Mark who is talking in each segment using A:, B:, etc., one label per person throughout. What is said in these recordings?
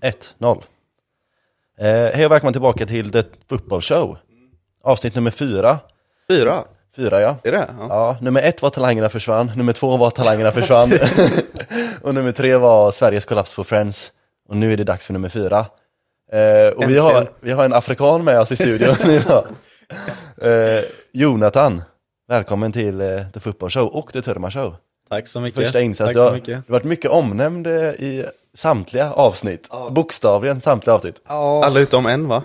A: 1-0. Eh, hej och välkomna tillbaka till The Football Show. Avsnitt nummer fyra.
B: Fyra?
A: Fyra ja.
B: Är det? Ja.
A: ja. Nummer ett var Talangerna försvann, nummer två var Talangerna försvann och nummer tre var Sveriges kollaps på Friends. Och nu är det dags för nummer fyra. Eh, och vi
B: Äntligen.
A: har, vi har en afrikan med oss i studion idag. Eh, Jonathan, välkommen till eh, The Football Show och The Turma Show.
C: Tack så mycket.
A: Första insats.
C: Tack så
A: Jag-
C: mycket.
A: Du har varit mycket omnämnd eh, i samtliga avsnitt. Bokstavligen samtliga avsnitt.
B: Alla utom en va?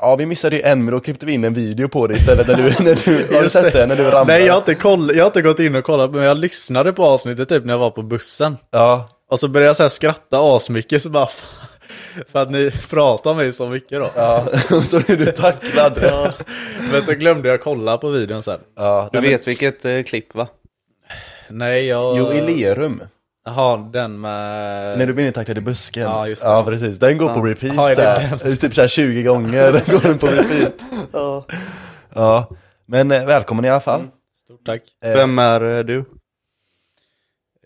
A: Ja, vi missade ju en, men då klippte vi in en video på det istället när du, när du har du
C: Just
A: sett det? När du ramlade?
C: Nej jag har, inte koll, jag har inte gått in och kollat men jag lyssnade på avsnittet typ när jag var på bussen.
A: Ja,
C: Och så började jag så här skratta asmycket så bara "Fan", för att ni pratar om mig så mycket då.
A: ja. så är du tacklad. Ja.
C: Men så glömde jag kolla på videon sen.
B: Du
A: nej,
B: vet vilket eh, klipp va?
C: Nej jag...
A: men- Jo, i Lerum.
C: Jaha, den med...
A: När du blir nedtacklad i busken.
C: Ja, just det.
A: Ja, precis. Den går på repeat.
C: Ja, är det
A: så här. Typ så här 20 gånger den går den på repeat. ja. Men eh, välkommen i alla
C: Mm.
A: fall.
C: Stort tack.
A: Eh,
B: Vem är eh, du?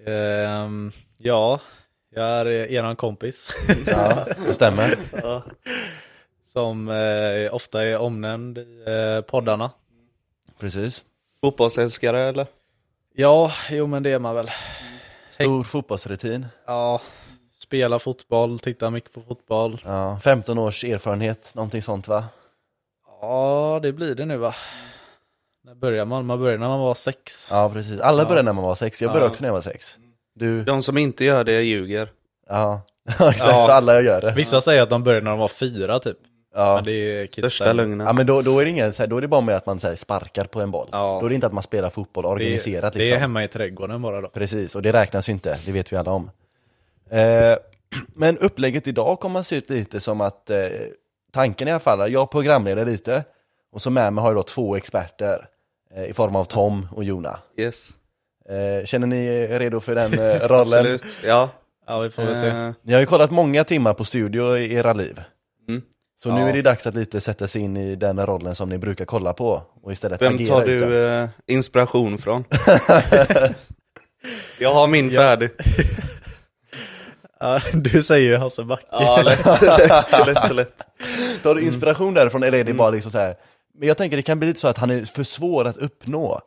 C: Ehm, ja, jag är eran kompis.
A: Eh, Ja, det stämmer.
C: som eh, ofta är omnämnd i eh, poddarna.
A: Precis.
B: Fotbollsälskare eller?
C: Ja, jo men det är man väl.
A: Stor fotbollsrutin.
C: Ja, spela fotboll, titta mycket på fotboll.
A: Ja, 15 års erfarenhet, någonting sånt va?
C: Ja, det blir det nu va? När börjar man? Man börjar när man var sex.
A: Ja, precis. Alla
C: Ja.
A: började när man var sex, jag började
C: Ja.
A: också när jag var sex. Du,
B: De som inte gör det ljuger.
A: ja. Ja, exakt,
C: Ja.
A: för alla gör det.
C: Vissa säger att de börjar när de var fyra typ.
A: Ja.
C: Men det är kids
B: Största
C: där.
B: lögnen.
A: Ja men då, då, är det ingen, så här, då är det bara med att man så här, sparkar på en boll.
C: Ja.
A: Då är det inte att man spelar fotboll
C: Det är-
A: organiserat
C: Det är
A: liksom.
C: hemma i trädgården bara då.
A: Precis, och det räknas ju inte, det vet vi alla om. Eh, men upplägget idag kommer att se ut lite som att, eh, tanken i alla fall, jag programleder lite, och så med mig har jag då två experter eh, i form av Tom och Jona.
B: Yes.
A: Eh, känner ni er redo för den eh, rollen?
B: Absolut. Ja.
C: Ja, vi får väl se.
B: Eh,
A: Ni har ju kollat många timmar på studio i era liv.
B: Mm.
A: Så
C: Ja.
A: nu är det dags att lite sätta sig in i den rollen som ni brukar kolla på och istället
B: Vem
A: agera
B: tar
A: ut den.
B: du eh, inspiration från? Jag har min färdig.
C: Ja, du säger ju Hasse Backe.
B: Ja, lätt, lätt, lätt, lätt.
A: Tar
B: mm.
A: du inspiration därifrån eller är det bara liksom så här? Men jag tänker det kan bli lite så att han är för svår att uppnå.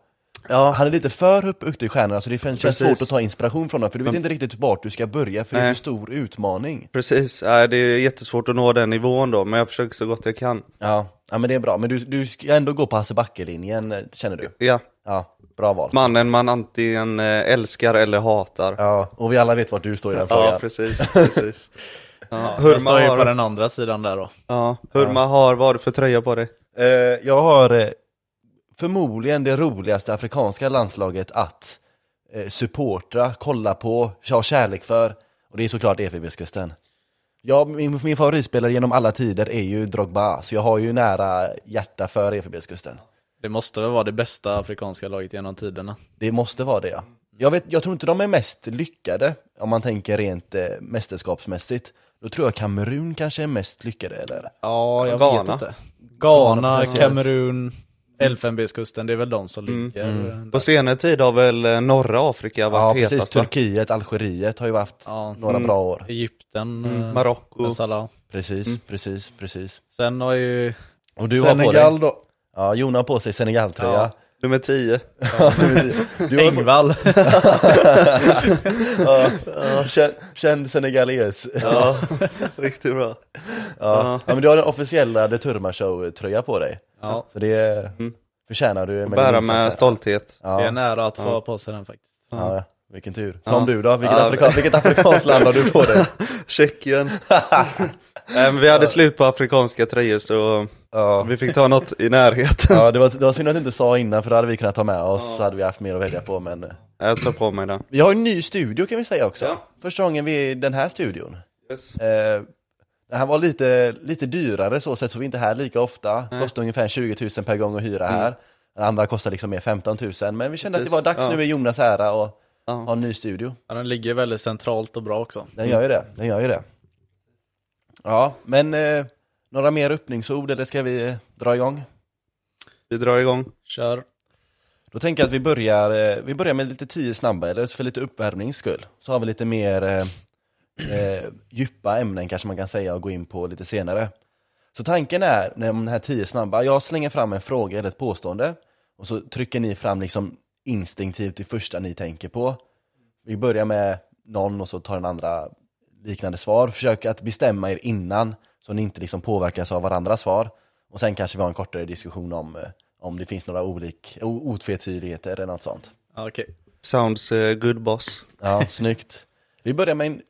A: Han är lite för upp- ute i stjärnorna så det känns känns
B: Precis.
A: svårt att ta inspiration från honom för du vet
B: Men-
A: inte riktigt vart du ska börja för det är
B: Nej.
A: för stor utmaning.
B: Precis, Nej, det är jättesvårt att nå den nivån då, men jag försöker så gott jag kan.
A: Ja, ja men det är bra. Men du, du ska ändå gå på Hasse Backe-linjen eh, känner du?
B: Ja,
A: Ja, bra val.
B: mannen man antingen eh, älskar eller hatar.
A: Ja, och vi alla vet vart du står i den frågan.
B: Ja, precis. precis. Ja,
C: Jag
B: Hurma,
C: står ju på
B: har,
C: den andra sidan där då.
B: ja, Hurma har, vad har du för tröja på dig?
A: Eh, jag har eh, förmodligen det roligaste afrikanska landslaget att eh, supportra, kolla på, ha kärlek för. Och det är såklart EFB-kusten. Ja, min, min favoritspelare genom alla tider är ju Drogba, så jag har ju nära hjärta för EFB-kusten.
C: Det måste väl vara det bästa afrikanska laget genom tiderna.
A: Det måste vara det ja. Jag, vet, jag tror inte de är mest lyckade, om man tänker rent eh, mästerskapsmässigt. Då tror jag Kamerun kanske är mest lyckade, eller?
C: Ja, jag vet
B: Ghana.
C: inte. Ghana,
A: potentiellt.
C: Kamerun, Elfenbenskusten, det är väl de som ligger eh, där.
B: På senare tid har väl eh, norra Afrika
A: Ja,
B: varit
A: precis.
B: hetast va? Mm.
A: Turkiet, Algeriet har ju haft
C: Ja.
A: några bra år.
C: Egypten, eh,
B: Marocko.
C: med Salah.
A: Precis, precis, precis.
C: Sen har ju
A: Och du har på
C: Senegal
A: dig,
C: då.
A: ja, Jona har på sig Senegal-tröja.
B: Nummer 10.
A: Du har på,
C: Engvall.
A: ja, känd, känd senegales. Ja.
B: Ja, riktigt bra.
A: Ja. men du har den officiella The Turma Show-tröja på dig.
C: ja,
A: Så det mm. förtjänar du. med
B: Bära
A: din
B: med
A: insats
B: stolthet.
A: här.
C: det är
A: Ja.
C: nära att få ha på sig den faktiskt.
A: ja, vilken tur. Tom
B: Ja.
A: du då, vilket,
B: Ja.
A: afrika, vilket afrikanskt land har du på dig?
B: Tjeckien. Nej, men vi hade slut på afrikanska tröjor så
A: Ja.
B: vi fick ta något i närheten.
A: Ja, det, var, det var synd att du inte sa innan för då hade vi kunnat ta med oss så hade vi haft mer att välja på men eh,
B: Jag tar på mig den.
A: Vi har en ny studio kan vi säga också
B: Ja.
A: Första gången vi är i den här studion Eh, det här var lite, lite dyrare så sett så vi är inte här lika ofta. Kostar ungefär 20 000 per gång att hyra här. Den andra kostar liksom mer 15 000. Men vi kände att det var
B: Mm. Precis,
A: dags
B: ja.
A: nu i Jonas ära och
B: Ja. Mm.
A: ha en ny studio.
C: Ja, den ligger väldigt centralt och bra också.
A: Den gör ju det. Den gör ju det. Ja, men eh, några mer öppningsord eller ska vi eh, dra igång?
B: Vi drar igång.
C: Kör.
A: Då tänker jag att vi börjar, eh, vi börjar med lite tio snabba, eller för lite uppvärmnings skull. Så har vi lite mer eh, eh, djupa ämnen kanske man kan säga och gå in på lite senare. Så tanken är, när de här tio snabba, jag slänger fram en fråga eller ett påstående och så trycker ni fram liksom instinktivt det första ni tänker på. Vi börjar med någon och så tar den andra liknande svar. Försök att bestämma er innan så ni inte liksom påverkas av varandras svar. Och sen kanske vi har en kortare diskussion om, eh, om det finns några olik, o- otvetydigheter eller något sånt.
C: Ja, Okej.
B: Sounds eh, good boss.
A: Ja, snyggt. Vi börjar med en,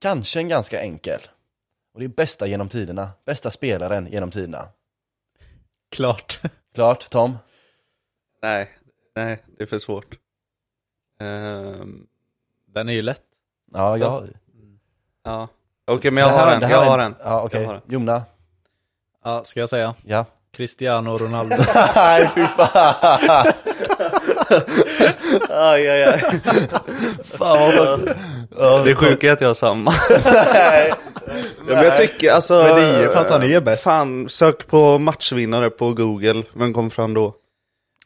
A: kanske en ganska enkel. Och det är bästa genom tiderna, bästa spelaren genom tiderna.
C: Klart.
A: Klart, Tom?
B: Nej, nej, det är för svårt. Ehm,
C: Den är ju lätt.
A: Ja, jag,
B: ja. Okej, men jag har en. Jag har en.
A: Ja, okej.
B: Jag har den.
A: Jomna?
C: Ja, ska jag säga?
A: Ja.
C: Cristiano Ronaldo.
A: Nej, fy fan!
B: Aj, aj, aj.
A: fan vad...
B: Det sjuka är att jag har samma.
A: Nej.
B: Ja, men jag tycker alltså...
C: Men det är ju för att han är bäst.
B: Fan, sök på matchvinnare på google, vem kom fram då?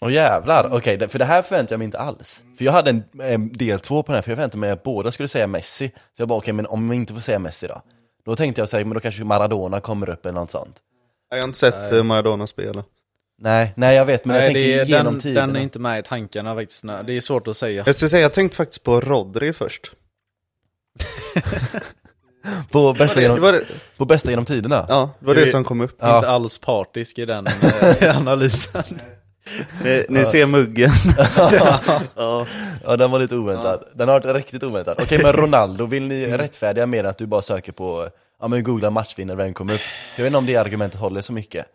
A: Åh jävlar,
C: Mm.
A: okej, det- för det här förväntade jag mig inte alls. För jag hade en, en del två på den här, för jag förväntade mig att båda skulle säga Messi. Så jag bara, okej, men om vi inte får säga Messi då? Då tänkte jag säga, men då kanske Maradona kommer upp eller något sånt.
B: Jag har inte sett eh, Maradona spela.
A: Nej, nej jag vet, men jag tänker
C: det är,
A: genom
C: den,
A: tiderna.
C: den är inte med i tankarna faktiskt. Nej, Det är svårt att säga.
B: Jag skulle säga, jag tänkte faktiskt på Rodri först.
A: På, bästa
B: Det
A: genom,
B: var det,
A: på bästa genom tiderna?
B: ja, det, var
C: Det
B: det
C: är-
B: som kom upp.
A: Ja.
C: Inte alls partisk i den eh, analysen.
B: Ni, ni ser muggen. ja.
A: Ja, den var lite oväntad. Den har varit riktigt oväntad. Okej, men Ronaldo, vill ni
C: Mm.
A: rättfärdiga med att du bara söker på, ja men googla matchvinnare, vem kom upp? Jag vet inte om det argumentet håller så mycket.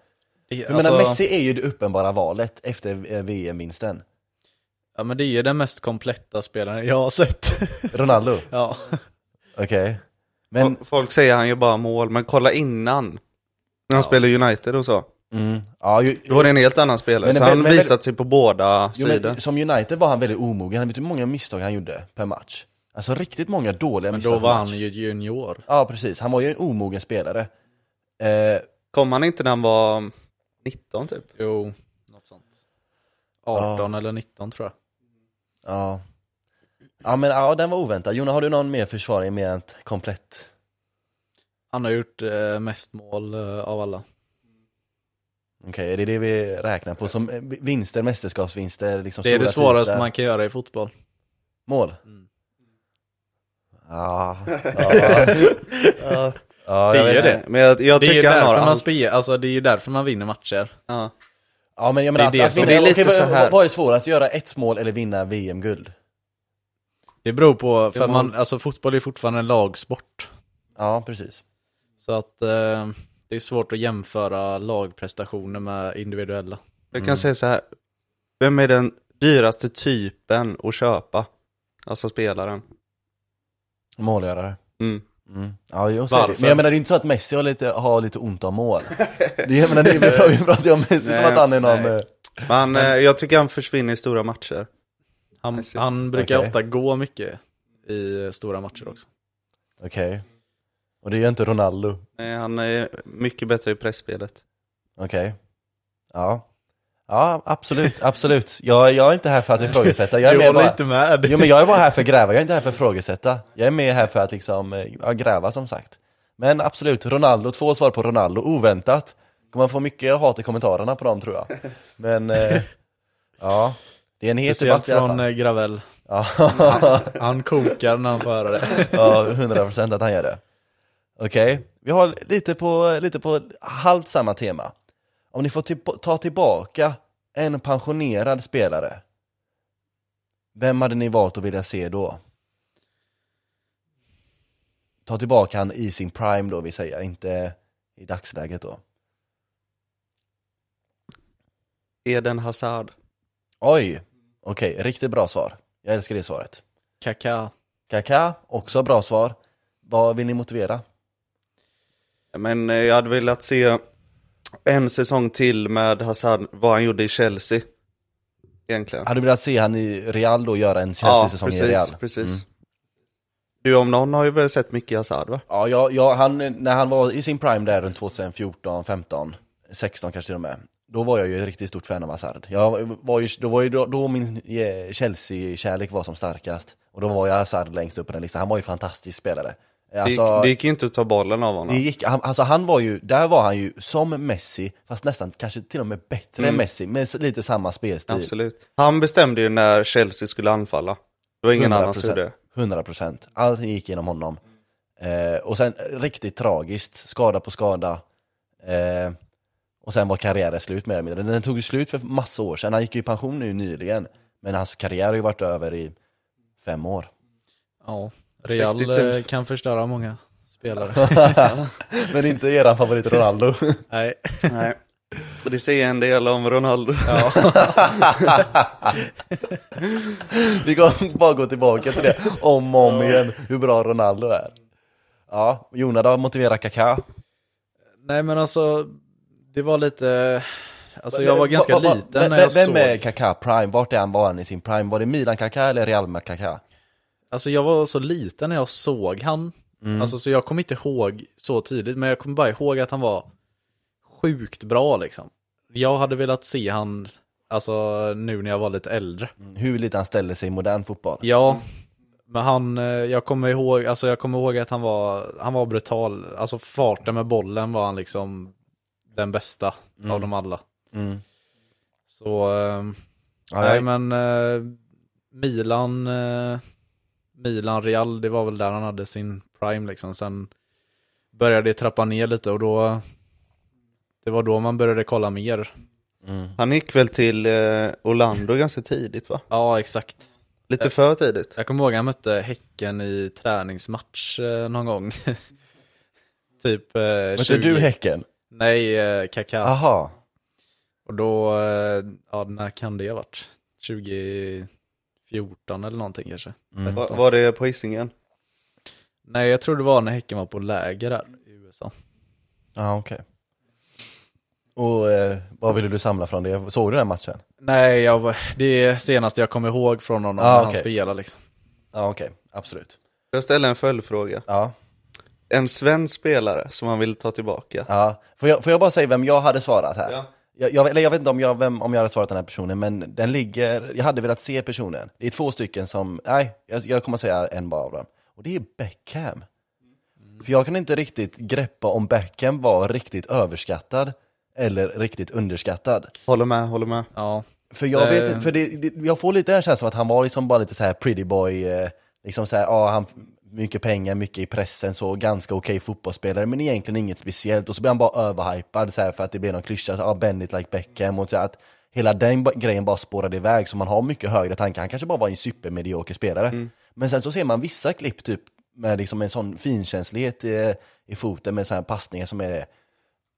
A: Jag
C: Alltså,
A: menar, Messi är ju det uppenbara valet efter eh, VM-vinsten.
C: Ja men det är ju den mest kompletta spelaren jag har sett.
A: Ronaldo,
C: ja.
A: okej. Men,
B: Folk säger han ju bara mål, men kolla innan. När han spelade United och så.
A: mm, ja, ju,
B: Då var det en helt annan spelare,
A: Men-
B: så
A: men-
B: han
A: men-
B: visat sig på båda
A: jo,
B: sidor.
A: men, som United var han väldigt omogen, han vet du hur många misstag han gjorde per match? Alltså riktigt många dåliga
C: Men
A: misstag
C: då
A: per
C: var
A: match.
C: han ju junior.
A: Ja, precis. Han var ju en omogen spelare. Eh,
B: Kom han inte när han var 19 typ?
C: Jo, något sånt. 18 eller 19 tror jag.
A: Ja. Ja men ja, den var oväntad. Jona, har du någon mer försvaring mer än ett komplett?
C: Han har gjort eh, mest mål eh, av alla.
A: Okej, är det det vi räknar på som eh, vinster, mästerskapsvinster, liksom
C: Det är det
A: stora
C: svåraste
A: titlar?
C: man kan göra i fotboll.
A: Mål?
C: Mm.
A: Ja. ja. ja. ja jag
C: Det är ju
A: vet.
C: det.
B: Men jag, jag
C: Det är ju
B: tycker han har
C: därför man
B: allt.
C: spelar, alltså det är ju därför man vinner matcher.
B: Ja.
A: Ja men jag menar,
C: Det är det
A: att, att
C: som-
A: vinna,
B: det är lite
A: okej,
B: så
A: vad-
B: här.
A: vad- vad är svårast, göra ett mål eller vinna VM-guld?
C: Det beror på, för
B: Det var-
C: man, alltså fotboll är fortfarande en lagsport.
A: Ja, precis.
C: Så att eh, det är svårt att jämföra lagprestationer med individuella.
B: Jag
C: Mm.
B: kan säga så här. Vem är den dyraste typen att köpa? Alltså spelaren.
A: Målgörare.
B: Mm.
A: Mm. Ja, jag säger det.
C: Varför?
A: Men jag menar, det är inte så att Messi har lite, har lite ont om mål. Det, jag menar, det är, vi pratar- vi pratar ju om Messi som
B: Nej,
A: att han är någon...
B: nej.
A: eh,
B: Men eh, jag tycker han försvinner i stora matcher.
C: Han,
B: Jag ser-
C: han brukar
A: Okej.
C: ofta gå mycket i stora matcher också.
A: Okej. Och det är ju inte Ronaldo.
B: Nej, Eh, han är mycket bättre i pressspelet.
A: Okej. Ja. Ja, absolut, absolut. Jag, jag är inte här för att ifrågasätta. Jag är
C: du
A: mer
C: håller
A: bara,
C: inte med?
A: jo, men jag är bara här för att gräva, jag är inte här för att ifrågasätta. Jag är mer här för att liksom, eh, ja, gräva som sagt. Men absolut, Ronaldo, två svar på Ronaldo, oväntat. Kommer man få mycket hat i kommentarerna på dem tror jag. Men, eh, ja. Det är en het
C: Speciellt
A: debatt i alla
C: från
A: fall.
C: eh, Gravel.
A: Ja,
C: Han kokar när han får höra det.
A: ja, 100% att han gör det. Okej, vi har lite på, lite på halvt samma tema. Om ni får till- ta tillbaka en pensionerad spelare, vem hade ni valt att vilja se då? Ta tillbaka han i sin prime då, vi säger, inte i dagsläget då.
B: Eden Hazard.
A: Oj, okej, riktigt bra svar. Jag älskar det svaret.
C: Kaka.
A: Kaka, också bra svar. Vad vill ni motivera?
B: Men eh, jag hade velat se en säsong till med Hazard, vad han gjorde i Chelsea. Egentligen.
A: Hade du velat se han i Real då göra en Chelsea-säsong
B: precis,
A: i Real?
B: precis.
A: Mm.
B: Du om någon har ju väl sett mycket Hazard va?
A: Ja, ja, ja han, när han var i sin prime där runt 2014, 15, 16 kanske till och med. Då var jag ju ett riktigt stort fan av Hazard. Jag var ju, då var ju då, då min eh, Chelsea-kärlek var som starkast. Och då var jag Hazard längst upp på den listan. Han var ju fantastisk spelare. Alltså,
B: det gick ju inte att ta bollen av honom.
A: det gick, han, alltså han var ju, där var han ju som Messi, fast nästan kanske till och med bättre
B: Mm.
A: än Messi, med s- lite samma spelstil.
B: Absolut. Han bestämde ju när Chelsea skulle anfalla. Det var ingen annan som gjorde det.
A: 100 procent. Allting gick genom honom. Eh, och sen eh, riktigt tragiskt, skada på skada. Eh, och sen var karriären slut mer eller mindre. Den tog ju slut för massa år sedan. Han gick ju i pension nu nyligen. Men hans karriär har ju varit över i fem år.
C: Ja, Real
B: Riktigt synd.
C: eh, kan förstöra många spelare.
A: men inte eran favorit Ronaldo.
C: Nej.
B: Nej. Och det säger en del om Ronaldo.
A: Vi kan bara gå tillbaka till det om och om igen, hur bra Ronaldo är. Ja, Jonadab motiverar Kaká.
C: Nej men alltså, det var lite, alltså jag var ganska
A: Va- va- va-
C: liten när
A: vem-
C: jag
A: Vem är
C: såg.
A: Kaká Prime? Vart är han, var han i sin prime? Var det Milan Kaká eller Real Madrid Kaká?
C: Alltså jag var så liten när jag såg han. Alltså så jag kommer inte ihåg så tydligt, men jag kommer bara ihåg att han var sjukt bra liksom. Jag hade velat se han, alltså nu när jag var lite äldre.
A: Hur lite han ställer sig i modern fotboll?
C: Ja, men han, eh, jag kommer ihåg, alltså jag kommer ihåg att han var, han var brutal. Alltså farten med bollen var han liksom den bästa av dem alla.
A: Mm.
C: Så, eh,
A: Ja,
C: nej
A: jag,
C: men eh, Milan, eh, Milan, Real, det var väl där han hade sin prime liksom. Sen började det trappa ner lite och då, det var då man började kolla mer. mm.
B: Han gick väl till eh, Orlando ganska tidigt va?
C: Ja, exakt.
B: Lite för tidigt.
C: Jag kommer ihåg han mötte Häcken i träningsmatch eh, någon gång. typ eh, 20.
A: Mötte du Häcken?
C: Nej, eh, Kaká.
A: Aha.
C: Och då, eh, ja när kan det ha varit? 2014 eller någonting kanske?
A: Mm.
B: Va, var det på Hisingen?
C: Nej, jag tror det var när Häcken var på läger där i USA.
A: Ja, okej. Och eh, vad ville du samla från det? Såg du den matchen?
C: Nej, jag, var- det är senaste jag kommer ihåg från honom
A: Ah,
C: när han
A: okej.
C: spelade liksom.
A: Ja, okej. Absolut.
B: Jag ställer en följdfråga.
A: Ja.
B: En svensk spelare som han vill ta tillbaka.
A: ja. Får, jag, får jag bara säga vem jag hade svarat här?
B: Ja.
A: Jag, jag, eller jag vet inte om jag, vem, om jag hade svarat den här personen, men den ligger... Jag hade velat se personen. Det är två stycken som... Nej, jag, jag kommer säga en bara av dem. Och det är Beckham. För jag kan inte riktigt greppa om Beckham var riktigt överskattad eller riktigt underskattad.
B: Håller med, håller med.
C: Ja,
A: För jag vet
C: Eh.
A: inte, för det, det, jag får lite den känslan av att han var liksom bara lite så här pretty boy, eh, liksom så här, ja han, mycket pengar, mycket i pressen, så ganska okej fotbollsspelare, men egentligen inget speciellt. Och så blir han bara överhypad så här för att det blir någon klyscha, så, ja Bennett like Beckham, och så här, att hela den ba- grejen bara spårade iväg, så man har mycket högre tankar. Han kanske bara var en supermedioker spelare. Men sen så ser man vissa klipp typ med liksom en sån finkänslighet i, eh, i foten med så här passningar som är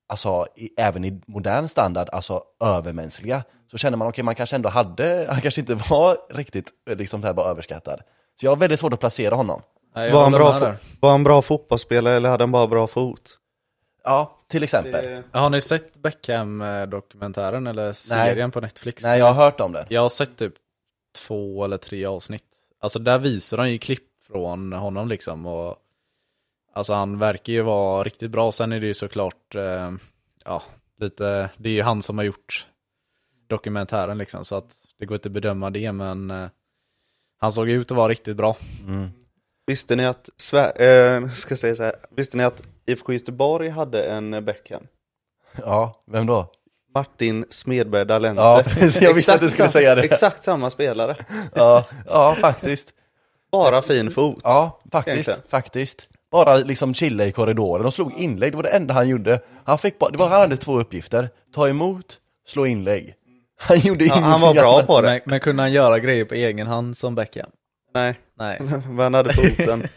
A: alltså, i, även i modern standard, alltså övermänskliga, så känner man, okej, man kanske ändå hade, han kanske inte var riktigt eh, liksom så här bara överskattad. Så jag har väldigt svårt att placera honom.
C: Nej, jag
B: Var han,
C: håller
B: bra
C: med
B: fo-
C: där.
B: var han bra fotbollsspelare eller hade han bara bra fot?
A: Ja, till exempel.
C: Har ni sett Beckham-dokumentären eller serien på Netflix?
A: Nej, jag har hört om det.
C: Jag har sett typ två eller tre avsnitt. Alltså där visar de ju klipp från honom liksom och Alltså han verkar ju vara riktigt bra, sen är det ju såklart eh, Ja, lite Det är ju han som har gjort dokumentären liksom så att det går inte att bedöma det men eh, Han såg ut att vara riktigt bra.
B: Visste ni att, Sver- eh, ska jag säga så här. Visste ni att IFK Göteborg hade en Beckham?
A: Ja, vem då?
B: Martin Smedberg Dalense.
A: Ja, precis. Jag visste att du skulle
B: Exakt sam-
A: säga det.
B: Exakt samma spelare.
A: Ja, ja faktiskt.
B: Bara fin fot.
A: Ja, faktiskt.
B: Egentligen.
A: faktiskt. Bara liksom chilla i korridoren och slog inlägg, det var det enda han gjorde. Han, fick bara, det var, han hade två uppgifter, ta emot, slå inlägg. Han gjorde
B: Ja,
A: ingenting
B: han var bra
A: annat.
B: på det.
C: Men, men kunde han göra grejer på egen hand som Beckham?
B: Nej,
C: Nej.
B: men han hade foten.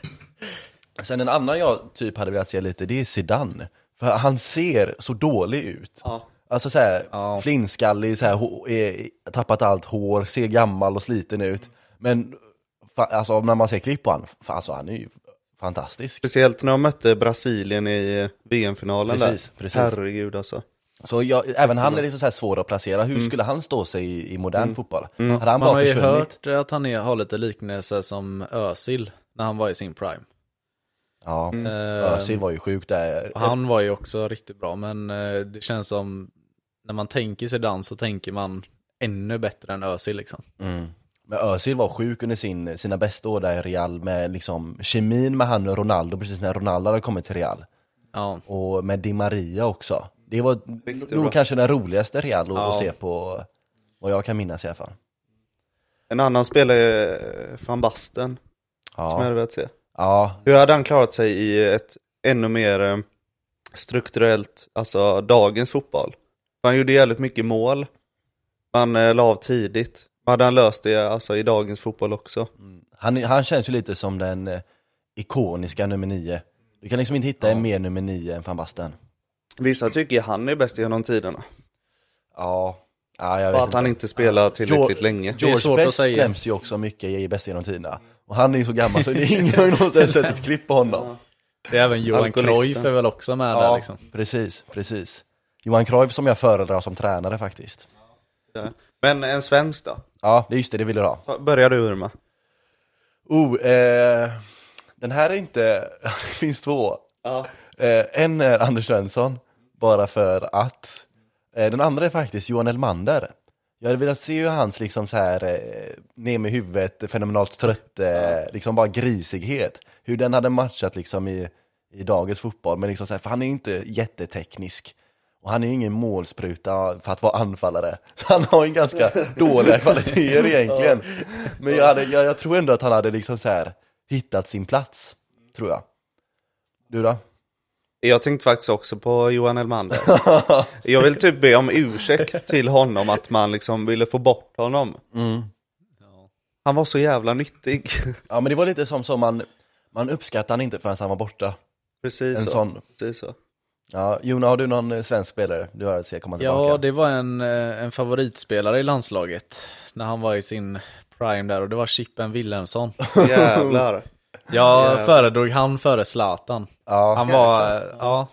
A: Sen en annan jag typ hade velat se lite, det är Zidane. För han ser så dålig ut.
B: Ja.
A: Alltså såhär,
C: Ja.
A: flintskallig, så här, hå- eh, tappat allt hår, ser gammal och sliten ut. Men fa- alltså, när man ser klipp på han, fa- alltså han är ju fantastisk.
B: Speciellt när de mötte Brasilien i VM-finalen
A: Precis,
B: där.
A: precis.
B: Herregud alltså.
A: Så jag, även han är liksom så här svår att placera, hur skulle han stå sig i, i modern fotboll? Hade han
C: Mm. Man har
A: bara
C: ju
A: försvunnit?
C: hört att han är, har lite liknelse som Özil när han var i sin prime.
A: Ja,
C: Eh,
A: Özil var ju sjuk där.
C: Och Han var ju också riktigt bra, men eh, det känns som när man tänker sig dans så tänker man ännu bättre än Özil liksom.
A: Mm. Men Özil var sjuk under sin, sina bästa år där i Real med liksom kemin med han och Ronaldo precis när Ronaldo hade kommit till Real.
C: Ja.
A: Och med Di Maria också. Det var
B: Riktigt
A: nog
B: bra.
A: kanske den roligaste Real att
C: Ja.
A: att se på, vad jag kan minnas i alla fall.
B: En annan spelare är van Basten, som jag
A: Ja,
B: hade velat se.
A: ja.
B: Hur hade han klarat sig i ett ännu mer eh, strukturellt, alltså dagens fotboll? Han gjorde jävligt mycket mål, man eh, la av tidigt. Hade han löst det alltså, i dagens fotboll också?
A: Mm. Han, är- han känns ju lite som den eh, ikoniska nummer nio. Du kan liksom inte hitta en mer nummer nio än van Basten.
B: Vissa tycker ju han är bäst genom tiderna.
A: Ja, ja jag vet
B: Bara att
A: inte.
B: han inte spelar tillräckligt
A: Jo-
B: länge.
C: är
A: George
C: svårt att
A: Best
C: säga.
A: nämns ju också mycket i Bäst genom tiderna. Och han är ju så gammal så det är ingen har ju någonsin sett ett klipp på honom.
C: Det är även Johan
B: Alkoholisten.
C: Cruyff är väl också med där liksom.
A: precis, precis. Johan Cruyff som jag föredrar som tränare faktiskt.
B: Men en svensk då?
A: Ja, det är just det, det vill jag ha.
B: Ta- Börjar du Urma?
A: Oh, eh, den här är inte, det finns två.
B: Ja.
A: Eh, en är Anders Svensson, bara för att. Eh, den andra är faktiskt Johan Elmander. Jag hade velat se hur hans liksom så här, eh, ner med huvudet, fenomenalt trött, eh, liksom bara grisighet. Hur den hade matchat liksom i, i dagens fotboll. Men liksom så här, för han är ju inte jätteteknisk. Och han är ju ingen målspruta för att vara anfallare. Så han har ju ganska dåliga kvaliteter egentligen. Men jag, hade, jag, jag tror ändå att han hade liksom så här, hittat sin plats, tror jag. Du då?
B: Jag tänkte faktiskt också på Johan Elmander. Jag vill typ be om ursäkt till honom att man liksom ville få bort honom.
A: Mm.
B: Han var så jävla nyttig.
A: Ja men det var lite som, som man, man uppskattar han inte förrän han var borta.
B: Precis
A: En
B: så.
A: sån.
B: Precis så.
A: Ja, Jona, har du någon eh, svensk spelare du har att se komma tillbaka?
C: Ja, det var en, eh, en favoritspelare i landslaget när han var i sin prime där och det var Chippen Wilhelmsson.
A: Mm.
B: Jävlar.
C: Jag föredrog han före Zlatan.
A: ja,
C: Han var, eh, ja. ja.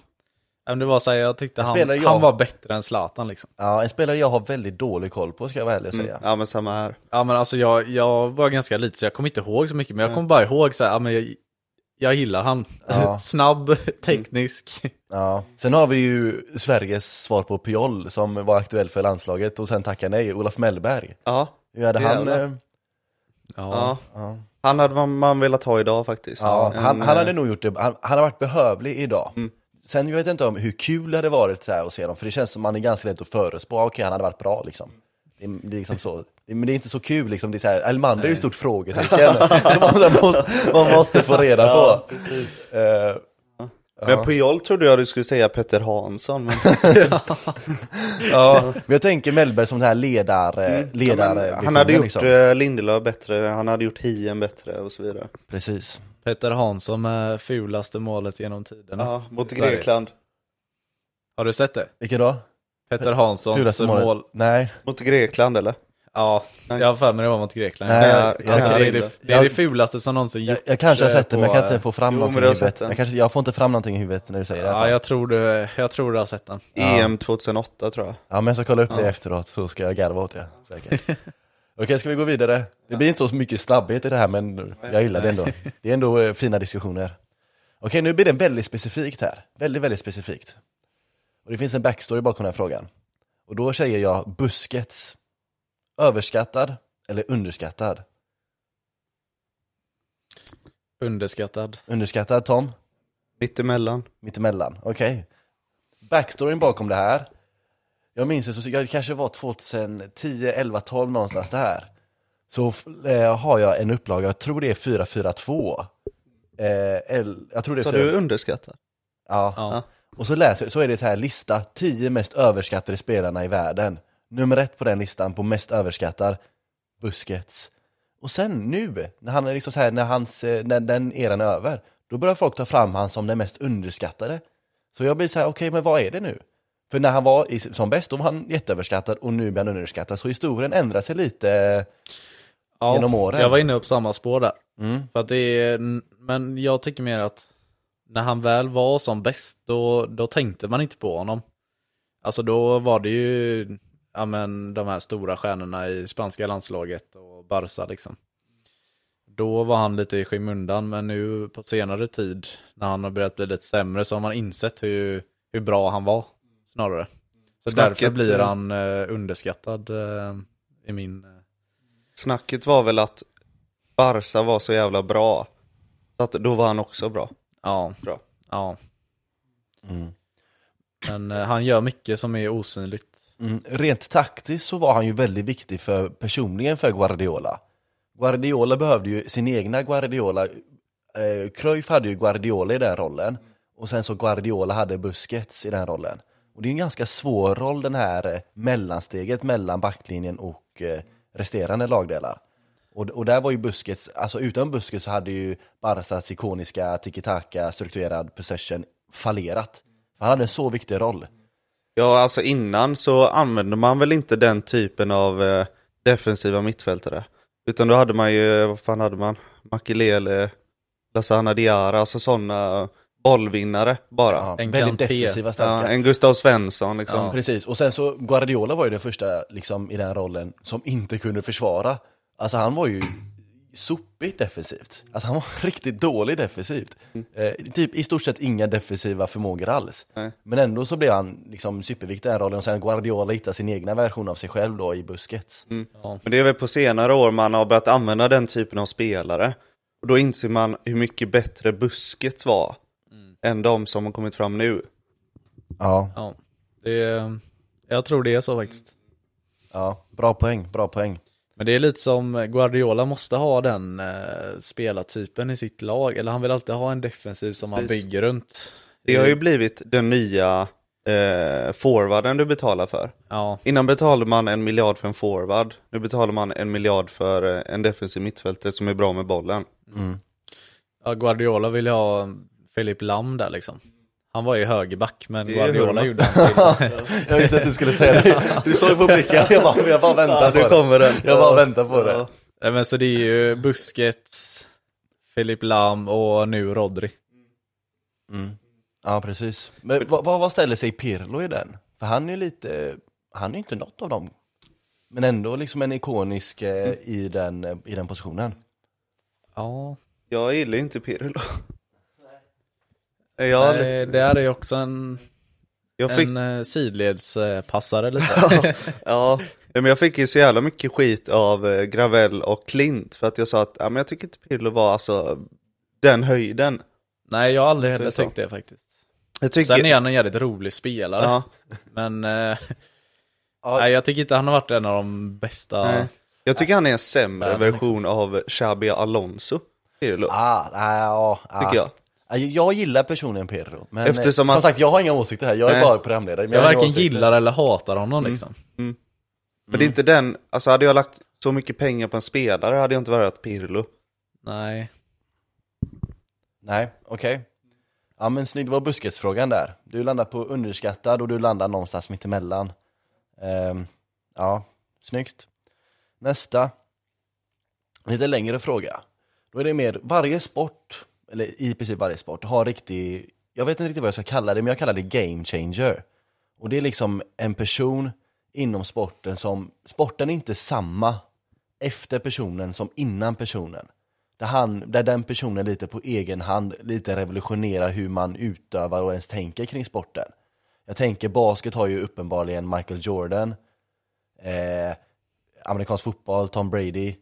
C: men Det var så här, jag tyckte han,
A: spelare jag-
C: han var bättre än Zlatan liksom.
A: ja, en spelare jag har väldigt dålig koll på ska jag vara ärlig och
C: Mm.
A: säga.
B: Ja men samma här.
C: Ja men alltså jag, jag var ganska liten så jag kommer inte ihåg så mycket men jag kommer bara ihåg så här, ja, men jag, jag gillar han.
A: Ja. Mm.
C: Snabb, teknisk.
A: Ja. Sen har vi ju Sveriges svar på Pjol som var aktuell för landslaget och sen tackar nej, Olof Mellberg.
B: Ja.
A: Hur hade han?
B: Jävlar.
A: eh,
B: ja.
A: Ja.
B: Han hade man- man velat ha idag faktiskt.
A: Ja,
B: En,
A: han, han hade
B: eh,
A: nog gjort det, han, han har varit behövlig idag. Sen jag vet jag inte om hur kul det hade varit så här att se dem, för det känns som man är ganska lätt att förespå, okej han hade varit bra liksom. Det, är- det är liksom så. det- Men det är inte så kul liksom, det är så här, Elmander är ju ett stort frågetecken som man, så här måste, man måste få reda på. Eh,
B: Men Puyol trodde jag du skulle säga Petter Hansson. Men
A: ja. Men jag tänker Mellberg som den här ledare,
B: Ja, men
A: ledare
B: han hade gjort
A: liksom.
B: eh, Lindelöf bättre, han hade gjort Hien bättre och så vidare.
A: Mm. Precis.
C: Petter Hansson med fulaste målet genom tiderna.
B: Ja, mot
C: Sverige.
B: Grekland.
C: Har du sett det?
A: Vilket då?
C: Petter Hanssons
A: Fulaste målet?
C: mål.
A: Nej.
B: Mot Grekland eller?
C: Ja, jag har för mig det var mot Grekland.
A: Nej,
B: jag-
A: jag-
C: alltså, det, är
B: jag-
C: det, det är det fulaste som någonsin
A: Jag,
C: gjorts.
A: jag kanske har
C: eh,
A: sett det men jag
C: på,
A: kan inte få fram
B: Jo,
A: någonting
B: men
A: i
B: du har sett
A: huvudet.
B: den.
A: Jag, kanske, jag får inte fram någonting i huvudet när du säger det. i alla fall.
C: Ja, jag tror, du, jag tror du har sett den.
B: EM 2008 tror jag.
A: Ja men jag ska kolla upp det efteråt så ska jag garva åt det. Säkert. Okej, ska vi gå vidare? Det blir inte så mycket snabbhet i det här men jag gillar det ändå. Det är ändå eh, fina diskussioner. Okej, nu blir det väldigt specifikt här. Väldigt, väldigt specifikt. Och det finns en backstory bakom den här frågan. Och då säger jag buskets. Överskattad eller underskattad?
C: Underskattad.
A: Underskattad Tom?
B: Mittemellan.
A: mittemellan. Okej. Backstoryn bakom det här. Jag minns det, så jag kanske var 2010, 11, 12 någonstans det här. Så f- eh, har jag en upplaga, jag tror det är 442. Eh, el, jag tror det är
B: Så
A: 4
B: du underskattar?
A: Ja.
C: Ja.
A: Och så läser så är det så här lista, 10 mest överskattade spelarna i världen. Nummer ett på den listan på mest överskattad, Busquets. Och sen nu, när han är liksom så här, när, hans, eh, när den eran är över, då börjar folk ta fram han som den mest underskattade. Så jag blir så här, okej men vad är det nu? För när han var i, som bäst, då var han jätteöverskattad och nu blir han underskattad. Så historien ändrar sig lite.
C: Ja,
A: Genom åren.
C: Jag var inne på samma spår där.
A: Mm.
C: För att det är, men jag tycker mer att när han väl var som bäst, då, då tänkte man inte på honom. Alltså då var det ju ja, men, de här stora stjärnorna i spanska landslaget och Barca liksom. Då var han lite i skymundan, men nu på senare tid när han har börjat bli lite sämre så har man insett hur, hur bra han var snarare. Så
B: Snacket,
C: därför blir
B: ja.
C: han eh, underskattad eh, i min... eh,
B: Snacket var väl att Barca var så jävla bra, så att då var han också bra.
C: Ja.
B: Bra.
C: Ja.
A: Mm.
C: Men eh, han gör mycket som är osynligt.
A: Mm. Rent taktiskt så var han ju väldigt viktig för personligen för Guardiola. Guardiola behövde ju sin egna Guardiola. Eh, Cruyff hade ju Guardiola i den rollen och sen så Guardiola hade Busquets i den rollen. Och det är en ganska svår roll den här eh, mellansteget mellan backlinjen och eh, resterande lagdelar. Och, och där var ju Busquets, alltså utan Busquets så hade ju Barsas ikoniska tiki-taka strukturerad possession fallerat. För han hade en så viktig roll.
B: Ja, alltså innan så använde man väl inte den typen av eh, defensiva mittfältare. Utan då hade man ju, vad fan hade man? Makelele, Lasana Diarra, alltså sådana bollvinnare bara.
A: Ja,
C: En
A: väldigt
C: Kanté.
A: defensiva starka.
B: Ja, en Gustav Svensson liksom.
A: Ja. Precis, och sen så Guardiola var ju den första liksom, i den rollen som inte kunde försvara. Alltså han var ju sopigt defensivt. Alltså han var riktigt dålig defensivt. Eh, typ i stort sett inga defensiva förmågor alls.
B: Nej.
A: Men ändå så blev han liksom superviktig i den rollen och sen Guardiola hittade sin egna version av sig själv då i Busquets.
B: Men det är väl på senare år man har börjat använda den typen av spelare. Och då inser man hur mycket bättre Busquets var
C: Mm.
B: än de som har kommit fram nu.
A: Ja.
C: Ja. Det är, jag tror det är så faktiskt.
A: ja, bra poäng, bra poäng.
C: Men det är lite som Guardiola måste ha den eh, spelartypen i sitt lag. Eller han vill alltid ha en defensiv som han
B: Precis.
C: bygger runt.
B: Det har ju blivit den nya eh, forwarden du betalar för.
C: Ja,
B: Innan betalade man en miljard för en forward. Nu betalar man en miljard för eh, en defensiv mittfältare som är bra med bollen.
A: Mm.
C: ja Guardiola vill ju ha Filip Lam där liksom. Han var ju högerback men
B: Det är
C: Guardiola
B: hurra.
C: gjorde han till.
A: Jag visste att du skulle säga det. Du såg på blicken, jag bara, jag bara väntar på det.
B: den.
A: Jag bara väntar på det.
B: Ja.
C: Nej, men så det är ju Busquets, Filip Lam och nu Rodri.
A: Mm. Ja, precis. Men vad, vad, vad ställer sig Pirlo i den? För han är ju lite, han är ju inte något av dem. Men ändå liksom en ikonisk eh, i, den, eh, i den positionen.
C: Ja,
B: Jag gillar ju inte Pirlo. Jag, har aldrig-
C: Nej, det här är ju också en,
B: jag fick
C: en eh, sidledspassare lite.
B: Ja, men jag fick ju så jävla mycket skit av eh, Gravel och Klint för att jag sa att ja, men jag tycker inte Pirlo var alltså den höjden.
C: Nej, jag har aldrig heller
B: Säger så.
C: tyckt det faktiskt.
B: Jag tycker...
C: Sen är han en jävligt rolig spelare,
B: ja,
C: men eh,
A: Ja.
C: nej, jag tycker inte han har varit en av de bästa.
B: nej. Jag tycker han är en sämre
C: Ja, men
B: version av Xabi Alonso, Pirlo,
A: Ah, nej, ja, ah.
B: tycker jag.
A: Ja, Jag gillar personen Pirlo, men
B: Eftersom
A: eh, som
B: han-
A: sagt jag har inga åsikter här, jag är
B: Nej.
A: bara programledare. men
C: Jag
A: har inga
C: varken
A: åsikter.
C: gillar eller hatar honom
B: Mm.
C: liksom.
B: Men
C: Mm.
B: det är inte den, alltså hade jag lagt så mycket pengar på en spelare hade jag inte varit Pirlo.
C: Nej,
A: Nej, okej. Ja men snyggt, det var busketsfrågan där. Du landar på underskattad och du landar någonstans mittemellan. Ehm, ja, snyggt. Nästa. Lite längre fråga. Då är det mer, varje sport, eller i princip varje sport, har riktig, jag vet inte riktigt vad jag ska kalla det, men jag kallar det game changer. Och det är liksom en person inom sporten som, sporten är inte samma efter personen som innan personen där, han, där den personen lite på egen hand lite revolutionerar hur man utövar och ens tänker kring sporten. Jag tänker basket har ju uppenbarligen Michael Jordan, eh, amerikansk fotboll, Tom Brady,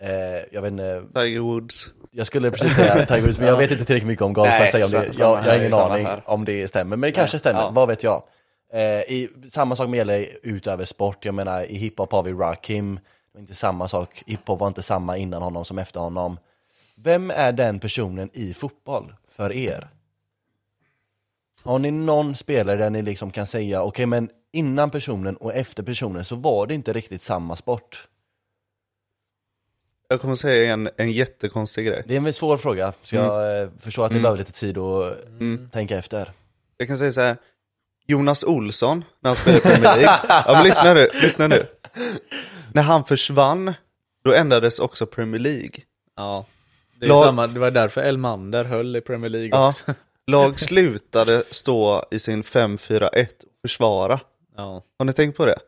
A: eh, jag vet inte,
B: Tiger Woods.
A: jag skulle precis säga Tiger Woods, men jag vet inte tillräckligt mycket om golf för att
B: Nej,
A: säga om
B: sa-
A: det.
B: samma
A: Jag, jag har
B: här,
A: ingen
B: samma
A: aning
B: här.
A: om det stämmer, men det kanske stämmer,
B: ja.
A: vad vet jag. Eh, i, samma sak med gäller utöver sport, jag menar i hiphop har vi Rakim, det var inte samma sak, hiphop var inte samma innan honom som efter honom. Vem är den personen i fotboll för er? Har ni någon spelare där ni liksom kan säga, okej men innan personen och efter personen så var det inte riktigt samma sport?
B: Jag kommer säga en, en jättekonstig grej.
A: Det är en svår fråga, så jag eh, förstår att ni behöver lite tid att
B: Mm.
A: tänka efter.
B: Jag kan säga så här. Jonas Olsson, när han spelade i Premier League. Ja, men lyssna nu, lyssna nu. När han försvann, då ändrades också Premier League.
C: ja. Det, är
B: Lag-
C: samma, det var därför Elmander höll i Premier League
B: Ja.
C: också.
B: Lag slutade stå i sin 5-4-1 och försvara.
C: Ja.
B: Har ni tänkt på det?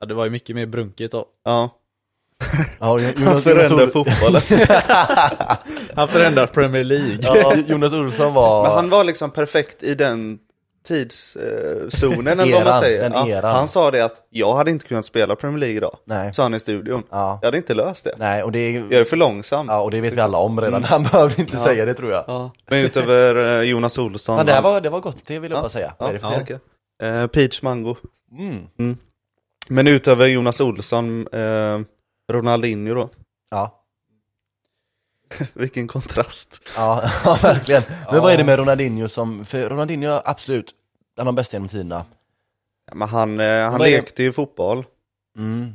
C: ja, det var ju mycket mer brunket då.
B: Ja.
A: Ja, Jo-
B: Han
A: Jonas, Jonas,
B: förändrade
A: Ol-
B: fotbollen.
C: Han förändrar Premier League.
A: ja, Jonas Olsson var...
B: Men han var liksom perfekt i den tidszonen eller vad man
A: Eran,
B: säger.
A: den eran.
B: han sa det att jag hade inte kunnat spela Premier League idag,
A: Nej.
B: sa han i studion.
A: Ja.
B: Jag hade inte löst det.
A: Nej, och det, är-
B: Jag är för långsam.
A: ja, och det vet vi alla om redan. Han behövde inte säga det tror jag.
B: Mm. Ja. Men utöver eh, Jonas Olsson.
A: Men det här
B: han-
A: var, det var gott te vill jag bara säga. Vad är det för
B: ja,
A: te?
B: okej. Eh, Peach Mango.
A: Mm.
B: Men utöver Jonas Olsson, eh, Ronaldinho då.
A: Ja. Vilken
B: kontrast.
A: Ja, ja, verkligen. Men vad är det med Ronaldinho som, för Ronaldinho är absolut bland de bästa genom tiderna.
B: Ja, men han eh, han
C: Vad är-
B: lekte ju fotboll. Eh,
A: Mm.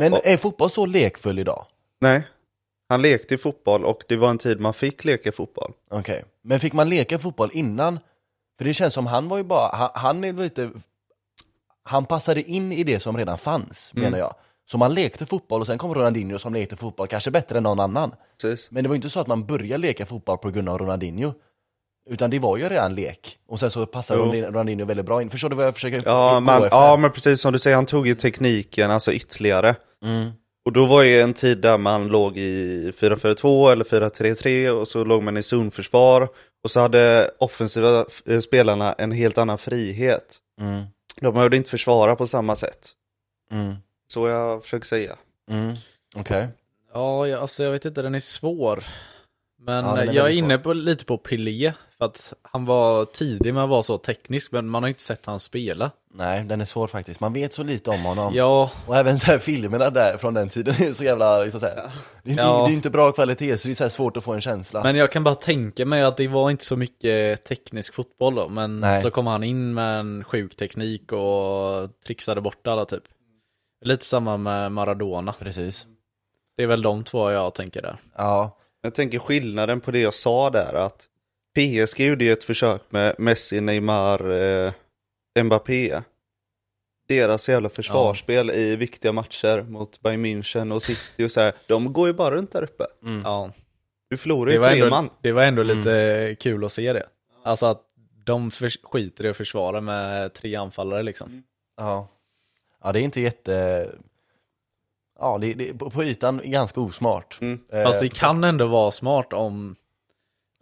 A: Men
B: och,
A: är fotboll så lekfull idag?
B: nej, han lekte ju fotboll och det var en tid man fick leka fotboll.
A: Okej. Men fick man leka fotboll innan? För det känns som han var ju bara, han, han är lite, han passade in i det som redan fanns,
B: Mm.
A: menar jag. Så man lekte fotboll och sen kom Ronaldinho som lekte fotboll, kanske bättre än någon annan.
B: Precis.
A: Men det var ju inte så att man började leka fotboll på grund av Ronaldinho. Utan det var ju redan lek. Och sen så passade
B: Jo.
A: Ronaldinho- Ronaldinho väldigt bra in. Förstår du vad jag försöker
B: Ja,
A: gå
B: man,
A: efter?
B: ja, men precis som du säger, han tog ju tekniken alltså ytterligare.
A: Mm.
B: Och då var ju en tid där man låg i 4-4-2 eller 4-3-3 och så låg man i zonförsvar. Och så hade offensiva eh, spelarna en helt annan frihet.
A: Mm.
B: De behövde inte försvara på samma sätt.
A: Mm.
B: Så jag försöker säga.
A: Mm. Okej.
C: Ja, jag, alltså jag vet inte, den är svår. Men
A: Ja, den är
C: eh, jag är
A: väldigt
C: inne på, lite på Pelé, för att han var tidig med att vara så teknisk, men man har inte sett han spela.
A: Nej, den är svår faktiskt. Man vet så lite om honom.
C: Ja,
A: Och även så här filmerna där från den tiden är så jävla, liksom så här, det, är-
C: Ja.
A: det är inte bra kvalitet så det är så här svårt att få en känsla.
C: men jag kan bara tänka mig att det var inte så mycket teknisk fotboll då, men
A: Nej.
C: så kom han in med en sjuk teknik och trixade bort alla typ. Lite samma med Maradona.
A: Precis. Mm.
C: Det är väl de två jag tänker där.
A: Ja.
B: Jag tänker skillnaden på det jag sa där att PSG gjorde ju ett försök med Messi, Neymar, eh, Mbappé. Deras jävla försvarsspel i viktiga matcher mot Bayern München och City och så här. De går ju bara runt där uppe.
C: Ja,
B: Du förlorar
C: det
B: ju
C: var
B: tre
C: ändå,
B: man.
C: det var ändå lite kul att se det. Alltså att de förs- skiter i att försvara med tre anfallare liksom.
A: Ja. Ja, det är inte jätte... Ja, det, det, på på ytan ganska osmart.
B: Mm.
A: Eh,
C: Fast det kan ändå vara smart om,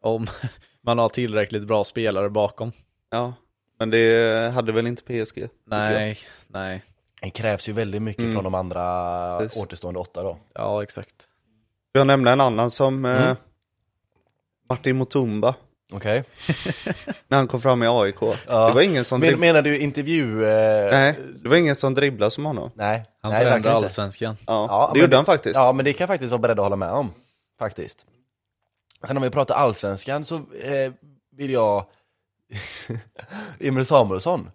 C: om man har tillräckligt bra spelare bakom.
B: Ja, men det hade väl inte PSG? tycker jag.
C: Nej, nej.
A: Det krävs ju väldigt mycket
B: Mm.
A: från de andra
B: Precis.
A: återstående åtta då.
C: Ja, exakt.
B: Får jag nämna en annan som eh,
A: Mm.
B: Martin Mutumba
A: Okej.
B: när han kom fram i AIK.
A: Ja.
B: Det var ingen som
A: Men,
B: dribb-
A: menar du intervju... Eh...
B: Nej, det var ingen som dribblade som honom.
A: Nej,
C: Han
A: nej
C: förändrar
A: verkligen inte.
C: allsvenskan.
B: Ja,
A: Ja,
B: det
A: men-
B: gjorde han faktiskt.
A: Ja, men det kan jag faktiskt vara beredd att hålla med om. Faktiskt. Sen om vi pratar allsvenskan så eh, vill jag Emil Samuelsson.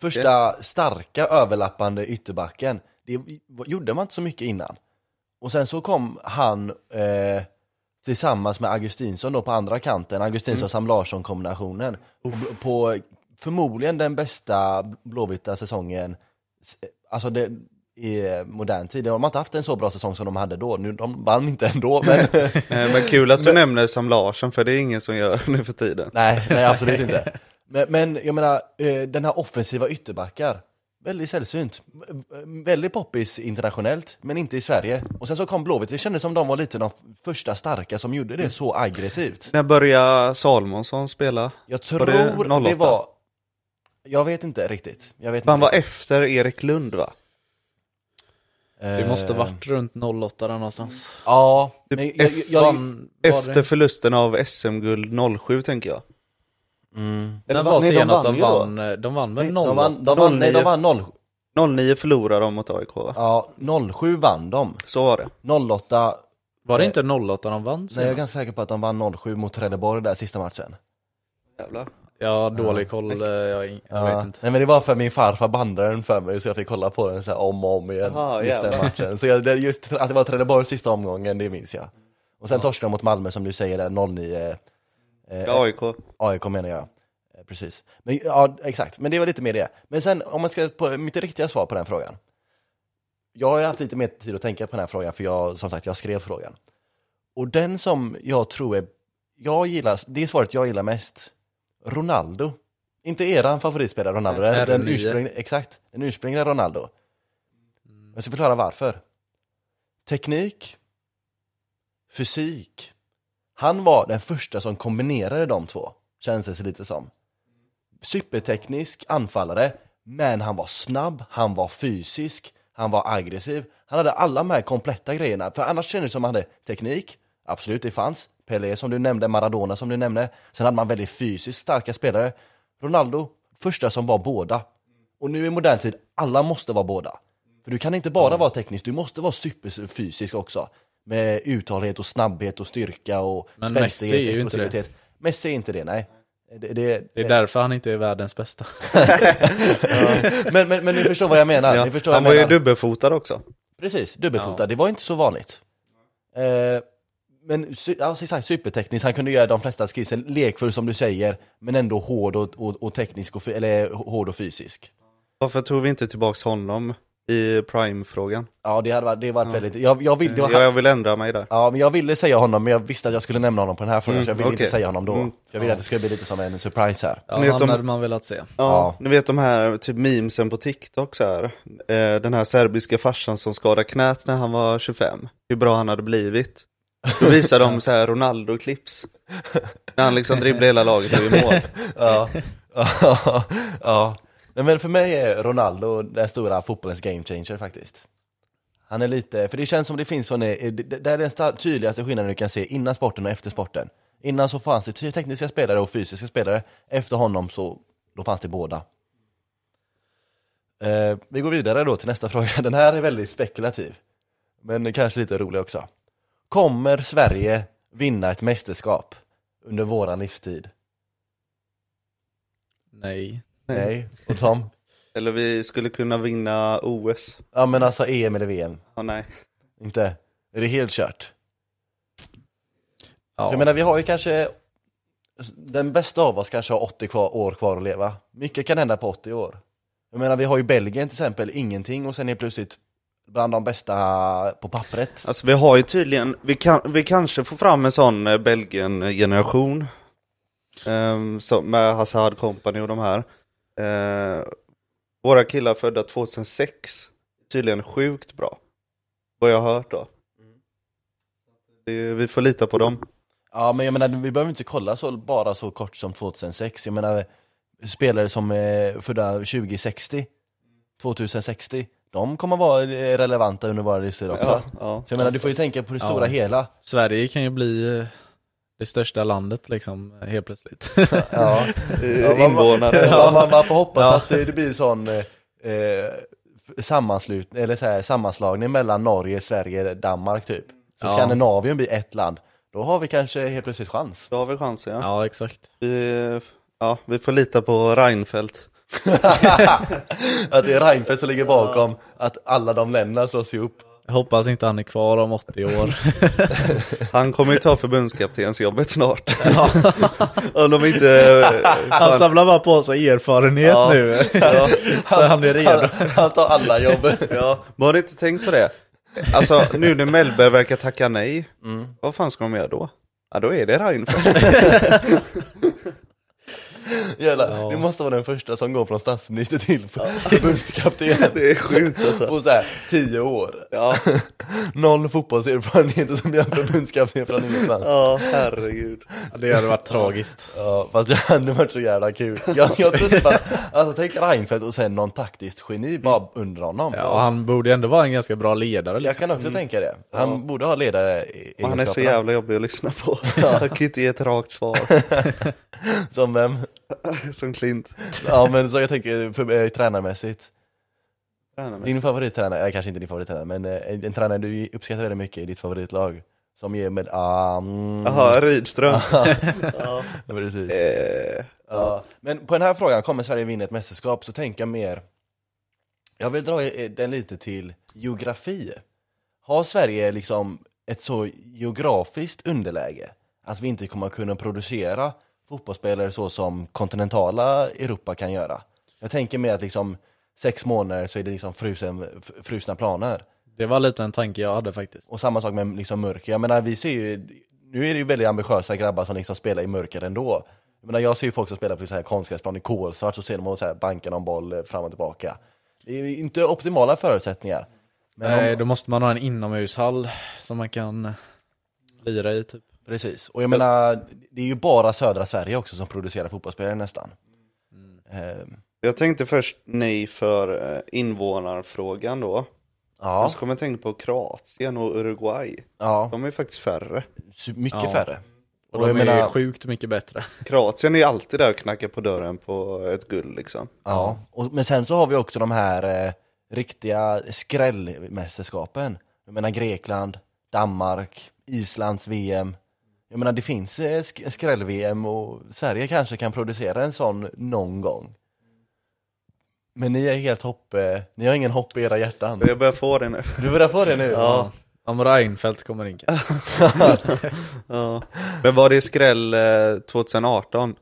A: Första starka överlappande ytterbacken. Det gjorde man inte så mycket innan. Och sen så kom han eh, tillsammans med Augustinsson då på andra kanten, Augustinsson-Sam Larsson-kombinationen. Och På förmodligen den bästa blåvita säsongen, s- alltså det, i eh, modern tid. De har inte haft en så bra säsong som de hade då. Nu, de vann inte ändå, men
B: Eh, Men kul att du nämner Sam Larsson, för det är ingen som gör nu för tiden.
A: nej, nej, absolut inte. Men, men jag menar, eh, den här offensiva ytterbackar, väldigt sällsynt. V- Väldigt poppis internationellt, men inte i Sverige. Och sen så kom Blåvitt, det kändes som de var lite de första starka som gjorde det så aggressivt.
B: När började Salomonsson spela?
A: Jag
B: Var
A: tror
B: det
A: det,
B: 08?
A: var... Jag vet inte riktigt. Jag vet
B: Han
A: inte
B: var efter Erik Lund va?
C: Det måste varit runt 08 där någonstans.
A: Eh, Ja, men jag, jag, jag,
C: Fan, var
B: Efter förlusten av SM-guld 07 tänker jag.
A: mm.
C: Det? När
B: va-
C: var
B: nej,
C: senast de
B: ju då.
C: vann? eh, De vann väl 08?
A: de vann, de vann, nej, de
B: 09.
A: vann 0,
B: 09 förlorade de mot AIK va?
A: ja, 07 vann de.
B: Så var det.
A: 08
C: Var det inte 08 de vann senast?
A: Nej, jag är ganska säker på att de vann 07 mot Trelleborg där sista matchen.
B: Jävlar.
C: Jag har dålig koll, eh, jag, jag
A: Ja.
C: vet inte.
A: Nej men det var för min farfar bandade den för mig så jag fick kolla på den så här om och om igen
C: Ah,
B: Jaha,
A: just den
B: jävlar.
A: matchen. Så jag, det- just att det var Trelleborgs sista omgången, det minns jag. Och sen torskade de mot Malmö som du säger där, eh, 09
B: Ja, AIK.
A: AIK menar jag. Eh, Precis. Men, ja, exakt, men det var lite mer det. Men sen om man ska, på, mitt riktiga svar på den frågan. Jag har ju haft lite mer tid att tänka på den här frågan för jag, som sagt, jag skrev frågan. Och den som jag tror är, jag gillar, det är svaret jag gillar mest, Ronaldo. Inte eran favoritspelare Ronaldo,
B: Nej,
A: den, den
C: R9.
A: ursprungliga, exakt, den ursprungliga Ronaldo. Jag ska förklara varför. Teknik, fysik, han var den första som kombinerade de två, känns det sig lite som. superteknisk anfallare, men han var snabb, han var fysisk, han var aggressiv. Han hade alla de här kompletta grejerna, för annars kändes det som han hade teknik, absolut det fanns, Pelé som du nämnde, Maradona som du nämnde, sen hade man väldigt fysiskt starka spelare. Ronaldo, första som var båda. Och nu i modern tid, alla måste vara båda. För du kan inte bara
C: Mm.
A: vara teknisk, du måste vara superfysisk också. Med uthållighet och snabbhet och styrka och
C: Men
A: spänstighet,
C: Messi är ju inte
A: explosivitet. Messi är inte det, nej. Det, det,
C: Det är därför han inte är världens bästa.
A: men, men, men ni förstår vad jag menar.
B: Ja.
A: Ni förstår vad
B: Han
A: jag
B: var ju
A: menar.
B: dubbelfotad också.
A: Precis, dubbelfotad.
C: Ja.
A: Det var inte så vanligt. Eh, men sy- ja, som sagt, superteknisk, han kunde göra de flesta skisser, lekfull som du säger, men ändå hård och, och, och teknisk, och, fy- eller hård och fysisk.
B: Varför tog vi inte tillbaks honom i prime-frågan?
A: Ja, det hade varit, det var väldigt, jag, jag vill, det var,
B: Ja, Mm, jag vill ändra mig där.
A: Ja, men jag ville säga honom, men jag visste att jag skulle nämna honom på den här frågan,
B: Mm,
A: så jag ville
B: okej.
A: inte säga honom då.
B: Mm.
A: Jag ville att det skulle bli lite som en surprise här.
C: Ja,
B: Ni vet
C: han
B: om-
C: hade man velat se.
A: Ja.
B: Ja, ni vet de här typ memesen på TikTok så här. Eh, den här serbiska farsan som skadade knät när han var 25. Hur bra han hade blivit. Då visar de så här Ronaldo-clips. När han liksom dribblar hela laget och är i mål.
A: Ja, ja, ja. Nej, men för mig är Ronaldo den stora fotbollens game changer faktiskt. Han är lite, för det känns som det finns sån, eh, det det är den sta- tydligaste skillnaden du kan se innan sporten och efter sporten. Innan så fanns det ty- tekniska spelare och fysiska spelare, efter honom så, då fanns det båda. Eh, vi går vidare då till nästa fråga, den här är väldigt spekulativ. Men kanske lite rolig också. Kommer Sverige vinna ett mästerskap under våran livstid?
C: Nej.
A: Nej, och Tom?
B: Eller vi skulle kunna vinna OS.
A: Ja men alltså EM eller VM,
B: Ja, nej.
A: inte? Är det helt kört?
C: Ja.
A: Jag menar vi har ju kanske, den bästa av oss kanske har 80 kvar, år kvar att leva. Mycket kan hända på 80 år. Jag menar vi har ju Belgien till exempel, ingenting och sen är plötsligt bland de bästa på pappret.
B: Alltså vi har ju tydligen, vi, kan, vi kanske får fram en sån eh, Belgien-generation. Ehm, som, med Hazard Company och de här. Eh, våra killar födda 2006, tydligen sjukt bra. Vad jag har hört då. Det, vi får lita på dem.
A: Ja men jag menar vi behöver inte kolla så, bara så kort som 2006. Jag menar spelare som är födda 2060, 2060, de kommer vara eh, relevanta under våra livstid också.
B: Ja, ja.
A: Så jag menar du får ju tänka på det stora
C: Ja.
A: hela.
C: Sverige kan ju bli eh, det största landet liksom, eh, helt plötsligt.
A: Ja.
B: Eh,
A: Ja, man-
B: Invånare.
A: Ja, man, man får hoppas
C: Ja.
A: att det, det blir sån eh, eh, sammanslut, eller så här, sammanslagning mellan Norge, Sverige, Danmark typ. Så
C: Ja.
A: Skandinavien blir ett land. Då har vi kanske helt plötsligt chans.
B: Då har vi chansen ja.
C: ja, exakt.
B: Vi, ja. Vi får lita på Reinfeldt.
A: Att det är Reinfeldt som ligger bakom att alla de länderna slås ihop.
C: Jag hoppas inte han är kvar om 80 år.
B: Han kommer ju ta förbundskaptensjobbet snart. Om de inte... eh,
C: Han samlar bara på sig erfarenhet nu. Så han är redo.
A: Han, han tar alla jobb.
B: Ja, men har ni inte tänkt på det? Alltså nu när Mellberg verkar tacka nej, vad fan ska de göra då? Ja då är det Reinfeldt.
A: Jävlar,
C: Ja.
A: Du måste vara den första som går från statsminister till förbundskapten
B: Det är sjukt alltså.
A: på så här, tio år.
B: Ja,
A: Noll fotbollserfarenhet och så blir han förbundskapten från ingenstans.
B: ja herregud.
C: Det hade varit tragiskt.
A: Ja, fast det hade varit så jävla kul. Jag, jag trodde bara, alltså tänk Reinfeldt och sen någon taktiskt
B: Mm.
A: geni bara under honom.
C: Ja, och han borde ju ändå vara en ganska bra ledare.
A: Jag
C: Liksom.
A: kan också tänka det. Han borde ha ledare
B: Mm. Och han är så jävla jobbig att lyssna på. Han kan inte ge ett rakt svar
A: Som vem?
B: som Klint.
A: Ja men så jag tänker för, eh, tränarmässigt. Din
B: Din...
A: favorittränare, eller kanske inte din favorittränare, men eh, en, en tränare du uppskattar väldigt mycket i ditt favoritlag. Som ger med, ah, mm,
B: Jaha, Rydström.
A: ja, precis.
B: Eh,
A: Ja. Men på den här frågan, kommer Sverige vinna ett mästerskap? Så tänker jag mer, jag vill dra eh, den lite till geografi. Har Sverige liksom ett så geografiskt underläge att vi inte kommer kunna producera fotbollsspelare så som kontinentala Europa kan göra? Jag tänker mer att liksom sex månader så är det liksom frusen, f- frusna planer.
C: Det var lite en tanke jag hade faktiskt.
A: Och samma sak med liksom mörker. Jag menar, vi ser ju, nu är det ju väldigt ambitiösa grabbar som liksom spelar i mörker ändå. Jag menar, jag ser ju folk som spelar på typ så här konstgräsplan i kolsvart, så ser de och så här banka någon boll eh, fram och tillbaka. Det är ju inte optimala förutsättningar. Men om-
C: Nej, då måste man ha en inomhushall som man kan eh, lira i typ.
A: Precis, och jag menar, det är ju bara södra Sverige också som producerar fotbollsspelare nästan.
C: Mm.
A: Eh,
B: Jag tänkte först nej för eh, invånarfrågan då. Men
A: ja,
B: så kom jag att tänka på Kroatien och Uruguay.
A: ja,
B: De är ju faktiskt färre.
A: så mycket
C: Ja.
A: färre.
C: Och,
A: Och
C: de
A: jag
C: är
A: menar-
C: sjukt mycket bättre.
B: Kroatien är ju alltid där och knackar på dörren på ett guld liksom.
A: Ja, och, men sen så har vi också de här eh, riktiga skrällmästerskapen. Jag menar Grekland, Danmark, Islands VM. Jag menar det finns eh, sk- skräll-VM och Sverige kanske kan producera en sån någon gång. Men ni är helt hopp, eh, ni har ingen hopp i era hjärtan.
B: Jag börjar få det nu.
A: Du börjar få det nu?
B: Ja.
C: Om Reinfeldt kommer in kanske.
B: Ja. Men var det skräll eh, 2018?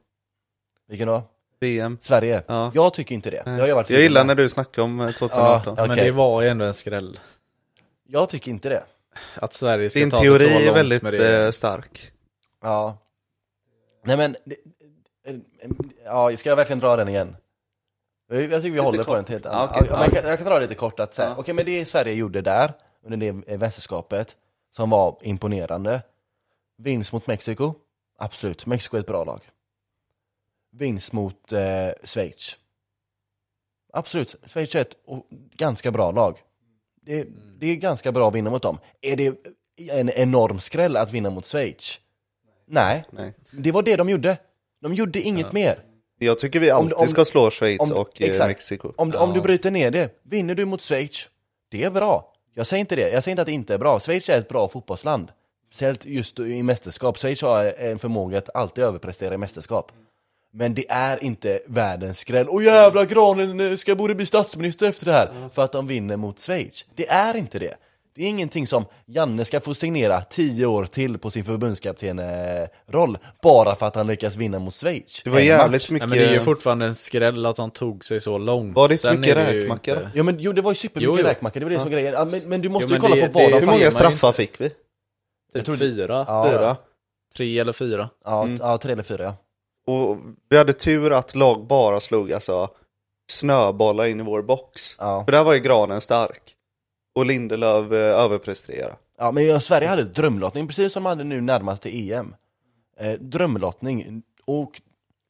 A: Vilken då?
B: VM?
A: Sverige?
B: Ja.
A: Jag tycker inte det. Jag, har ju varit
B: Jag gillar när du snackar om eh, 2018.
A: Ja,
C: Men
A: okej.
C: det var ju ändå en skräll.
A: Jag tycker inte det.
C: Att Sverige ska
B: Din
C: ta sig så långt
B: teori är väldigt
C: med det.
B: eh, stark.
A: Ja. Nej men, det, eh, eh, ja, ska jag verkligen dra den igen? Jag tycker vi håller på
B: kort.
A: den till ett
B: Ja,
A: annat.
B: okej.
A: Ja, men jag, kan, jag kan dra lite kort att säga,
B: Ja.
A: okej men det Sverige gjorde där, under det eh, mästerskapet, som var imponerande. Vinst mot Mexiko, absolut, Mexiko är ett bra lag. Vinst mot eh, Schweiz. Absolut, Schweiz är ett o- ganska bra lag. Det, det är ganska bra att vinna mot dem. Är det en enorm skräll att vinna mot Schweiz? Nej,
B: Nej.
A: det var det de gjorde. De gjorde inget mer.
B: Jag tycker vi alltid
A: om-
B: ska slå Schweiz
A: om-
B: och eh,
A: exakt.
B: Mexiko.
A: Om, om du bryter ner det, vinner du mot Schweiz, det är bra. Jag säger inte det, jag säger inte att det inte är bra. Schweiz är ett bra fotbollsland. Speciellt just i mästerskap. Schweiz har en förmåga att alltid överprestera i mästerskap. Men det är inte världens skräll. Åh jävla granen eh, ska borde bli statsminister efter det här. För att de vinner mot Schweiz. Det är inte det. Det är ingenting som Janne ska få signera tio år till på sin förbundskapten-roll. Bara för att han lyckas vinna mot Schweiz.
B: Det var
A: En
B: jävligt
A: match.
B: mycket...
C: Nej, men det är ju fortfarande en skräll att de tog sig så långt.
B: Var det inte
C: Sen
B: mycket
C: är det ju
B: räkmackor?
C: inte-
A: Ja men jo, det var ju
C: Jo,
A: supermycket
C: jo.
A: räkmacka, det var det som var grejen. Ja, men, men du måste
C: Jo,
A: ju
C: men
A: kolla
C: det-
A: på vad
C: det-
A: de
B: Hur
C: fan,
B: många
C: man
B: straffar fick vi?
C: Typ fyra?
A: Ja,
B: Fyra.
C: Tre eller fyra?
A: Ja,
B: Mm.
A: ja, tre eller fyra ja.
B: Och vi hade tur att lag bara slog alltså snöbollar in i vår box.
A: ja.
B: För där var ju granen stark. Och Lindelöf eh, överpresterade.
A: Ja men ja, Sverige hade drömlottning, precis som de hade nu närmast till EM. Eh, drömlottning, och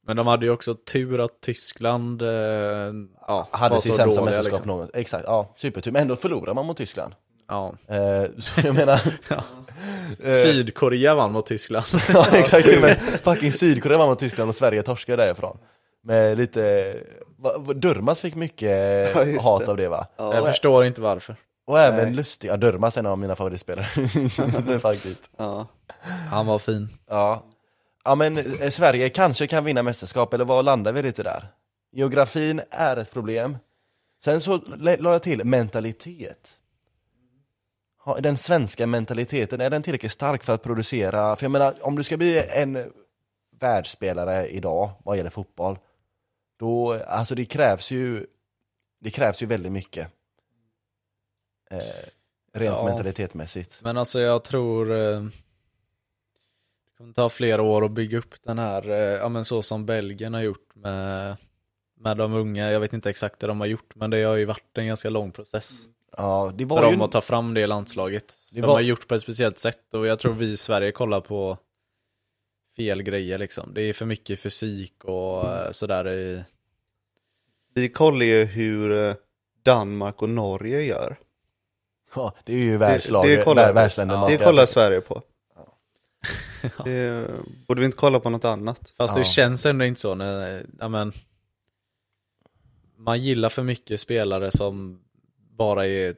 C: Men de hade ju också tur att Tyskland eh, ja,
A: hade
C: var
A: sitt
C: så
A: sämsta
C: dåliga,
A: mästerskap
C: liksom.
A: någonsin. Exakt, ja, supertur. Men ändå förlorar man mot Tyskland.
C: ja.
A: Eh, så jag menar... Eh,
C: Sydkorea vann mot Tyskland.
A: ja, exakt, men fucking Sydkorea vann mot Tyskland och Sverige torskade därifrån. Med lite... va- va- Durmaz fick mycket
B: Ja, just
A: hat
B: det.
A: av det va?
B: Ja.
C: Jag förstår inte varför.
A: Och även
B: Nej.
A: Lustig, ja Durmaz är en av mina favoritspelare faktiskt.
B: Ja.
C: Han var fin.
A: Ja. ja, men eh, Sverige kanske kan vinna mästerskap, eller vad landar vi lite där? Geografin är ett problem. Sen så lä- la jag till mentalitet. Ha- Den svenska mentaliteten, är den tillräckligt stark för att producera? För jag menar, om du ska bli en världsspelare idag vad gäller fotboll, då, alltså det krävs ju, det krävs ju väldigt mycket. Eh, rent
C: Ja.
A: mentalitetmässigt.
C: Men alltså jag tror eh, det kommer ta flera år att bygga upp den här, eh, ja men så som Belgien har gjort med, med de unga. Jag vet inte exakt det de har gjort men det har ju varit en ganska lång process
A: Ja, det
C: för
A: Mm. var
C: dem
A: ju...
C: att ta fram det landslaget.
A: Det
C: de
A: var-
C: har gjort på ett speciellt sätt och jag tror vi i Sverige kollar på fel grejer liksom. Det är för mycket fysik och eh, sådär i...
B: Vi kollar ju hur eh, Danmark och Norge gör.
A: Ja, det är ju världslag,
B: det kollar
A: vär-
B: vi.
A: världsländer
C: Ja.
A: man
B: Det
A: ska-
B: kollar Sverige på. Det, borde vi inte kolla på något annat?
C: Fast
A: Ja.
C: det känns ändå inte så när, ja men Man gillar för mycket spelare som bara är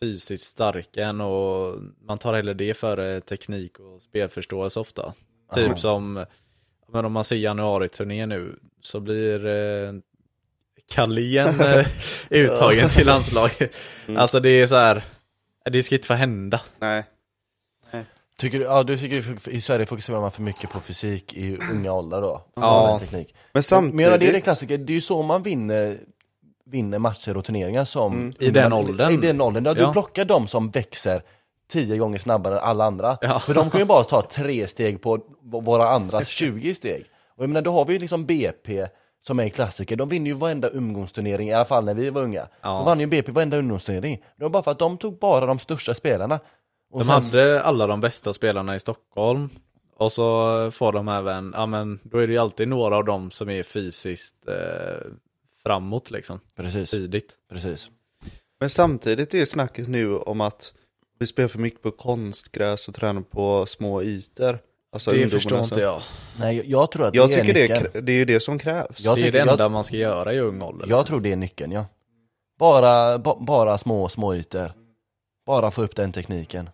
C: fysiskt starka än och man tar hellre det före teknik och spelförståelse ofta.
A: Ja.
C: Typ som, ja, men om man ser januari-turné nu så blir eh, Kalén eh, uttagen till landslaget.
A: Mm.
C: Alltså det är så här, det ska inte få hända.
B: Nej.
A: Tycker du, ja du tycker ju- i Sverige fokuserar man för mycket på fysik i unga åldrar då?
C: Ja.
A: Och Teknik.
B: Men samtidigt.
A: Men jag det är det klassiker, det är ju så man vinner, vinner matcher och turneringar som...
B: Mm.
A: Mm.
C: I den åldern.
A: I den åldern, ja, du
C: Ja.
A: blockar de som växer tio gånger snabbare än alla andra.
C: Ja.
A: För de kan ju bara ta tre steg på våra andras 20 steg. Och jag menar, då har vi ju liksom BP som är en klassiker, de vinner ju varenda ungdomsturnering, i alla fall när vi var unga.
C: Ja.
A: De vann ju BP varenda ungdomsturnering. Det var bara för att de tog bara de största spelarna. Och
C: De
A: sen-
C: hade alla de bästa spelarna i Stockholm. Och så får de även, ja men då är det ju alltid några av dem som är fysiskt eh, framåt liksom,
A: Precis,
C: tidigt.
A: precis.
B: Men samtidigt är ju snacket nu om att vi spelar för mycket på konstgräs och tränar på små ytor. Alltså
C: det
B: ungdomarna
C: förstår
B: som-
C: inte jag.
A: Nej, jag, jag tror att
B: Jag
A: det
B: tycker
A: är
B: det
A: nyckeln.
B: är, krä- det är ju det som krävs.
A: Jag
C: det är
A: tycker-
C: det
A: jag-
C: enda man ska göra i ung ålder. liksom.
A: Jag tror det är nyckeln, ja. Bara, ba, bara små, små ytor. Bara få upp den tekniken.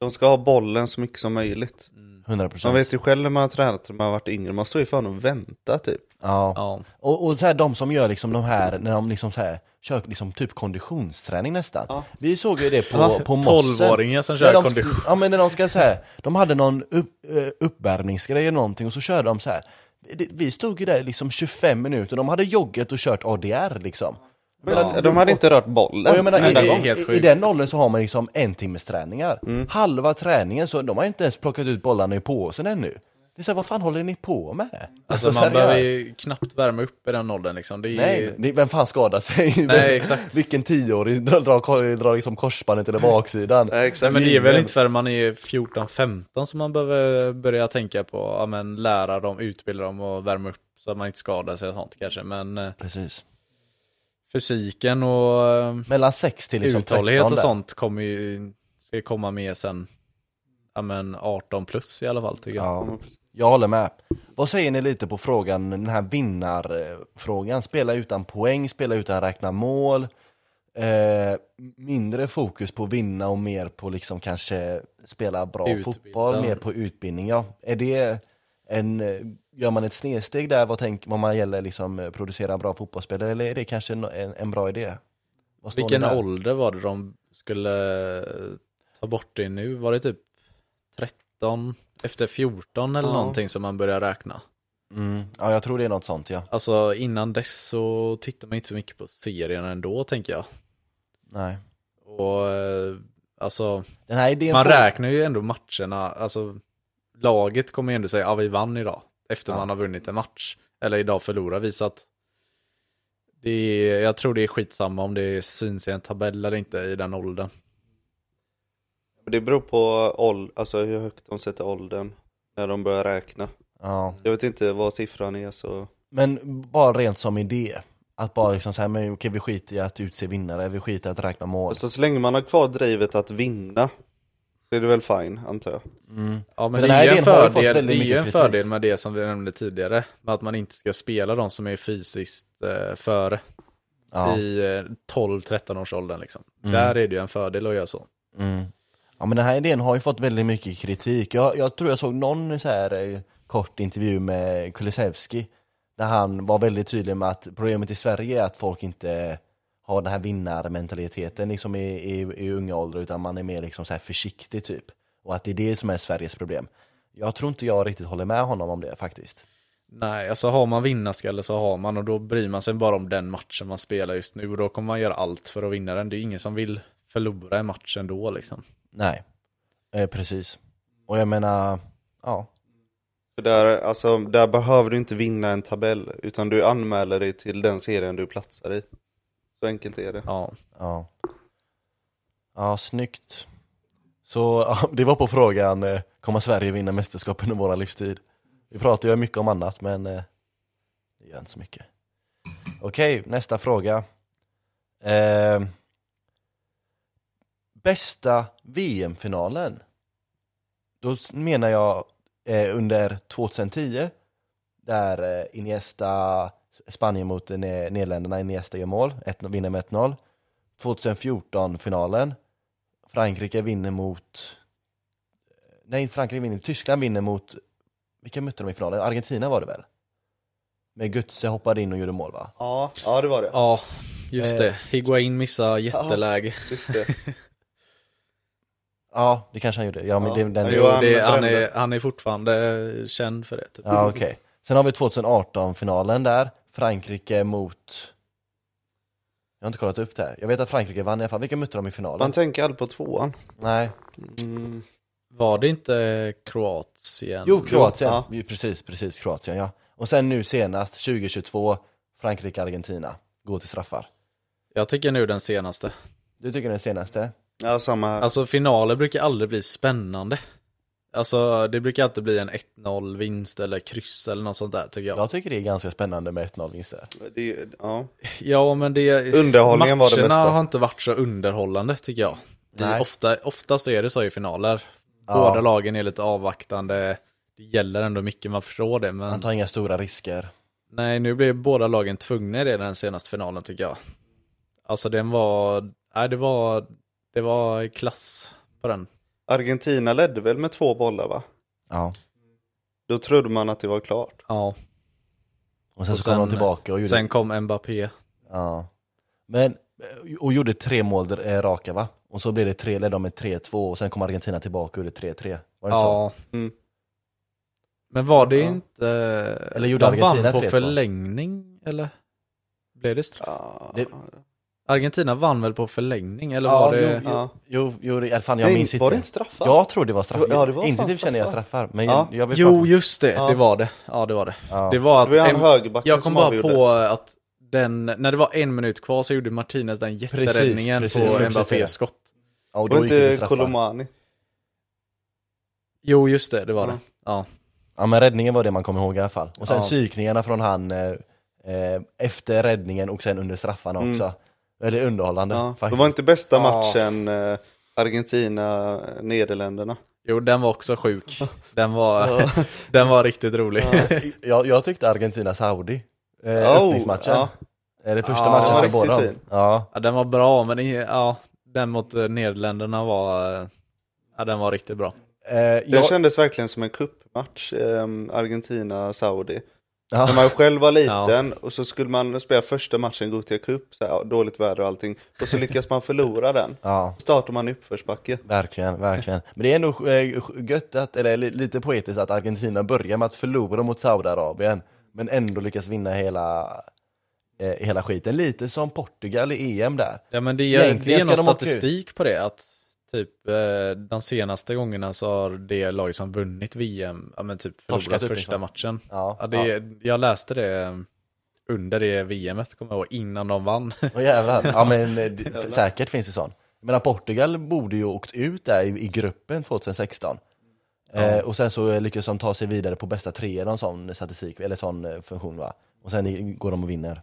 B: De ska ha bollen så mycket som möjligt.
A: 100%.
B: Man
A: procent.
B: vet ju själv när man har tränat när man har varit yngre, man står ju fan och väntar typ.
A: Ja.
C: Ja,
A: Och, och så här, de som gör liksom de här, när de liksom så här, kör liksom typ konditionsträning nästan.
B: Ja.
A: Vi såg ju det på,
B: Ja,
A: på mossen.
C: 12-åringar som
A: När
C: kör
A: de,
C: kondition.
A: Ja men när de ska säga, de hade någon upp, eh, uppvärmningsgrej eller någonting och så körde de så här. Det- Vi stod ju där liksom 25 minuter, de hade joggat och kört ADR liksom.
B: Men
C: Ja.
B: De hade inte rört bollen
A: Och jag menar,
B: en enda
A: i,
B: gång.
C: det- helt
A: i, i
C: sjukt.
A: den åldern så har man liksom en timmes träningar.
B: Mm.
A: Halva träningen, så de har inte ens plockat ut bollarna i påsen ännu. Det är så här, vad fan håller ni på med?
C: Alltså, man behöver ju knappt värma upp i den åldern liksom. Det är
A: Nej, det- vem fan skadar sig? Vem-
C: exakt.
A: Vilken tioåring drar, drar, drar liksom korsbandet eller baksidan?
B: Nej,
C: Nej,
B: exakt.
C: men det är väl
A: Ingen.
C: inte förrän man är 14-15 som man behöver börja tänka på, ja men lära dem, utbilda dem och värma upp så att man inte skadar sig och sånt kanske. Men eh,
A: Precis.
C: fysiken och eh,
A: Mellan 6 till liksom
C: uthållighet
A: 13
C: och
A: där.
C: sånt kommer ju, ska ju komma med sen, ja men 18 plus i alla fall tycker jag.
A: Ja, jag håller med. Vad säger ni lite på frågan, den här vinnarfrågan? Spela utan poäng, spela utan räkna mål. Eh, mindre fokus på vinna och mer på liksom kanske spela bra
C: Utbilda.
A: fotboll, mer på utbildning. Ja. Är det en, eh, gör man ett snedsteg där vad, tänk, vad man gäller liksom eh, producera bra fotbollsspelare eller är det kanske en, en, en bra idé? Vad står ni
C: Vilken
A: där?
C: ålder var det de skulle eh, ta bort det nu? Var det typ 13, efter 14 eller
B: Ja.
C: någonting som man börjar räkna?
A: Mm. Ja, jag tror det är något sånt ja.
C: Alltså innan dess så tittar man inte så mycket på serierna ändå tänker jag.
A: Nej.
C: Och eh, alltså,
A: Den här idén
C: man
A: får-
C: räknar ju ändå matcherna, alltså laget kommer ju ändå säga ja vi vann idag, efter
A: Ja.
C: man har vunnit en match. Eller idag förlorar vi, så att det är, jag tror det är skitsamma om det syns i en tabell eller inte i den åldern.
B: Det beror på ål- alltså, hur högt de sätter åldern när de börjar räkna.
A: ja.
B: Jag vet inte vad siffran är så.
A: Men bara rent som idé. Att bara liksom säga, men okej vi skiter i att utse vinnare, vi skiter i att räkna mål.
B: Alltså, så länge man har kvar drivet att vinna så är det väl fine antar jag.
A: Mm.
C: Ja men
A: den
C: det
A: här
C: är ju en
A: idén har ju fått
C: fördel, det
A: väldigt
C: är ju
A: mycket
C: en
A: kritik.
C: fördel med det som vi nämnde tidigare, med att man inte ska spela de som är fysiskt eh, före
A: Ja.
C: i eh, 12-13 års åldern liksom.
A: Mm.
C: Där är det ju en fördel att göra så.
A: Mm. ja men den här idén har ju fått väldigt mycket kritik. Jag, jag tror jag såg någon så här eh, kort intervju med Kulusevski. Där han var väldigt tydlig med att problemet i Sverige är att folk inte har den här vinnarmentaliteten liksom i, i, i unga ålder utan man är mer liksom så här försiktig typ. Och att det är det som är Sveriges problem. Jag tror inte jag riktigt håller med honom om det faktiskt.
C: Nej, alltså har man vinnarskalle så har man och då bryr man sig bara om den matchen man spelar just nu och då kommer man göra allt för att vinna den. Det är ju ingen som vill förlora en match ändå liksom.
A: Nej, eh, precis. Och jag menar, ja.
B: För där, alltså, där behöver du inte vinna en tabell utan du anmäler dig till den serien du platsar i. Så enkelt är det.
C: Ja,
A: Ja, ja snyggt. Så ja, det var på frågan, eh, kommer Sverige vinna mästerskapen under våra livstid? Vi pratar ju mycket om annat men eh, det gör inte så mycket. Okej, nästa fråga. Eh, bästa VM-finalen? Då s- menar jag eh, under 2010 där eh, Iniesta, Spanien mot eh, Ne- Nederländerna, Iniesta gör mål, 1-0, vinner med 1-0. 2014-finalen, Frankrike vinner mot... Nej, Frankrike vinner, Tyskland vinner mot... Vilka mötte de i finalen? Argentina var det väl? Med Götze hoppade in och gjorde mål va?
B: Ja, ja det var det.
C: ja just
A: Eh.
C: det. Higuain missar jätteläge.
B: Just det.
A: Ja, det kanske han gjorde. Ja, men
B: Ja.
A: Det, den,
B: Ja,
A: ja,
B: jo.
C: Jo, det,
B: han
C: han,
B: brände.
C: är, han är fortfarande känd för det. Typ.
A: okej. Sen har vi 2018-finalen där, Frankrike mot... Jag har inte kollat upp det här. Jag vet att Frankrike vann i alla fall. Vilka mötte de i finalen?
B: Man tänker aldrig på tvåan.
A: Nej.
B: Mm.
C: Var det inte Kroatien?
A: Jo, Kroatien.
B: ja.
A: Ju, Precis, precis, Kroatien ja. Och sen nu senast, 2022, Frankrike-Argentina. Gå till straffar.
C: Jag tycker nu den senaste.
A: Du tycker den senaste?
B: Ja, samma här.
C: Alltså finaler brukar aldrig bli spännande. Alltså det brukar alltid bli en 1-0 vinst eller kryss eller något sånt där tycker jag.
A: Jag tycker det är ganska spännande med 1-0 vinst där.
B: Det, ja.
C: Ja men det...
B: Underhållningen var det
C: matcherna
B: bästa.
C: har inte varit så underhållande tycker jag. Det
A: Nej.
C: är ofta, oftast är det så i finaler.
A: Ja.
C: Båda lagen är lite avvaktande. Det gäller ändå mycket, man förstår det. Men
A: Han tar inga stora risker.
C: nej, nu blev båda lagen tvungna i det i den senaste finalen tycker jag. Alltså den var... Nej, det var... Det var klass på den.
B: Argentina ledde väl med två bollar va?
A: Ja.
B: Då trodde man att det var klart.
C: Ja.
A: Och sen
C: Och
A: så kom de
C: sen-
A: tillbaka och gjorde...
C: Sen kom Mbappé.
A: Ja. Men, och gjorde tre mål eh, raka va? Och så blev det tre, ledde de med 3-2 och sen kom Argentina tillbaka och gjorde 3-3. Var det inte så?
C: Ja.
B: Mm.
C: Men var det
B: Ja.
C: inte...
A: Eller gjorde
C: de vann
A: Argentina
C: på
A: 3-2?
C: förlängning, eller? Blev det straff?
B: Ja.
A: Det-
C: Argentina vann väl på förlängning, eller
A: Ja,
C: var det...
A: jo,
B: ja.
A: Jo, jo, det- fan jag
B: Nej,
A: minns
B: Var det
A: inte.
B: inte straffar?
A: Jag tror det var straffar.
B: Ja, det var fan
A: Instinktivt känner jag
B: straffar.
A: straffar, men
B: Ja.
A: jag, jag blev
C: Jo,
A: straffad.
C: just det,
B: Ja.
C: det var det. Ja, det var det.
A: Ja.
C: Det var
B: Det var ju
C: att...
B: han
C: en-
B: högerbacken
C: jag
B: som
C: kom bara
B: avgjorde.
C: på att den, när det var en minut kvar så gjorde Martinez den jätteräddningen
A: precis, jag skulle
C: på
A: precis säga.
C: Mbappés skott.
A: Ja, och då
B: Var
A: gick det till
B: inte
A: straffar.
B: Kolomani?
C: Jo, just det, det var
B: Ja.
C: det. Ja.
A: Ja men räddningen var det man kom ihåg i alla fall. Och sen
C: Ja.
A: psykningarna från han eh, eh, efter räddningen och sen under straffarna
B: Mm.
A: också. Väldigt underhållande
B: Ja. Det
A: faktiskt.
B: var inte bästa
C: Ja.
B: matchen eh, Argentina-Nederländerna.
C: Jo, den var också sjuk. Den var, den var riktigt rolig.
A: jag, jag tyckte Argentina-Saudi, eh,
B: Oh,
A: öppningsmatchen.
B: ja.
A: Eh, Det första
C: Ja,
A: matchen
C: den
B: var
A: för båda
B: riktigt
A: dem. Ja.
C: Ja, den var bra, men i- ja, den mot eh, Nederländerna var, eh, ja, den var riktigt bra.
A: Eh,
B: Det
A: jag,
B: kändes verkligen som en kuppmatch ehm, Argentina-Saudi.
A: Ja.
B: När man själv var
C: Ja.
B: liten och så skulle man spela första matchen Gothia Cup, så här, ja, dåligt väder och allting. Och så lyckas man förlora den.
A: ja,
B: Då startar man i uppförsbacke.
A: verkligen, verkligen. Men det är ändå eh, gött, att, eller li- lite poetiskt, att Argentina börjar med att förlora mot Saudiarabien, men ändå lyckas vinna hela, eh, hela skiten. Lite som Portugal i EM där.
C: Ja, men det är, det
A: Egentligen
C: är
A: ska
C: någon
A: de åka ut.
C: statistik på det, att typ eh, de senaste gångerna så har det lag som vunnit VM, ja men
A: Torskat
C: typ förlorat
A: upp,
C: första
A: liksom.
C: matchen.
A: Ja,
C: Ja, det, Jag läste det eh, under det VMet, kommer jag ihåg, innan de vann.
A: Åh jävlar. Ja men eh, det- f- säkert finns det sån. Men Portugal borde ju åkt ut där i, i gruppen 2016. Eh, och sen så lyckas de ta sig vidare på bästa tre eller någon sån statistik, eller sån eh, funktion va. Och sen i- går de och vinner.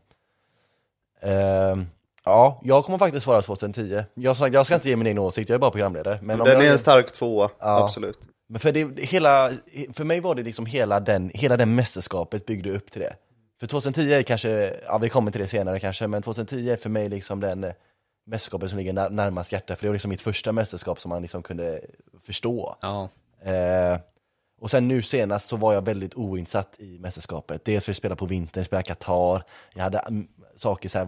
A: Ehm, ja, jag kommer faktiskt svara 2010. Jag, sa- jag ska inte ge min egen åsikt, jag är bara programledare. Men om
B: den
A: jag,
B: är en stark tvåa,
A: Ja.
B: absolut.
A: men för, det, det- hela, för mig var det liksom hela den, hela den mästerskapet byggde upp till det. För 2010 är kanske, ja vi kommer till det senare kanske, men 2010 är för mig liksom den eh, mästerskapet som ligger när- närmast hjärtat, för det var liksom mitt första mästerskap som man liksom kunde förstå.
C: Ja,
A: Eh, och sen nu senast så var jag väldigt oinsatt i mästerskapet. Dels för att spela på vintern, spela Qatar, jag hade mm, saker så här,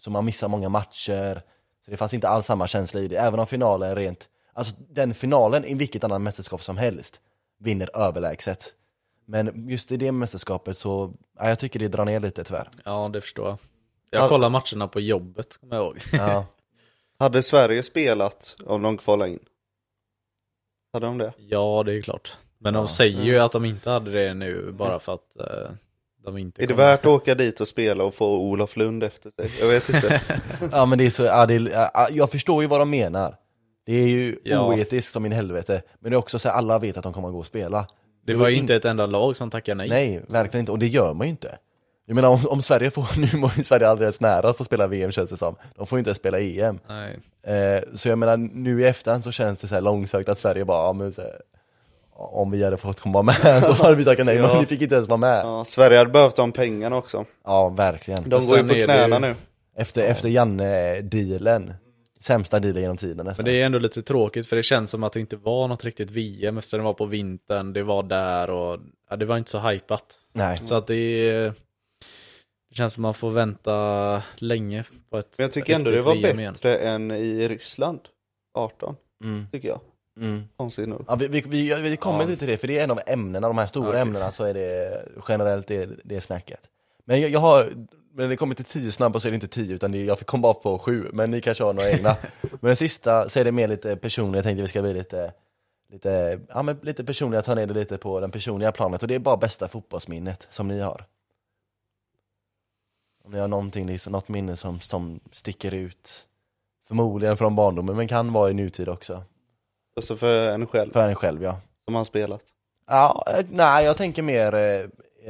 A: som man missar många matcher. Så det fanns inte alls samma känsla i det, även om finalen rent, alltså den finalen i vilket annat mästerskap som helst vinner överlägset. Men just i det mästerskapet så, ja, jag tycker det drar ner lite tyvärr.
C: ja det förstår jag.
B: Ja.
C: Jag kollar matcherna på jobbet, kommer jag ihåg.
A: Ja,
B: Hade Sverige spelat om de kvalade in? Hade de det?
C: Ja, det är klart. Men
A: Ja.
C: de säger ju att de inte hade det nu bara för att eh, de inte
B: Är det
C: kommer-
B: värt att åka dit och spela och få Olof Lund efter sig? Jag vet inte.
A: ja men det är så, ja, det är, ja, jag förstår ju vad de menar. Det är ju
C: Ja.
A: oetiskt som in helvete, men det är också så här, alla vet att de kommer att gå och spela.
C: Det var ju inte ett enda lag som tackade nej.
A: Nej, verkligen inte. Och det gör man ju inte. Jag menar om, om Sverige får, nu var ju Sverige alldeles nära att få spela VM känns det som. De får ju inte ens spela EM.
C: Nej.
A: Eh, så jag menar nu i efterhand så känns det så här långsökt att Sverige bara, ja, men, så här, om vi hade fått komma med så hade vi tackat nej, men vi fick inte ens vara med.
B: Ja, Sverige hade behövt de pengarna också.
A: Ja, verkligen.
B: De
C: Men
B: går ju
C: sen
B: på
C: är det
B: knäna
C: ju-
B: nu.
A: Efter, efter Janne-dealen, sämsta dealen genom tiden nästan.
C: Men det är ändå lite tråkigt för det känns som att det inte var något riktigt VM eftersom det var på vintern, det var där och ja, det var inte så hypat.
B: Mm.
A: Nej.
C: Så att det, är- det känns som att man får vänta länge på ett
B: Men jag tycker ändå det
C: riktigt
B: var
C: VM igen.
B: bättre än i Ryssland. 18,
A: Mm,
B: tycker jag.
A: mm.
B: Konstigt nog.
A: Ja, vi, vi, vi, vi kommer
C: Ja.
A: inte till det, för det är en av ämnena, de här stora
C: Ja, okej.
A: ämnena, så är det generellt det, det snacket. Men jag, jag har, men det kommer till tio snabba så är det inte tio, utan det, jag kom bara på sju, men ni kanske har några egna. men den sista så är det mer lite personligt, jag tänkte vi ska bli lite, lite, ja, men lite personliga, ta ner det lite på den personliga planet, och det är bara bästa fotbollsminnet som ni har. Om ni har någonting, liksom, något minne som, som sticker ut, förmodligen från barndomen, men kan vara i nutid också.
B: Alltså för en själv.
A: För en själv ja.
B: Som som han spelat?
A: Ja, eh, nej, jag tänker mer eh,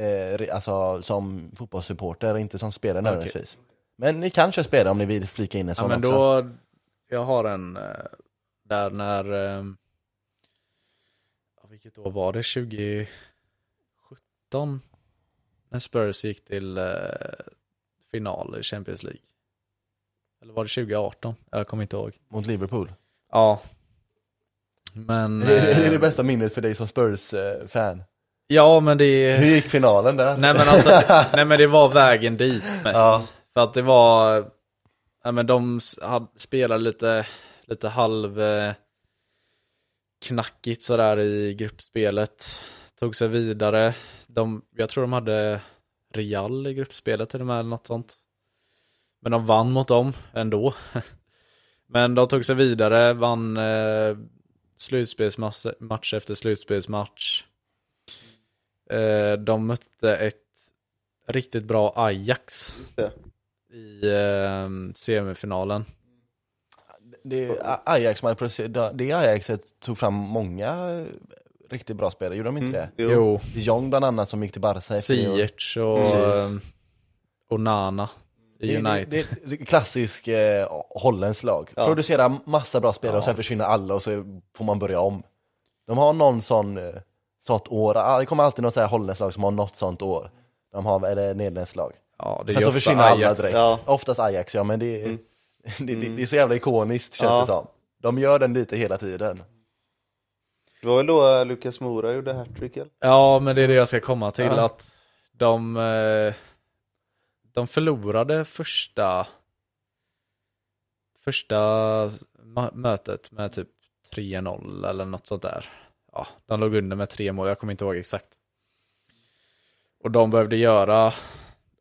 A: eh, re- alltså, som fotbollssupporter, inte som spelare
C: Okej.
A: nödvändigtvis. Men ni kan köra spelare om ni vill flika in en sån
C: Ja, men
A: också.
C: då, jag har en eh, där när, eh, ja, vilket år var det, 2017? När Spurs gick till eh, final i Champions League. Eller var det 2018? Jag kommer inte ihåg.
A: Mot Liverpool.
C: Ja. Men...
A: Det är det är
C: eh,
A: det bästa minnet för dig som Spurs-fan.
C: Ja, men det...
A: Hur gick finalen där?
C: Eh. Nej men alltså, det, nej men det var vägen dit mest.
A: Ja.
C: För att det var, nej men de s- hade, spelade lite, lite halv eh, knackigt sådär i gruppspelet. Tog sig vidare. De, jag tror de hade Real i gruppspelet till och med eller något sånt. Men de vann mot dem ändå. Men de tog sig vidare, vann eh, slutspelsmatch match efter slutspelsmatch. Eh, de mötte ett riktigt bra Ajax
B: det.
C: i eh, semifinalen.
A: Det är A- Ajax, som hade producerat- det Ajaxet tog fram många eh, riktigt bra spelare, gjorde de inte
B: Mm,
A: det?
B: jo.
A: Dijon bland annat som gick till Barca i tre år.
C: Ziyech och,
A: Precis.
C: eh, och Nana i
A: Mm. Det-
C: United.
A: Det, det, det är klassisk eh, holländskt lag.
B: Ja.
A: Producera massa bra spelare och
C: Ja.
A: sen försvinner alla och så får man börja om. De har någon sån, eh, sånt år, Ah, det kommer alltid något så här holländskt lag som har något sånt år. De har, eller nederländskt lag.
C: ja, det är
A: Sen
C: ju
A: så
C: ofta
A: försvinner alla
C: Ajax.
A: direkt.
B: Ja.
A: Oftast Ajax, ja men det,
B: Mm.
A: det, det, det är så jävla ikoniskt känns
B: Ja.
A: det som. De gör den lite hela tiden.
B: Det var väl då eh, Lucas Moura gjorde hattrick eller?
C: Ja, men det är det jag ska komma till.
B: Ja.
C: Att de, eh, de förlorade första, första ma- mötet med typ 3-0 eller något sånt där. Ja, de låg under med tre mål, jag kommer inte ihåg exakt. Och de behövde göra,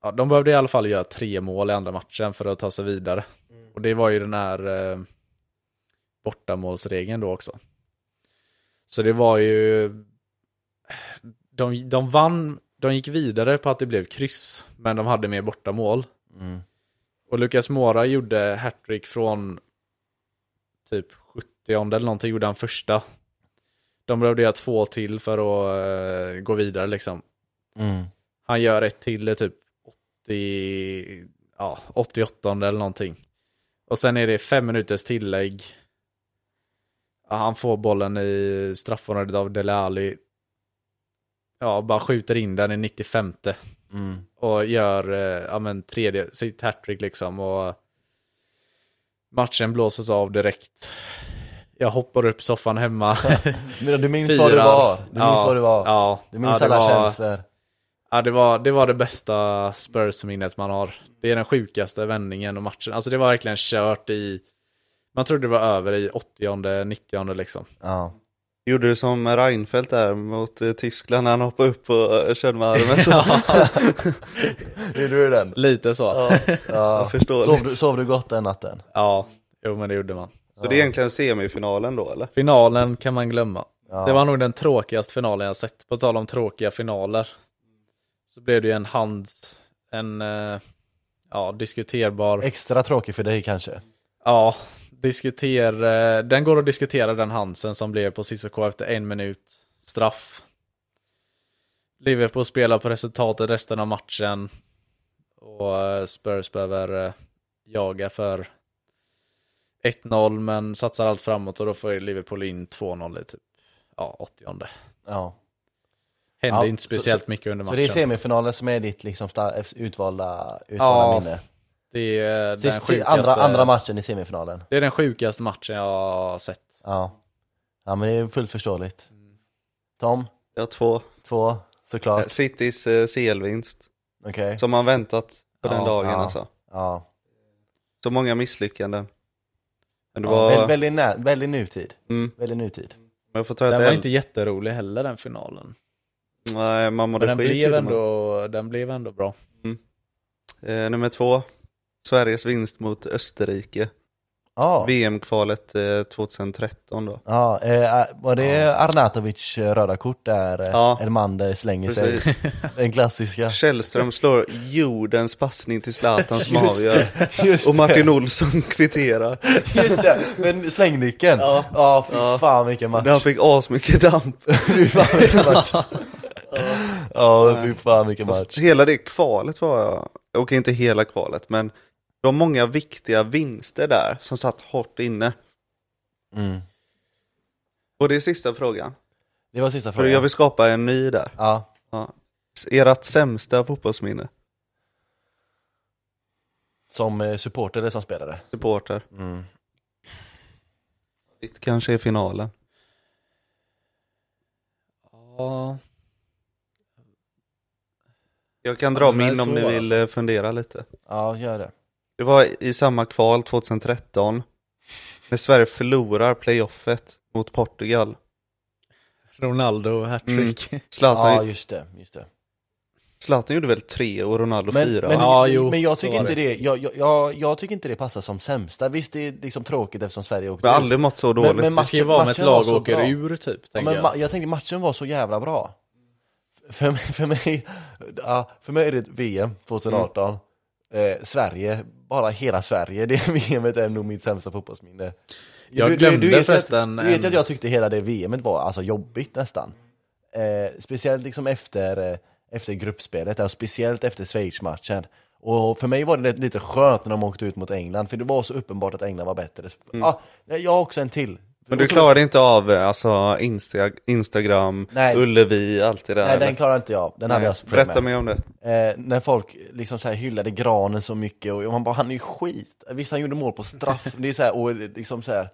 C: ja, de behövde i alla fall göra tre mål i andra matchen för att ta sig vidare. Och det var ju den här eh, bortamålsregeln då också. Så det var ju de, de vann, de gick vidare på att det blev kryss, men de hade mer bortamål.
A: Mm.
C: Och Lucas Mora gjorde hattrick från typ 70 eller någonting, gjorde han första. De behövde göra två till för att eh, gå vidare liksom. Han gör ett till i typ 80, ja, 88 eller någonting. Och sen är det fem minuters tillägg. Ja, han får bollen i straffområdet av Dele Alli. Ja, bara skjuter in den i 95
A: Mm.
C: och gör eh, ja, men, tredje, sitt hattrick liksom. Och matchen blåses av direkt. Jag hoppar upp soffan hemma.
A: Men du minns vad du
C: Firar.
A: var, du minns
C: Ja,
A: vad du var.
C: Ja,
A: Du minns
C: ja, det
A: alla
C: var-
A: känslor.
C: Ja, det var, det var det bästa Spurs-minnet man har. Det är den sjukaste vändningen och matchen. Alltså det var verkligen kört i... Man trodde det var över i 80 90 liksom.
A: Ja.
B: Gjorde du som Reinfeldt där mot eh, Tyskland när han hoppade upp och eh, körde med armen så?
A: Gjorde du den?
C: Lite så. Ja.
B: ja,
A: Ja.
B: jag förstår.
A: Sov,
B: lite.
C: liksom-
A: du, sov du gott den natten?
C: jo men det gjorde man.
B: Så det är egentligen semifinalen då eller?
C: Finalen kan man glömma.
A: Ja.
C: Det var nog den tråkigaste finalen jag sett. På tal om tråkiga finaler. Så blev det ju en hands... En... eh, Ja, diskuterbar...
A: Extra tråkig för dig kanske?
C: Ja, diskuter, eh, den går att diskutera den Hansen som blev på Cissoko efter en minut straff. Liverpool spelar på resultatet resten av matchen och eh, Spurs behöver eh, jaga för 1-0 men satsar allt framåt och då får Liverpool in 2-0 i typ ja, 80
A: Ja.
C: Hände
A: Ja,
C: inte
A: så-
C: speciellt mycket under
A: Så
C: matchen.
A: det är semifinalen som är ditt liksom sta- utvalda, utvalda
C: Ja,
A: minne?
C: det är, eh, den
A: Sist,
C: sjukaste,
A: sist, andra, andra matchen i semifinalen?
C: det är den sjukaste matchen jag har sett.
A: Ja. Ja men det är fullt förståeligt. Tom,
B: Jag har två.
A: två, såklart.
B: Eh, Citys eh, CL-vinst.
A: Okej.
B: Som man väntat på
C: Ja,
B: den dagen
A: ja.
B: alltså.
A: Ja.
B: Så många misslyckanden. Men det
C: Ja,
B: var,
A: Väldigt, väldigt, nä- väldigt nutid.
B: Mm.
A: Väldigt nutid.
B: men jag får ta ett
C: Den var
B: L.
C: inte jätterolig heller den finalen.
B: Nej, man mådde
C: Men den
B: skit
C: blev,
B: gjorde
C: ändå, den blev ändå bra.
B: man. Eh, nummer två. Sveriges vinst mot Österrike.
A: Ja,
B: VM-kvalet eh, 2013 då.
A: ja eh, var det Arnatovic eh, röda kort där eh,
B: Ja.
A: Elmander slänger sig?
B: Precis.
A: Den klassiska.
B: Källström slår jordens passning till Zlatan som
A: Just
B: avgör.
A: Just
B: Och
A: det.
B: Martin Olsson kvitterar.
A: Just det, men slängnyckeln. Ja,
B: Ja.
A: fy
B: Ja.
A: fan vilken match.
B: Där han fick asmycket damp.
A: Fy fan vilken match. Ja, fy fan vilken match.
B: Hela det kvalet var jag, och inte hela kvalet, men det var många viktiga vinster där som satt hårt inne.
A: Mm.
B: Och det är sista frågan.
A: Det var sista
B: För
A: frågan.
B: jag vill skapa en ny där.
A: Ja,
B: Ert sämsta fotbollsminne,
A: som eh, supporter eller som spelare.
B: supporter.
A: Mm.
B: Ditt kanske är finalen.
C: Ja,
B: Jag kan
C: Ja,
B: dra
C: men
B: min
C: det
B: om
C: är så,
B: ni vill
C: alltså.
B: eh, fundera lite.
A: Ja, gör det.
B: Det var i samma kval 2013 när Sverige förlorar playoffet mot Portugal.
C: Ronaldo hattrick.
B: Zlatan,
A: Ja, just det. Just det.
B: Zlatan gjorde väl tre och Ronaldo
A: Men,
B: fyra?
A: men,
B: va?
C: Ja, jo,
A: men jag
C: så
A: tycker
C: var
A: inte
C: det.
A: det, jag, jag, jag, jag tycker inte det passar som sämsta. Visst, det är liksom tråkigt eftersom Sverige åkte
B: Jag har
A: ut.
B: aldrig mått så dåligt.
A: men
C: Det ska ju
A: matchen-
C: vara med ett
A: matchen
C: lag
A: var så
C: åker
A: bra.
C: ur typ,
A: Ja,
C: tänker
A: men ma-
C: jag.
A: jag tänkte matchen var så jävla bra. För, mig- för, mig, ja, för mig är det ett VM 2018. Eh, Sverige, bara hela Sverige, det VMet är nog mitt sämsta fotbollsminne.
C: Jag glömde
A: vet ju
C: förresten
A: Att, du vet
C: en-
A: ju att jag tyckte hela det VMet var alltså jobbigt nästan. Eh, speciellt liksom efter, eh, efter gruppspelet, och speciellt efter Schweiz-matchen. Och för mig var det lite skönt när de åkte ut mot England, för det var så uppenbart att England var bättre.
C: Mm.
A: Ja, jag har också en till.
B: Men du klarade inte av eh, alltså, Insta, Instagram,
A: Nej.
B: Ullevi, allt det där?
A: Nej,
B: eller?
A: den klarade inte jag. Den hade jag problem
B: Berätta mer om det.
A: Eh, när folk liksom så här hyllade granen så mycket och man bara, han är ju skit. Visst, han gjorde mål på straff, det är så här, och liksom så här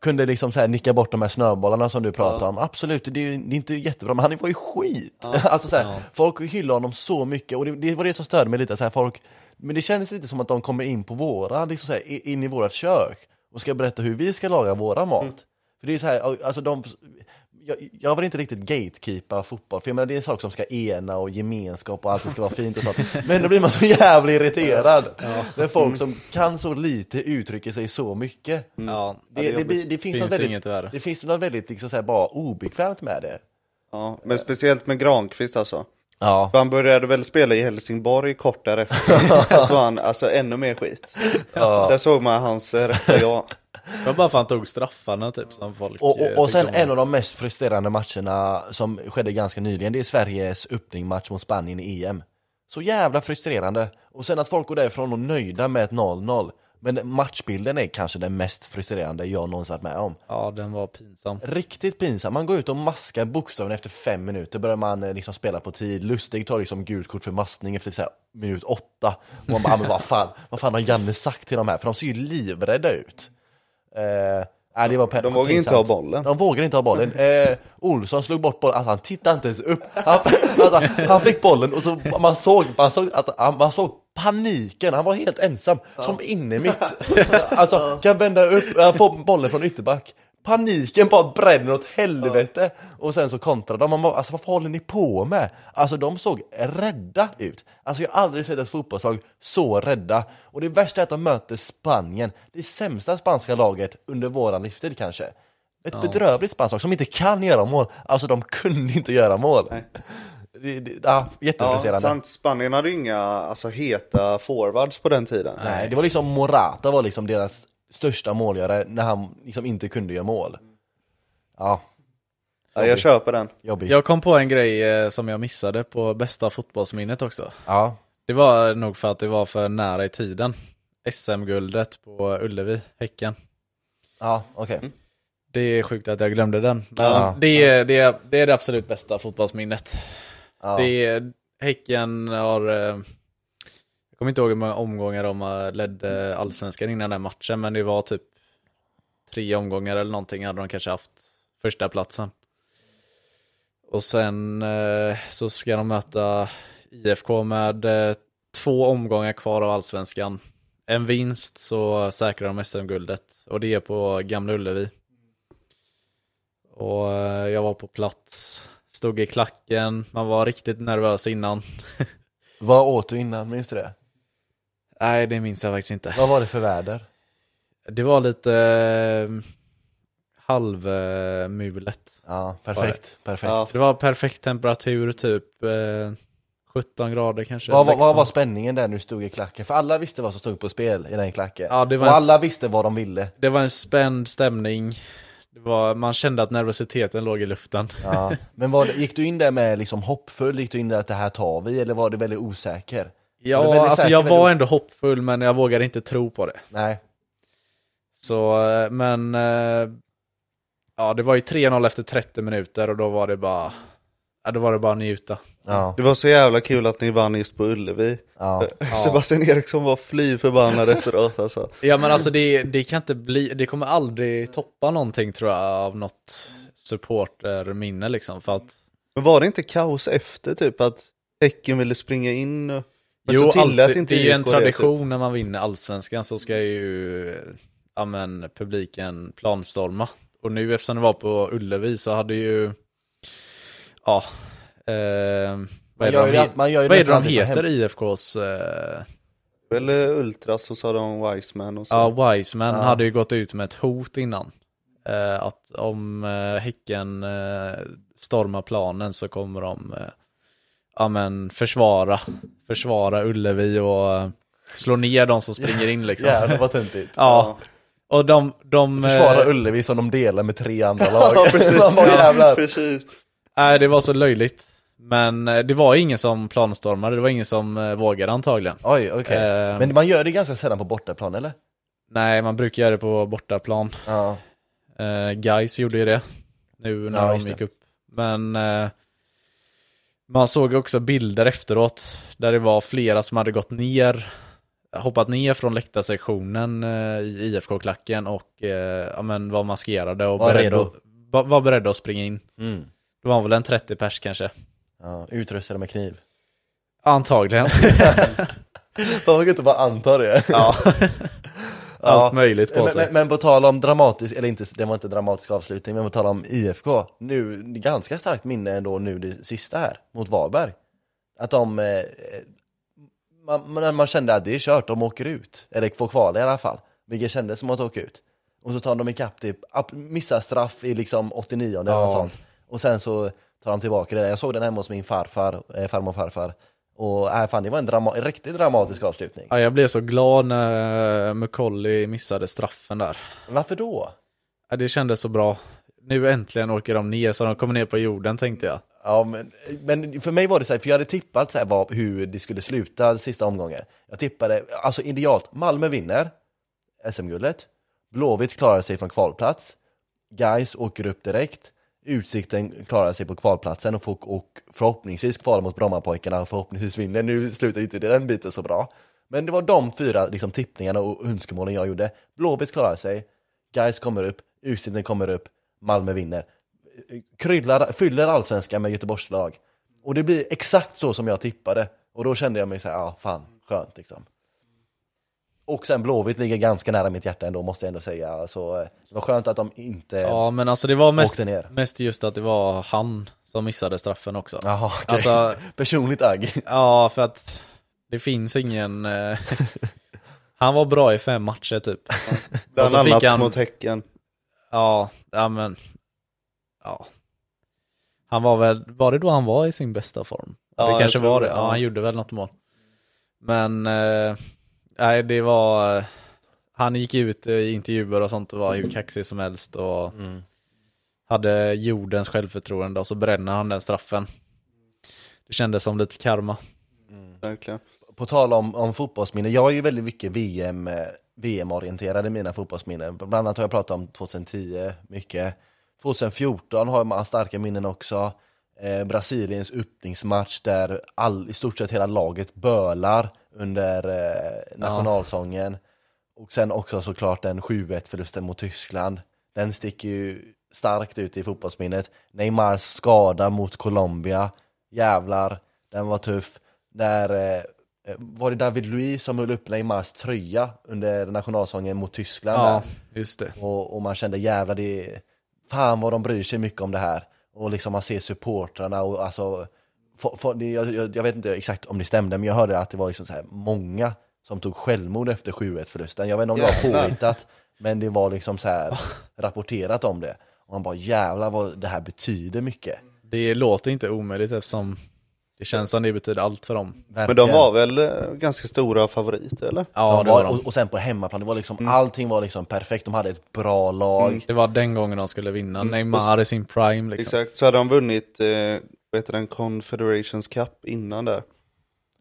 A: kunde liksom så här nicka bort de här snöbollarna som du pratade om. Absolut, det är, ju- det är inte jättebra, men han var ju skit! alltså så här, Folk hyllade honom så mycket, och det, det var det som störde mig lite. Så här, folk, men det kändes lite som att de kommer in på våra, liksom så här, i- in i vårat kök och ska berätta hur vi ska laga våra mat. För det är så här, alltså de, jag, jag vill inte riktigt gatekeepa fotboll, för jag menar det är en sak som ska ena och gemenskap och allt det ska vara fint och sånt. Men då blir man så jävla irriterad när folk som kan så lite uttrycker sig så mycket.
C: Ja,
A: Det, det, blir- det finns,
C: Finns
A: något väldigt,
C: inget värre.
A: det finns något väldigt liksom, så här, bara obekvämt med det.
B: Ja, men speciellt med Granqvist alltså.
A: Ja.
B: För han började väl spela i Helsingborg kort därefter. och så var han alltså ännu mer skit. Där såg man hans eh, rätta jag.
C: Det var bara för att han tog straffarna typ som folk
A: Och,
C: eh,
A: och, och sen
C: tyckte om.
A: en av de mest frustrerande matcherna som skedde ganska nyligen, det är Sveriges öppningsmatch mot Spanien i EM. Så jävla frustrerande. Och sen att folk går därifrån och nöjda med ett 0-0. Men matchbilden är kanske den mest frustrerande jag någonsin varit med om.
C: Ja, den var pinsam.
A: Riktigt pinsam. Man går ut och maskar bokstaven efter fem minuter, börjar man eh, liksom spela på tid. Lustig tar liksom gult kort för maskning efter så här, minut åtta. Och man bara, "Ah, men vad fan, vad fan har Janne sagt till de här? För de ser ju livrädda ut. Eh, nej, det var pe-
B: De vågar inte
A: pinsamt.
B: ha bollen.
A: De vågar inte ha bollen. Eh, Olsson slog bort bollen, alltså han tittade inte ens upp. Han, alltså, han fick bollen och så man såg, man såg, att, han- man såg paniken, han var helt ensam, som inne mitt. Alltså, kan vända upp, eh, få bollen från ytterback. Paniken bara bränner åt helvete! Och sen så kontrar de, man bara, alltså vad fan håller ni på med? Alltså de såg rädda ut. Alltså jag har aldrig sett ett fotbollslag så rädda. Och det värsta är att de möter Spanien, det sämsta spanska laget under våran livstid kanske. Ett bedrövligt spanskt lag som inte kan göra mål. Alltså de kunde inte göra mål. Det, det, ja,
B: Ja,
A: jätteprovocerande.
B: sant. Spanien hade ju inga alltså, heta forwards på den tiden.
A: Nej, det var liksom Morata var liksom deras största målgörare när han liksom inte kunde göra mål. Ja,
B: Ja, jag köper den.
A: jobbigt.
C: Jag kom på en grej eh, som jag missade på bästa fotbollsminnet också.
A: Ja.
C: Det var nog för att det var för nära i tiden. SM-guldet på Ullevi, Häcken.
A: Ja, okej.
C: Mm. Det är sjukt att jag glömde den. Men
A: Ja.
C: det, är, det, är, det är det absolut bästa fotbollsminnet.
A: Ja.
C: Det är, häcken har... eh, Jag kommer inte ihåg hur många omgångar de eh, ledde allsvenskan innan den matchen, men det var typ tre omgångar eller någonting hade de kanske haft första platsen. Och sen eh, så ska de möta IFK med eh, två omgångar kvar av allsvenskan. En vinst så säkrar de SM-guldet och det är på Gamla Ullevi. Och eh, jag var på plats, stod i klacken, man var riktigt nervös innan.
A: Vad åt du innan, minns du det?
C: Nej, det minns jag faktiskt inte.
A: Vad var det för väder?
C: Det var lite eh, halvmulet.
A: Ja, perfekt. perfekt.
B: Ja.
C: Så det var perfekt temperatur, typ eh, 17 grader kanske.
A: Vad, vad,
C: 16.
A: vad var spänningen där nu stod i klacken? För alla visste vad som stod på spel i den klacken.
C: Ja, det var
A: och
C: en-
A: alla visste vad de ville.
C: Det var en spänd stämning. Det var, man kände att nervositeten låg i luften.
A: Ja. Men var det, gick du in där med liksom hoppfull? Gick du in där att det här tar vi? Eller var du väldigt osäker?
C: Ja,
A: Var du väldigt
C: alltså
A: säker,
C: jag
A: väldigt
C: var
A: os-
C: ändå hoppfull men jag vågade inte tro på det.
A: Nej.
C: Så, eh, men... eh, Ja, det var ju 3-0 efter 30 minuter och då var det bara... Ja, då var det bara att njuta.
A: Ja.
B: Det var så jävla kul att ni vann just på Ullevi.
A: ja.
B: Sebastian Eriksson var fly förbannad efteråt alltså.
C: Ja, men alltså det, det kan inte bli... Det kommer aldrig toppa någonting tror jag av något supporterminne liksom. För att
B: Men var det inte kaos efter typ att Häcken ville springa in? Och... Men
C: jo,
B: så tillät
C: alltid,
B: inte
C: det är ju en
B: IFK det, typ.
C: tradition när man vinner allsvenskan så ska ju eh, ja, men, publiken planstorma. Och nu eftersom det var på Ullevi så hade ju, ja, eh, vad
A: Man
C: är
A: gör
C: det
A: ju
C: de,
A: det,
C: he-
A: man gör ju
C: vad är
A: nästan
C: det de
A: alltid på
C: heter
A: hem-
C: IFKs, eh,
B: Eller Ultras och så sa de Wiseman och så.
C: ja Wiseman
A: Ja.
C: hade ju gått ut med ett hot innan. Eh, att om eh, Häcken eh, stormar planen så kommer de eh, ja, men, försvara, försvara Ullevi och eh, slå ner de som springer in liksom.
A: Jävlar vad töntigt.
C: Ja, och de... de
A: Försvara
C: eh,
A: Ullevi som de delar med tre andra lag.
B: Ja, precis.
A: Man bara, jävlar.
B: precis.
C: Nej, det var så löjligt. Men eh, det var ingen som planstormade, det var ingen som eh, vågade antagligen.
A: Oj, okej.
C: Eh,
A: Men man gör det ganska sällan på bortaplan, eller?
C: Nej, man brukar göra det på bortaplan.
A: Ja.
C: Eh, Guys gjorde ju det nu när
A: Ja, just
C: de
A: det.
C: gick upp. Men eh, man såg också bilder efteråt där det var flera som hade gått ner, hoppat ner från läktarsektionen eh, i IFK-klacken och eh, ja, men var maskerade och
A: Var
C: beredda,
A: redo.
C: var, var beredda att springa in.
A: Mm.
C: Det var väl en 30 pers kanske.
A: ja. Utrustade med kniv.
C: Antagligen.
A: Fan vad gött att bara anta det.
C: ja. Allt möjligt på
A: Men,
C: sig.
A: men, men på tal om dramatisk, eller inte, det var inte dramatisk avslutning, men på tal om IFK, nu, ganska starkt minne ändå nu det sista här, mot Varberg. Att de, eh, man, man, man kände att det är kört, de åker ut, eller får kvala i alla fall, vilket kändes som att åka ut. Och så tar de ikapp, typ, app- missar straff i liksom 89 eller
C: Ja.
A: något sånt. Och sen så tar de tillbaka det där. Jag såg den hemma hos min farfar, eh, farmor och farfar. Och äh, fan, det var en, drama, en riktigt dramatisk avslutning.
C: Ja, jag blev så glad när eh, McCauley missade straffen där.
A: Varför då?
C: Ja, det kändes så bra. Nu äntligen åker de ner så de kommer ner på jorden tänkte jag.
A: Ja, men, men för mig var det så här, för jag hade tippat så här vad, hur det skulle sluta den sista omgången. Jag tippade, alltså idealt, Malmö vinner SM-guldet, Blåvitt klarar sig från kvalplats, Guys åker upp direkt, Utsikten klarar sig på kvalplatsen och, får, och förhoppningsvis kvalar mot Brommapojkarna och förhoppningsvis vinner. Nu slutar ju inte den biten så bra. Men det var de fyra liksom, tippningarna och önskemålen jag gjorde. Blåvitt klarar sig, Guys kommer upp, Utsikten kommer upp, Malmö vinner. Kryllar, fyller allsvenskan med Göteborgslag. Och det blir exakt så som jag tippade. Och då kände jag mig så här, ja fan, skönt liksom. Och sen Blåvitt ligger ganska nära mitt hjärta ändå, måste jag ändå säga. Så eh, det var skönt att de inte...
C: Ja, men alltså det var mest,
A: Åkte ner.
C: mest just att det var han som missade straffen också.
A: Jaha, okej.
C: Alltså,
A: Personligt agg.
C: ja för att det finns ingen... eh, han var bra i fem matcher typ. Och
B: Bland
C: så fick
B: annat
C: han-
B: mot Häcken.
C: Ja, ja men... Ja. Han var väl, var det då han var i sin bästa form?
B: Ja,
C: det
B: jag
C: kanske
B: tror
C: var det,
B: det,
C: ja
B: ja.
C: han gjorde väl något mål. Men, eh, nej det var, han gick ut eh, i intervjuer och sånt och var hur kaxig som helst och hade jordens självförtroende och så bränner han den straffen. Det kändes som lite karma.
B: Verkligen.
A: På tal om, om fotbollsminnen, jag är ju väldigt mycket VM, eh, VM-orienterad i mina fotbollsminnen. Bland annat har jag pratat om 2010 mycket. 2014 har man starka minnen också. Eh, Brasiliens öppningsmatch där all, i stort sett hela laget bölar under eh, nationalsången. Och sen också såklart den 7-1 förlusten mot Tyskland. Den sticker ju starkt ut i fotbollsminnet. Neymars skada mot Colombia. Jävlar, den var tuff. Där, eh, var det David Luiz som höll upp Neymars tröja under nationalsången mot Tyskland?
C: Ja,
A: där?
C: just det.
A: Och, och man kände jävlar, det, fan vad de bryr sig mycket om det här. Och liksom man ser supportrarna och alltså, få- få- det- jag, jag, jag vet inte exakt om det stämde, men jag hörde att det var liksom så här många som tog självmord efter 7-1 förlusten. Jag vet inte om det var
B: Jävlar.
A: påhittat, men det var liksom så här rapporterat om det. Och han bara jävlar vad det här betyder mycket.
C: Det låter inte omöjligt eftersom det känns som det betyder allt för dem.
B: Men de
A: Verkligen.
B: var väl eh, ganska stora favoriter eller?
C: Ja,
A: de
C: det var
A: var,
C: de.
A: och, och sen på hemmaplan, det var liksom, allting var liksom perfekt, de hade ett bra lag.
C: Det var den gången de skulle vinna.
A: Mm.
C: Neymar i sin prime liksom.
B: Exakt, så hade de vunnit eh, vad heter den, Confederations Cup innan där.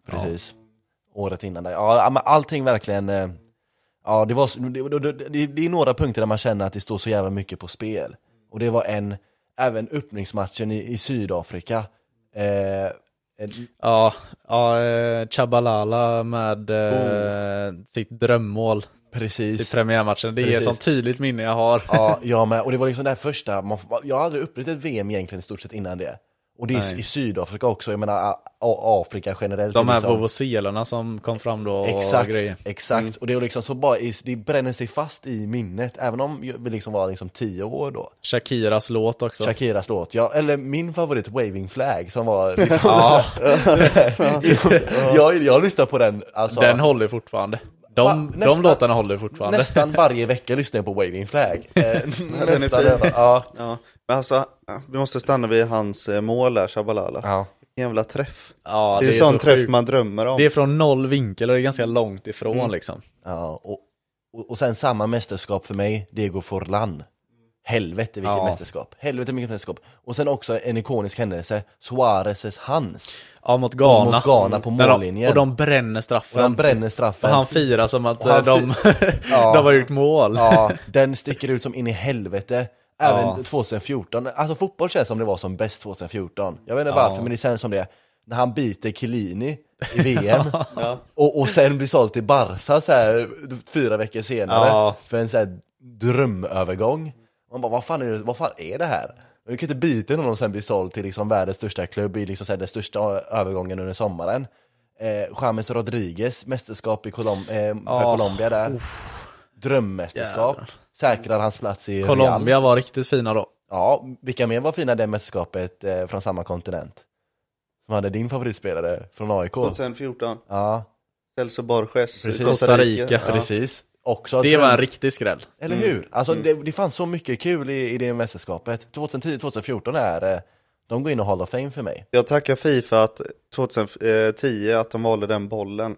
A: Precis. Året innan där. Ja, men allting verkligen... eh, Ja, det, var, det, det, det, det är några punkter där man känner att det står så jävla mycket på spel. Och det var en, även öppningsmatchen i, i Sydafrika. Eh, en-
C: Ja, ja eh, Chabalala med eh, sitt drömmål i
A: Oh. precis.
C: premiärmatchen. Det är
A: Precis.
C: sånt tydligt minne jag har.
A: Ja, jag med. Och det var liksom det här första, man, får- jag har aldrig upplevt ett VM egentligen i stort sett innan det. Och det är
C: Nej.
A: i Sydafrika också, jag menar A- A- Afrika generellt.
C: De
A: är
C: här
A: liksom-
C: vovoselerna som kom fram då och
A: Exakt,
C: grejer. Mm.
A: exakt. Och det, är liksom så bara, i- det bränner sig fast i minnet, även om vi liksom var liksom tio år då.
C: Shakiras låt också.
A: Shakiras låt, ja, eller min favorit Waving Flag som var liksom,
C: Ja,
A: jag, jag lyssnar på den, alltså,
C: den håller fortfarande. De,
A: Va,
C: de
A: nästa-
C: låtarna håller fortfarande.
A: nästan varje vecka lyssnar jag på Waving Flag Eh,
B: är
A: nästan
B: fin.
A: över- ja.
B: Ja. Men alltså, eh, vi måste stanna vid hans eh, mål här, Shabalala.
A: ja,
B: Jävla träff.
C: Ja,
B: det, är sån
C: så
B: träff
C: sjukt.
B: man drömmer om.
C: Det är från noll vinkel och det är ganska långt ifrån
A: Mm.
C: liksom.
A: ja och, och, och sen samma mästerskap för mig, Diego Forlan Helvete vilket
C: Ja.
A: mästerskap, helvete vilket mästerskap Och sen också en ikonisk händelse, Suarezes hands
C: Ja, mot Ghana.
A: Mot Ghana på
C: När De,
A: mållinjen.
C: och de bränner
A: Och
C: straffen.
A: de bränner
C: Och
A: straffen
C: han firar som att
A: Och han
C: eh, de,
A: Ja.
C: de har gjort mål.
A: Ja, den sticker ut som in i helvete. Även
C: Ja.
A: 2014. Alltså fotboll känns som det var som bäst 2014. Jag vet inte
C: Ja.
A: varför, men det känns som det. När han biter Chiellini i VM och, och sen blir såld till Barca så här, fyra veckor senare
C: Ja.
A: för en så här drömövergång. Man bara, vad fan är det, vad fan är det här? Du kan inte bita någon och sen bli såld till liksom världens största klubb i liksom så här den största övergången under sommaren. Eh, James Rodriguez, mästerskap i Colom- eh, för
C: Ja.
A: Colombia där drömmästerskap. Säkrade hans plats i Real.
C: Colombia var riktigt fina då.
A: Ja, vilka mer var fina det mästerskapet eh, från samma kontinent? Som hade din favoritspelare från AIK?
B: 2014,
A: Ja,
B: Celso Borges, eh,
A: Precis.
C: Costa Rica.
B: Ja.
A: precis. Också
C: Det
A: dröm-
C: var en riktig skräll.
A: Eller hur? Alltså
B: Mm.
A: det, det fanns så mycket kul i, i det mästerskapet. 2010-2014 är, eh, de går in och Hall of Fame för mig.
B: Jag tackar Fifa att 2010 att de valde den bollen.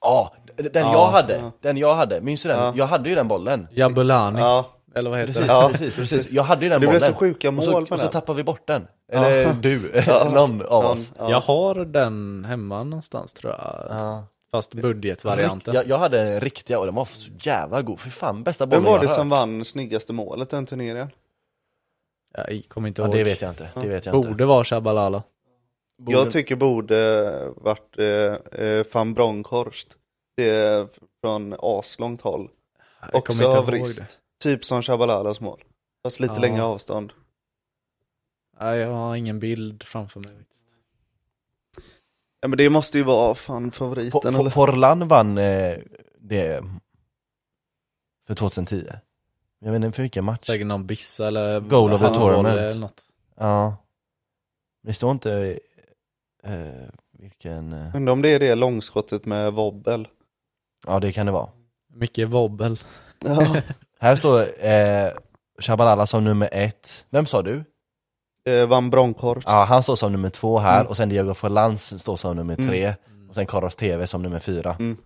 A: Ja, d- den
C: Ja.
A: jag hade,
B: Ja.
A: den jag hade, minns du den?
B: Ja.
A: Jag hade ju den bollen.
C: Jabulani,
B: Ja,
C: eller vad heter
A: Precis,
C: det?
B: Ja.
A: precis, precis. Jag hade ju den
B: det
A: bollen.
B: blev så sjuka mål
A: och så,
B: på
A: och så
B: den.
A: tappade vi bort den. Eller du, någon av
B: Ja,
A: oss.
B: ja.
C: Jag har den hemma någonstans tror jag.
A: Ja.
C: Fast budgetvarianten.
A: Jag, jag hade den riktiga och den var så jävla god, för fan bästa bollen
B: Vem var
A: jag
B: det
A: hört.
B: som vann snyggaste målet den turneringen?
C: Jag kommer inte
A: Ja,
C: ihåg.
A: det vet jag inte, det vet jag inte.
C: Borde vara Shabalala.
A: Borde-
B: Jag tycker borde varit eh, eh, van Bronckhorst. Det är från aslångt håll.
C: Jag
B: Också av vrist. Typ som Shabalalas mål. Fast lite
C: Ja.
B: längre avstånd.
C: Nej, jag har ingen bild framför mig.
B: Ja men det måste ju vara fan
A: For,
B: favoriten
A: For,
B: eller?
A: Forlan vann eh, det för 2010. Jag vet inte för vilken match.
C: Säkert någon bissa eller
A: Goal of the
C: handboll
A: tournament.
C: eller något.
A: Ja. Det står inte eh, vilken... eh,
B: Undrar om det är det långskottet med vobbel.
A: Ja, det kan det vara.
C: Mycket vobbel.
B: Ja.
A: Här står eh, Shabalala som nummer ett. Vem sa du?
B: eh, van Bronckhorst.
A: Ja, han står som nummer två här
B: Mm.
A: och sen Diego Forlans står som nummer tre och sen Carlos TV som nummer fyra.
B: Mm.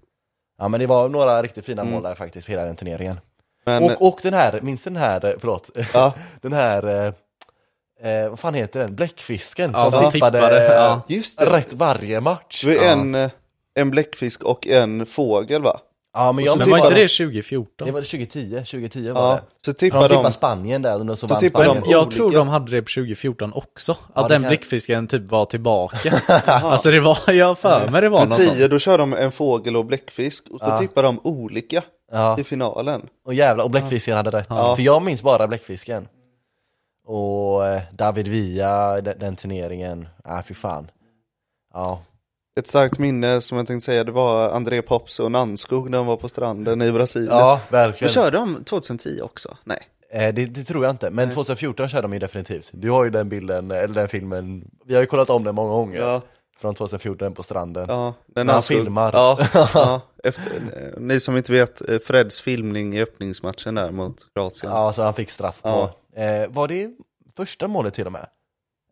A: Ja men det var några riktigt fina
B: Mm.
A: mål där faktiskt, hela den turneringen.
B: Men,
A: Och, och den här, minns du den här, eh, förlåt,
B: ja,
A: den här, eh, eh, vad fan heter den, bläckfisken
C: Ja,
A: som
B: ja.
A: tippade,
C: tippade,
A: eh,
C: ja.
B: just det.
A: rätt varje match.
B: Det var
A: Ja.
B: en, eh, en bläckfisk och en fågel va?
A: ja men jag
C: Men var
A: tippade,
C: inte
A: det...
C: det 2014?
A: var 2010, 2010 var
B: Ja.
A: det.
B: Så
A: För de
B: tippar
A: tippade
B: de.
A: Spanien där och så vann
B: tippade de-
A: Spanien.
C: Men jag
B: olika.
C: tror de hade det på 2014 också. Att
A: det
C: den
A: kan-
C: bläckfisken typ var tillbaka. alltså det var, jag har för mig det var
B: Med
C: något sånt.
B: tio då kör de en fågel och bläckfisk och så
A: Ja.
B: tippar de olika
A: Ja,
B: i finalen.
A: och jävla och bläckfisken hade rätt.
B: Ja.
A: För jag minns bara bläckfisken. Och eh, David Villa, den, den turneringen, ah fy fan. Ja,
B: Ett starkt minne som jag tänkte säga det var André Pops och Nannskog när de var på stranden i Brasilien.
A: ja
B: Men
A: verkligen.
B: körde de 2010 också? Nej.
A: Eh, det, det tror jag inte, men 2014 körde de ju definitivt. Du har ju den bilden, eller den filmen, vi har ju kollat om den många gånger.
B: Ja.
A: Från 2014 på stranden.
B: Ja, den
A: När han
B: ansåg-
A: filmar.
B: Ja, ja, efter, eh, ni som inte vet, eh, Freds filmning i öppningsmatchen där mot Kroatien.
A: Ja, så han fick straff på.
B: Ja.
A: Eh, var det första målet till och med?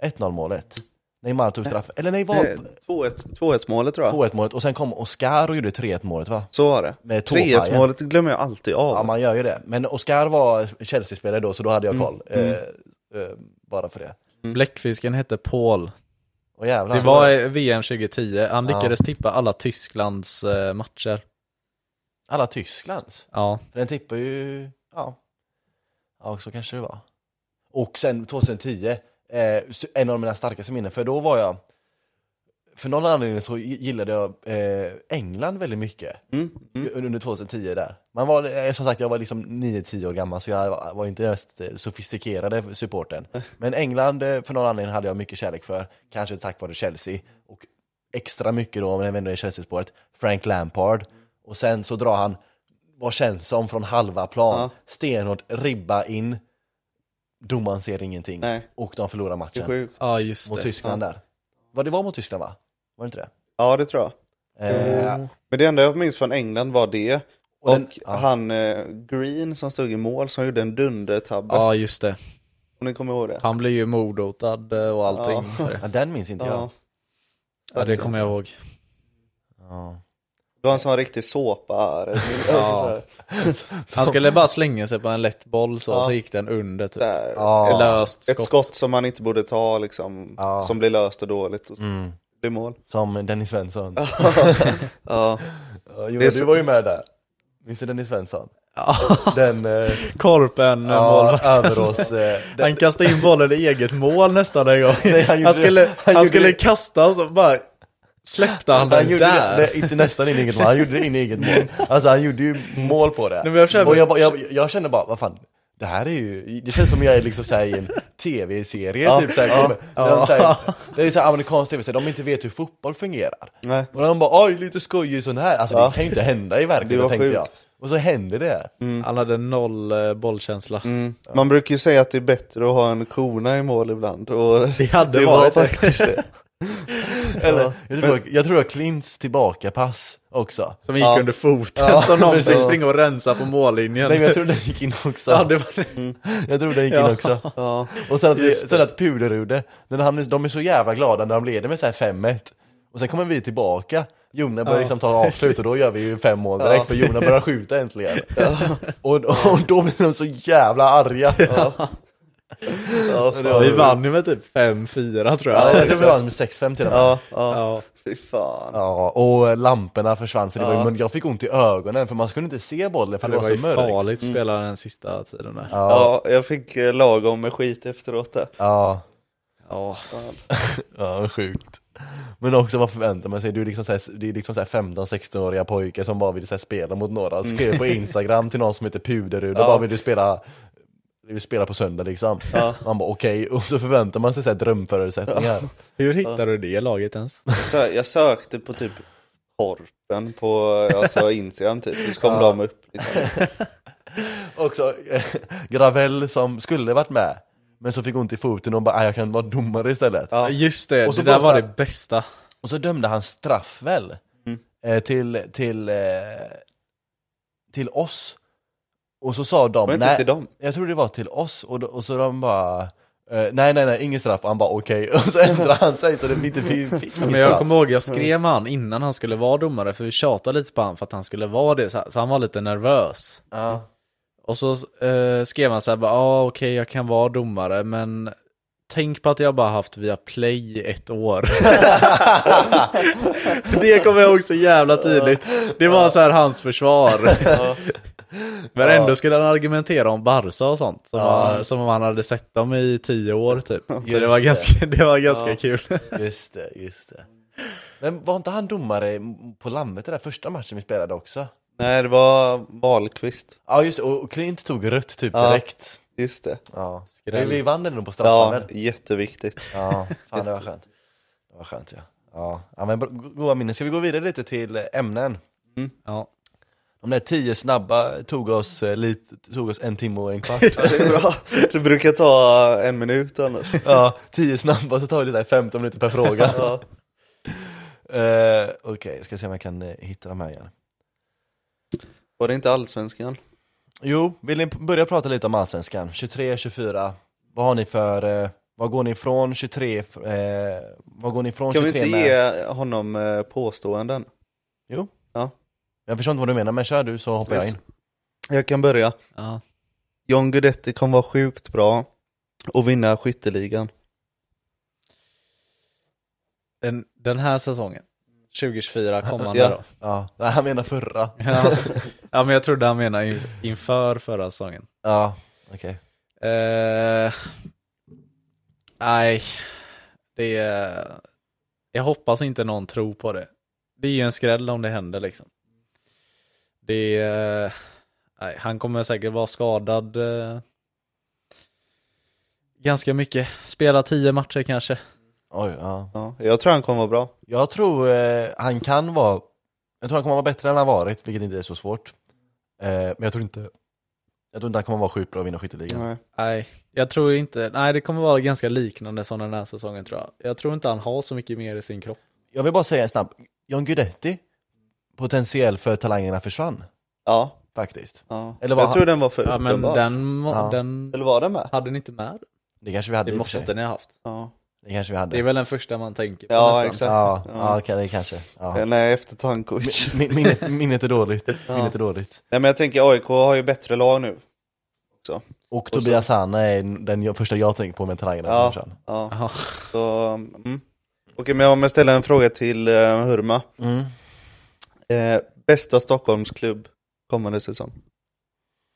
A: 1-0 målet. Neymar tog straff. Eller nej, var
B: Eh, 2-1 2-1 målet tror jag.
A: 2-1 målet och sen kom Oscar och gjorde 3-1 målet va?
B: Så var det.
A: Med
B: 3-1
A: tåpajen.
B: målet glömmer jag alltid av.
A: Ja, man gör ju det. Men Oscar var Chelsea-spelare då, så då hade jag
C: Mm.
A: koll. Eh, eh, bara för det.
C: Bläckfisken hette Paul.
A: Och jävlar. alltså,
C: Det var eh, VM 2010. Han
A: Ja.
C: lyckades tippa alla Tysklands eh, matcher.
A: Alla Tysklands.
C: Ja,
A: För den tippar ju... Ja. Ja, så kanske det var. Och sen 2010, eh, så- en av mina starkaste minnen, för då var jag... För någon anledning så gillade jag eh, England väldigt mycket.
B: Mm, mm.
A: Un- under 2010 där. Man var, eh, som sagt, jag var liksom 9-10 år gammal så jag var- var inte den mest eh, sofistikerade supporten. Men England, eh, för någon anledning, hade jag mycket kärlek för. Kanske tack vare Chelsea. Och extra mycket då, när vi ändå är i Chelsea-spåret, Frank Lampard. Och sen så drar han, vad känns som, från halva plan,
B: Ja.
A: stenhårt, ribba in. Domaren ser ingenting.
B: Nej.
A: Och de förlorar
B: Det är
A: matchen.
B: sjukt.
C: ja just
A: Mot
C: det.
A: Tyskland där. Vad det var mot Tyskland va? Var det inte det?
B: Ja, det tror jag.
A: Eh,
B: Men det enda jag minns från England var det. Och,
A: Och den- ja.
B: han eh, Green som stod i mål som gjorde en dundertabbe.
C: Ja just det.
B: Om ni kommer ihåg det.
C: Han blev ju mordhotad eh, och allting.
B: Ja.
A: ja, den minns inte jag.
B: Ja.
C: Ja, det kommer jag ihåg.
A: Ja.
B: Det var en sån riktig såpa.
C: Ja. Han skulle bara slänga sig på en lätt boll så,
B: Ja.
C: så gick den under typ.
B: Där.
A: Ja.
B: Ett,
C: Löst
B: ett
C: skott.
B: skott som man inte borde ta liksom.
A: Ja.
B: Som blir löst och dåligt. Och
A: Mm.
B: blir mål.
A: Som Dennis Svensson.
B: Ja.
A: Ja, jo,
B: Det
A: du
B: är så-
A: var ju med där. Minns du Dennis Svensson? Den eh,
C: Korpen,
A: ja,
C: målvakt.
A: överås... Eh, den,
C: Han kastade in bollen i eget mål nästan en gång.
A: Nej, han
C: han,
A: gjorde det.
C: skulle,
A: Han
C: han
A: gjorde
C: skulle
A: det.
C: kasta så bara släppte Alltså, han,
A: Alltså, han
C: den
A: gjorde
C: där.
A: det, nej, inte nästan in i eget mål, han gjorde det in i eget mål. Alltså han gjorde ju mål på det.
C: Nej, men jag känner-
A: Och jag, bara- jag, jag kände bara, vad fan, det här är ju, det känns som jag är liksom så här i en tv-serie typ. Så här, kommer- när de, så här, det är så här amerikansk tv-serie, de inte vet hur fotboll fungerar.
B: Nej.
A: Och de bara, oj lite skoj i sån här, alltså det kan ju inte hända i
B: Det var
A: verkligheten tänkte jag.
B: sjukt.
A: Och så hände det.
C: Han hade noll eh, bollkänsla.
B: Mm. Man brukar ju säga att det är bättre att ha en kona i mål ibland. Och
C: Det hade
B: det var
C: varit det.
B: faktiskt det.
A: Eller, jag tror, jag tror jag Klints tillbakapass också.
C: Som gick
B: Ja.
C: under foten som någon fick springa och rensa på mållinjen.
A: Nej men jag tror den gick in också. Mm.
C: ja, det var...
A: Jag tror den gick
C: Ja.
A: in också.
B: Ja.
A: Och sen att, vi, sen att Pulerude, när han, de är så jävla glada när de leder med så här 5-1. Och sen kommer vi tillbaka, Jona börjar liksom ta avslut och då gör vi ju fem mål direkt för Jona börjar skjuta äntligen. Och, och, då blir de så jävla arga.
B: Ja, fan.
A: var-
C: Vi vann ju med typ 5-4 tror jag.
A: Ja, jag tror vi vann med 6-5 till och med.
B: Ja, ja.
C: Ja.
B: Fy fan.
A: Ja, och lamporna försvann så det var,
B: Ja.
A: men jag fick ont i ögonen för man kunde inte se bollen för
C: Det
A: det,
C: var
A: var
C: ju
A: så mörkt. Mm.
C: farligt att spela den sista tiden där.
A: Ja,
B: Ja, jag fick eh, lagom med skit efteråt där.
A: ja.
C: Ja.
A: Ja, sjukt. Men också vad förväntar man sig? Du är liksom såhär, det är liksom såhär 15-16-åriga pojkar som bara vill såhär spela mot några. Skrev på Instagram till någon som heter Puderud och
B: Mm. Ja.
A: bara vill du spela vill du spela på söndag liksom? Man bara okej, och så förväntar man sig såhär drömförutsättningar.
C: Hur hittar du det laget ens?
B: Jag, sö jag sökte på typ korpen på alltså, Instagram typ, och så kom de upp. Liksom.
A: Också eh, Gravel som skulle varit med, men som fick ont i foten och bara "Aj, jag kan vara domare istället.
B: Ja.
C: Just det,
A: Och så
C: det där
A: blåste-
C: var det bästa.
A: Och så dömde han straff väl?
B: Mm.
A: Eh, till, till, eh, till oss. Och så sa de
B: Men inte
A: nej.
B: till dem.
A: Jag tror det var till oss och, då, och så de bara eh, Nej nej nej, ingen straff, han bara okej, och så ändrade han sig så det blir inte fick, fick ingen
C: Men jag
A: straff
C: kommer ihåg, jag
A: Mm.
C: skrev med han innan han skulle vara domare, för vi tjatade lite på han för att han skulle vara det, så så han var lite nervös.
A: ja.
C: Och så eh, skrev han såhär, ja ah, okej jag kan vara domare, men tänk på att jag bara haft via play i ett år. det kommer jag ihåg så jävla tydligt. Det var så här hans försvar. men ändå skulle han argumentera om Barca och sånt, som, han, som om han hade sett dem i tio år typ. Så det
A: Just
C: var
A: det.
C: ganska, det var ganska kul.
A: Just det, just det Men var inte han domare på Lammet den där första matchen vi spelade också?
B: Nej, det var Wahlqvist.
A: Ja just det, och och Klint tog rött typ
B: Ja.
A: direkt
B: Just det.
A: Ja, vi,
C: Skräll.
A: vi vann ändå på straffar
B: Ja,
A: väl?
B: jätteviktigt.
A: Ja, fan det var skönt Det var skönt ja Ja, ja men bra- goda minnen, ska vi gå vidare lite till eh, ämnen?
C: Ja.
A: De där tio snabba tog oss, eh, lite, tog oss en timme och en kvart
B: Ja, det är bra. Det brukar ta en minut annars.
A: Ja, tio snabba så tar vi det där 15 minuter per fråga.
B: Ja.
A: Eh, Okej, ska se om jag kan eh, hitta de här igen.
B: Var det inte allsvenskan?
A: Jo, vill ni p- börja prata lite om Allsvenskan? 23, 24, vad har ni för, eh, vad går ni ifrån 23, eh, vad går ni ifrån
B: Kan vi
A: 23
B: inte
A: med?
B: ge honom eh, påståenden?
A: Jag förstår inte vad du menar, men kör du så hoppar jag in.
B: Jag kan börja.
C: Ja.
B: John Guidetti kommer vara sjukt bra och vinna skytteligan.
C: Den, den här säsongen, 2024 kommande
B: Ja.
C: då.
A: Ja, nej, han menar förra.
C: Ja. ja, men jag trodde han menade in, inför förra säsongen.
A: Ja, okej.
C: Eh, nej, det är... Jag hoppas inte någon tror på det. Det är ju en skräll om det händer liksom. Det är... Nej, han kommer säkert vara skadad eh, ganska mycket. Spela tio matcher kanske.
A: Oj, ja.
B: Ja, jag tror han kommer vara bra.
A: Jag tror eh, han kan vara, jag tror han kommer vara bättre än han varit, vilket inte är så svårt. Eh, men jag tror inte, jag tror inte han kommer vara sjukt bra och vinna skytteligan.
B: Nej.
C: Nej, jag tror inte... Nej, det kommer vara ganska liknande som den här säsongen tror jag. Jag tror inte han har så mycket mer i sin kropp.
A: Jag vill bara säga en snabb, John Guidetti, potentiell för talangerna försvann,
B: Ja,
A: faktiskt.
B: ja.
A: Eller var
B: jag
A: han-
B: tror den var för
C: Ja, men
B: uppenbar.
C: den, må-
A: Ja.
C: den
B: Eller var den med?
C: hade ni inte med.
A: Det kanske vi hade
C: Det
A: i och för sig.
C: måste ni ha haft.
B: Ja,
A: Det kanske vi hade.
C: Det är väl den första man tänker på
B: ja
C: nästan.
B: exakt.
A: Ja,
B: Ja.
A: ja. okej, det kanske. Ja.
B: Den är efter Tankovic.
A: Min, minnet, minnet är dåligt.
B: Ja.
A: Minnet är dåligt.
B: Nej men jag tänker AIK har ju bättre lag nu.
A: Och Tobias Hanna är den jag, första jag tänker på med talangerna
B: Ja.
A: försvann.
B: Ja,
C: Ja.
B: så, mm. Okej men om jag ställer en fråga till eh, Hurma.
A: Mm.
B: Eh, bästa Stockholmsklubb kommande säsong?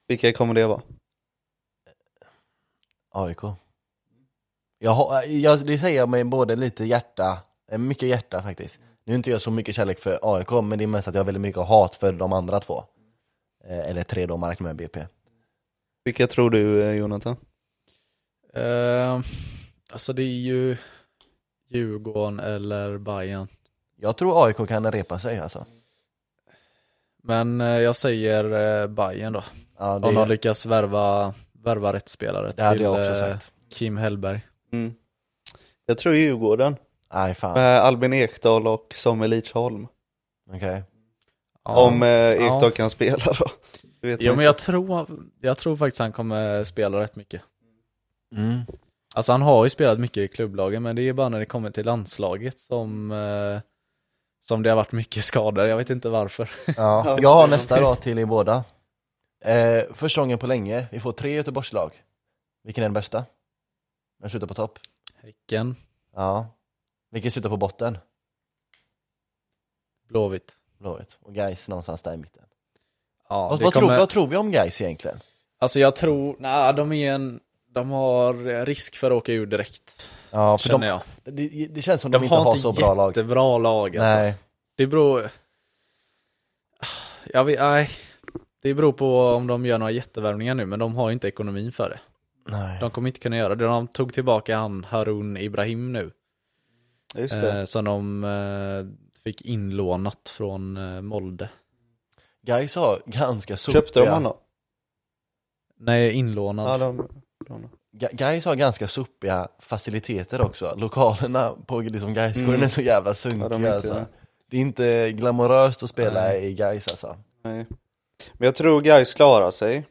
B: Vilka kommer det vara?
A: AIK. Jag, har- jag, det säger jag med både lite hjärta, eh, mycket hjärta faktiskt. Nu är inte jag så mycket kärlek för AIK, men det är mest att jag har väldigt mycket hat för de andra två. Eh, Eller tre då, Mark med BP.
B: Vilka tror du eh, Jonathan?
C: Ehm, alltså det är ju Djurgården eller Bayern.
A: Jag tror AIK kan repa sig alltså.
C: Men eh, jag säger eh, Bayern då.
A: Ja, det,
C: Om de lyckas värva, värva rätt spelare
A: det hade
C: till
A: jag också
C: eh,
A: sagt.
C: Kim Hellberg.
B: Mm. Jag tror Djurgården.
A: Nej fan,
B: Med Albin Ekdal och Samuel Lidsholm.
A: okej.
C: Ja.
B: Om eh, Ekdal
C: Ja.
B: kan spela då. Du vet
C: Jo
B: man
C: men
B: inte.
C: jag tror, jag tror faktiskt han kommer spela rätt mycket.
A: Mm.
C: Alltså han har ju spelat mycket i klubblagen men det är bara när det kommer till landslaget som, eh, som det har varit mycket skador. Jag vet inte varför.
A: Ja,
B: Ja.
A: jag har nästa dag till er båda. Eh, första gången på länge, vi får tre Göteborgslag. Vilken är den bästa? Den slutar på topp.
C: Häcken,
A: Ja. Vilken slutar på botten?
C: Blåvitt.
A: Blåvitt. Och Gais någonstans där i mitten.
C: Ja,
A: vad,
C: det
A: vad, tror,
C: kommer-
A: vad tror vi om Gais egentligen?
C: Alltså jag tror, nej de är en, de har risk för att åka ur direkt,
A: Ja, för
C: känner
A: de,
C: jag.
A: det, det känns som
C: De,
A: de, inte
C: har,
A: har
C: inte
A: så bra lag.
C: jättebra lag alltså.
A: Nej.
C: Det beror... Jag vet, nej. Det beror på om de gör några jättevärvningar nu, men de har inte ekonomin för det.
A: Nej.
C: De kommer inte kunna göra det. De tog tillbaka han Harun Ibrahim nu,
B: Just det.
C: eh, som de eh, fick inlånat från eh, Molde.
A: Gais har ganska sopiga...
B: Köpte de honom?
C: Nej,
B: Ja,
C: inlånad.
B: de...
A: Ga- Gais har ganska sopiga faciliteter också. Lokalerna på liksom Gaisgården
B: Mm.
A: är så jävla sunkiga
B: Ja, de är inte-
A: alltså. Det är inte glamoröst att spela
C: Nej.
A: i Gais alltså.
B: Nej. Men jag tror guys klarar sig.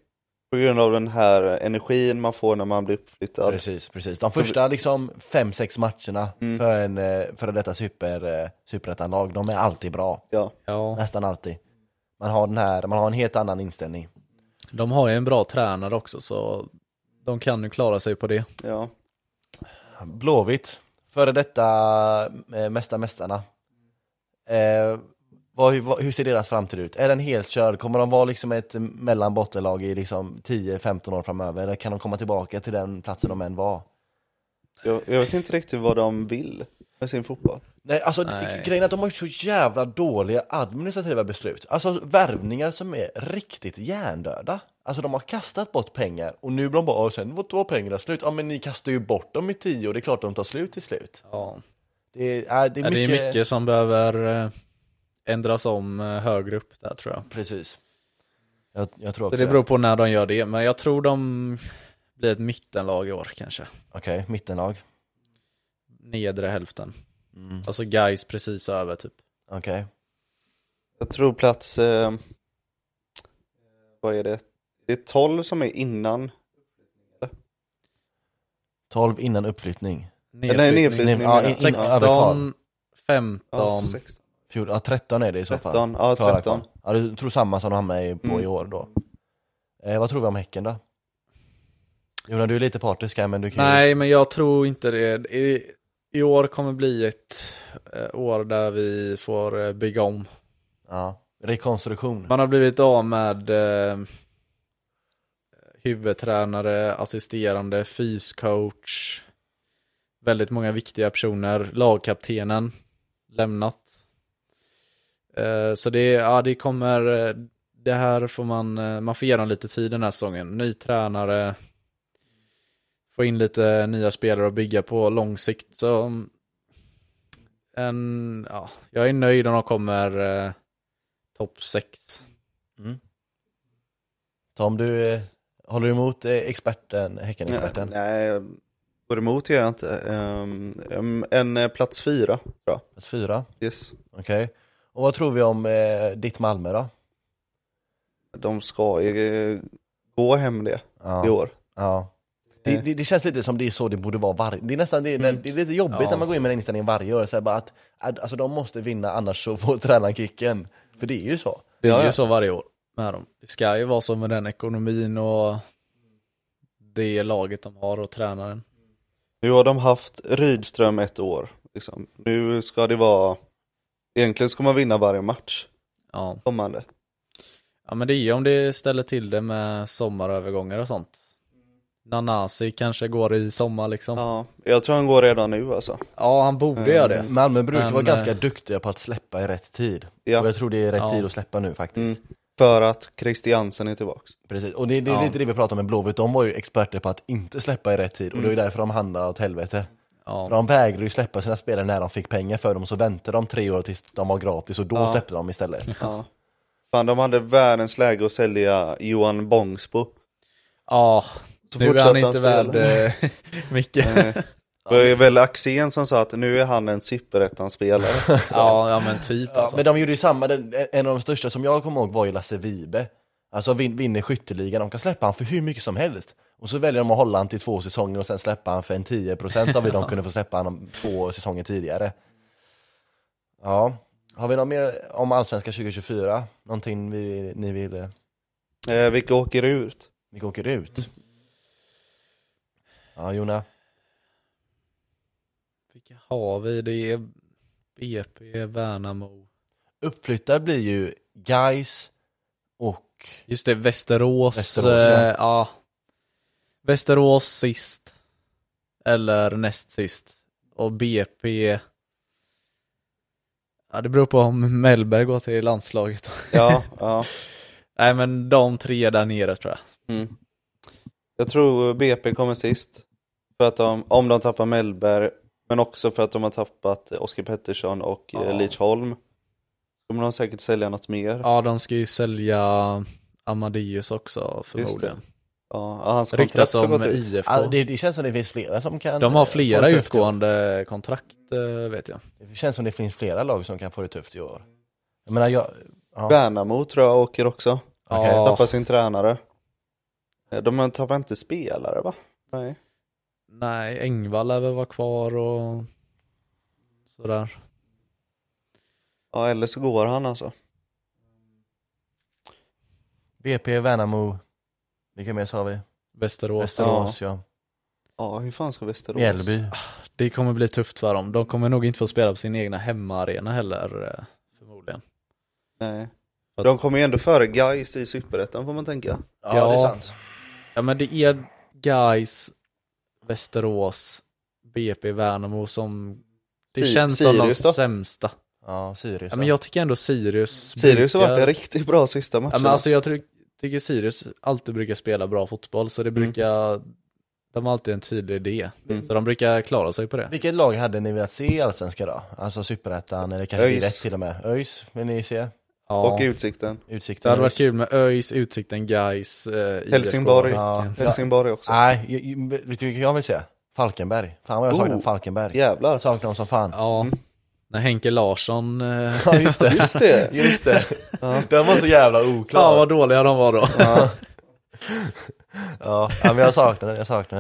B: På grund av den här energin man får när man blir uppflyttad.
A: Precis, precis. De första liksom fem, sex matcherna
B: Mm.
A: för en eh, före detta super, eh, superettan-lag, de är alltid bra.
B: Ja.
C: Ja,
A: Nästan alltid. Man har den här, man har en helt annan inställning.
C: de har ju en bra tränare också, så de kan ju klara sig på det.
B: ja.
A: Blåvitt, före detta eh, Mästa mästarna. Eh, vad, hur, vad, hur ser deras framtid ut? Är den helt körd? Kommer de vara liksom ett mellanbottenlag i liksom 10-15 år framöver? Eller kan de komma tillbaka till den platsen de än var?
B: Jag, jag vet inte riktigt vad de vill med sin fotboll.
A: Nej, alltså
C: Nej.
A: grejen är att de har gjort så jävla dåliga administrativa beslut. Alltså värvningar som är riktigt hjärndöda. Alltså de har kastat bort pengar och nu blir de bara, "Åh, sen var var pengarna slut. Ja men ni kastar ju bort dem i tio och det är klart de tar slut till slut.
C: Ja.
A: Det är, äh, det är,
C: Ja,
A: mycket...
C: Det är mycket som behöver eh, ändras om eh, högre upp där tror jag.
A: Precis. Jag, jag tror
C: Så
A: också
C: det beror på när de gör det, men jag tror de blir ett mittenlag i år kanske.
A: Okej, mittenlag.
C: Nedre hälften.
A: Mm.
C: Alltså guys precis över typ.
A: Okej.
B: Jag tror plats, eh, vad är det? Det är 12 som är innan,
A: 12 innan uppflyttning.
B: nej, nedflyttning.
A: Nej, ja, in, in, över kval.
C: 16, 15,
B: ja, 16,
A: 14, ja, 13 är det i så fall.
B: 13, ja
A: Klara
B: 13.
A: kvar. Ja, du tror samma som de hamnar i- på
B: Mm.
A: i år då. Eh, vad tror vi om Häcken då? Jonas, du är lite partisk här men du kan ju-
C: Nej, men jag tror inte det. I, i år kommer bli ett eh, år där vi får eh, bygga om.
A: Ja. Rekonstruktion.
C: Man har blivit av med eh, huvudtränare, assisterande, fyscoach, väldigt många viktiga personer, lagkaptenen lämnat. Eh, så det, ja, det kommer, eh, det här får man, eh, man får ge dem lite tid den här säsongen. Ny tränare, få in lite nya spelare att bygga på långsikt. Så mm, en, ja, jag är nöjd om de kommer eh, topp 6.
A: Tom, du eh, håller du emot eh, experten,
B: Nej,
A: Häckenexperten?
B: nej, jag går emot gör jag inte. Ehm, em, en eh, plats fyra,
A: Plats fyra,
B: yes.
A: okej. Och vad tror vi om eh, ditt Malmö då?
B: De ska eh, gå hem det i
A: Ja.
B: år.
A: ja.
B: Eh.
A: Det, det, det känns lite som det är så det borde vara varje, det är nästan, det, är-
B: Mm.
A: det är lite jobbigt
C: Ja.
A: när man går in med den inställningen varje år, så här bara att, att, alltså de måste vinna annars så får tränaren kicken. För det är ju så.
C: Det
B: Ja,
C: är
B: ja.
C: ju så varje år med dem. Det ska ju vara så med den ekonomin och det laget de har och tränaren.
B: Nu har de haft Rydström ett år. Liksom. Nu ska det vara, egentligen ska man vinna varje match
C: Ja.
B: kommande.
C: ja, men det är ju om det ställer till det med sommarövergångar och sånt. Nanasi kanske går i sommar liksom. Ja,
B: Ja, jag tror han går redan nu alltså.
C: han borde
B: Mm.
C: göra det.
A: Malmö brukar
C: Men,
A: vara
C: eh,
A: ganska duktiga på att släppa i rätt tid.
B: Ja.
A: Och jag tror det är rätt
C: Ja.
A: tid att släppa nu faktiskt.
B: Mm. För att Christiansen är tillbaks.
A: Precis, och det, det är
C: Ja.
A: lite det vi pratar om med Blåvitt, de var ju experter på att inte släppa i rätt tid och det var ju
B: Mm.
A: därför de handlade åt helvete. För
C: Ja.
A: De vägrade ju släppa sina spelare när de fick pengar för dem, så väntade de tre år tills de var gratis och då
B: Ja.
A: släppte de istället.
B: Ja. Fan, de hade världens läge att sälja Johan Bångsbo.
C: ja,
B: Så
C: nu är
B: fortsatte
C: han inte
B: spela.
C: värd eh, mycket.
B: Nej. Det är väl Axén som sa att nu är han en superettan-spelare.
C: Ja, ja, men typ
A: Ja,
C: alltså.
A: men de gjorde ju samma, den, en av de största som jag kommer ihåg var ju Lasse Vibe. Alltså vin, vinner skytteligan, de kan släppa han för hur mycket som helst. Och så väljer de att hålla han till två säsonger och sen släppa han för en 10% av det de kunde få släppa han om två säsonger tidigare. Ja, har vi något mer om Allsvenskan 2024? Någonting vi, ni vill eh,
B: Eh, vilka åker ut?
A: Vilka åker ut? Ja, Jona.
C: Vilka har vi? Det är BP, Värnamo.
A: Uppflyttare blir ju Guys och...
C: Just det, Västerås.
A: Västerås,
C: eh,
A: ja.
C: ja. Västerås sist. Eller näst sist. Och BP. Ja, det beror på om Mellberg går till landslaget.
B: Ja, ja.
C: Nej, men de tre där nere tror jag.
B: Mm. Jag tror BP kommer sist. För att de, om de tappar Mellberg, men också för att de har tappat Oskar Pettersson och
C: Ja.
B: ja. Leach Holm. Kommer de säkert sälja något mer. Ja.
C: Ja, de ska ju sälja Amadeus också förmodligen.
B: Ja, hans kontrakt
C: Ryktas
B: har
C: om
B: gått ut.
C: IFK.
A: Ja, det, det känns som det finns flera som kan...
C: De har
A: eh, få
C: flera
A: det tufft i år.
C: utgående kontrakt eh, vet jag.
A: Det känns som det finns flera lag som kan få det tufft i år. Jag menar, jag... Ja.
B: Värnamo tror jag åker också.
A: Okej.
C: Ja.
B: Tappar sin tränare. Eh, De tappar inte spelare va? Nej.
C: Nej, Engvall lär väl vara kvar och sådär.
B: Ja, eller så går han alltså.
A: BP, Värnamo, vilka mer sa vi?
C: Västerås.
A: Västerås, ja.
B: Ja, hur fan ska Västerås?
A: Mjällby.
C: Det kommer bli tufft för dem. De kommer nog inte få spela på sin egna hemmaarena heller eh, förmodligen.
B: Nej. De kommer ju ändå före Gais i Superettan får man tänka.
A: Ja,
C: Ja.
A: det är sant.
C: Ja men det är guys Västerås, BP, Värnamo som det
B: Si-
C: känns som de
B: Sirius då?
C: sämsta.
A: Ja, Sirius.
C: Ja, men
A: ja.
C: jag tycker ändå Sirius
B: Sirius har varit
C: brukar-
B: en riktigt bra sista match.
C: ja, men alltså jag try- tycker Sirius alltid brukar spela bra fotboll så det brukar De har alltid en tydlig idé.
B: Mm.
C: Så de brukar klara sig på det.
A: Vilket lag hade ni velat se i Allsvenskan då? Alltså Superettan, eller kanske
B: ÖIS.
A: Direkt till och med. ÖIS vill ni se?
C: Ja.
B: Och Utsikten.
C: Det
A: Utsikten
C: hade varit
A: ÖIS.
C: kul med ÖIS, Utsikten, Gais, eh,
B: Helsingborg.
C: IFK.
A: Ja.
B: Helsingborg också.
A: Nej, jag- jag- vet du vilka jag vill se? Falkenberg. Fan vad jag saknar
B: Oh.
A: Falkenberg.
B: Jävlar.
A: Jag saknar dem som fan.
C: Ja, Mm. När Henke Larsson... eh,
A: Ja just det.
B: Just det.
A: Just det.
B: Ja.
A: Den var så jävla
C: Fan
A: oklar.
C: vad dåliga de var då.
A: Ja, ja. ja men jag saknar den, jag saknar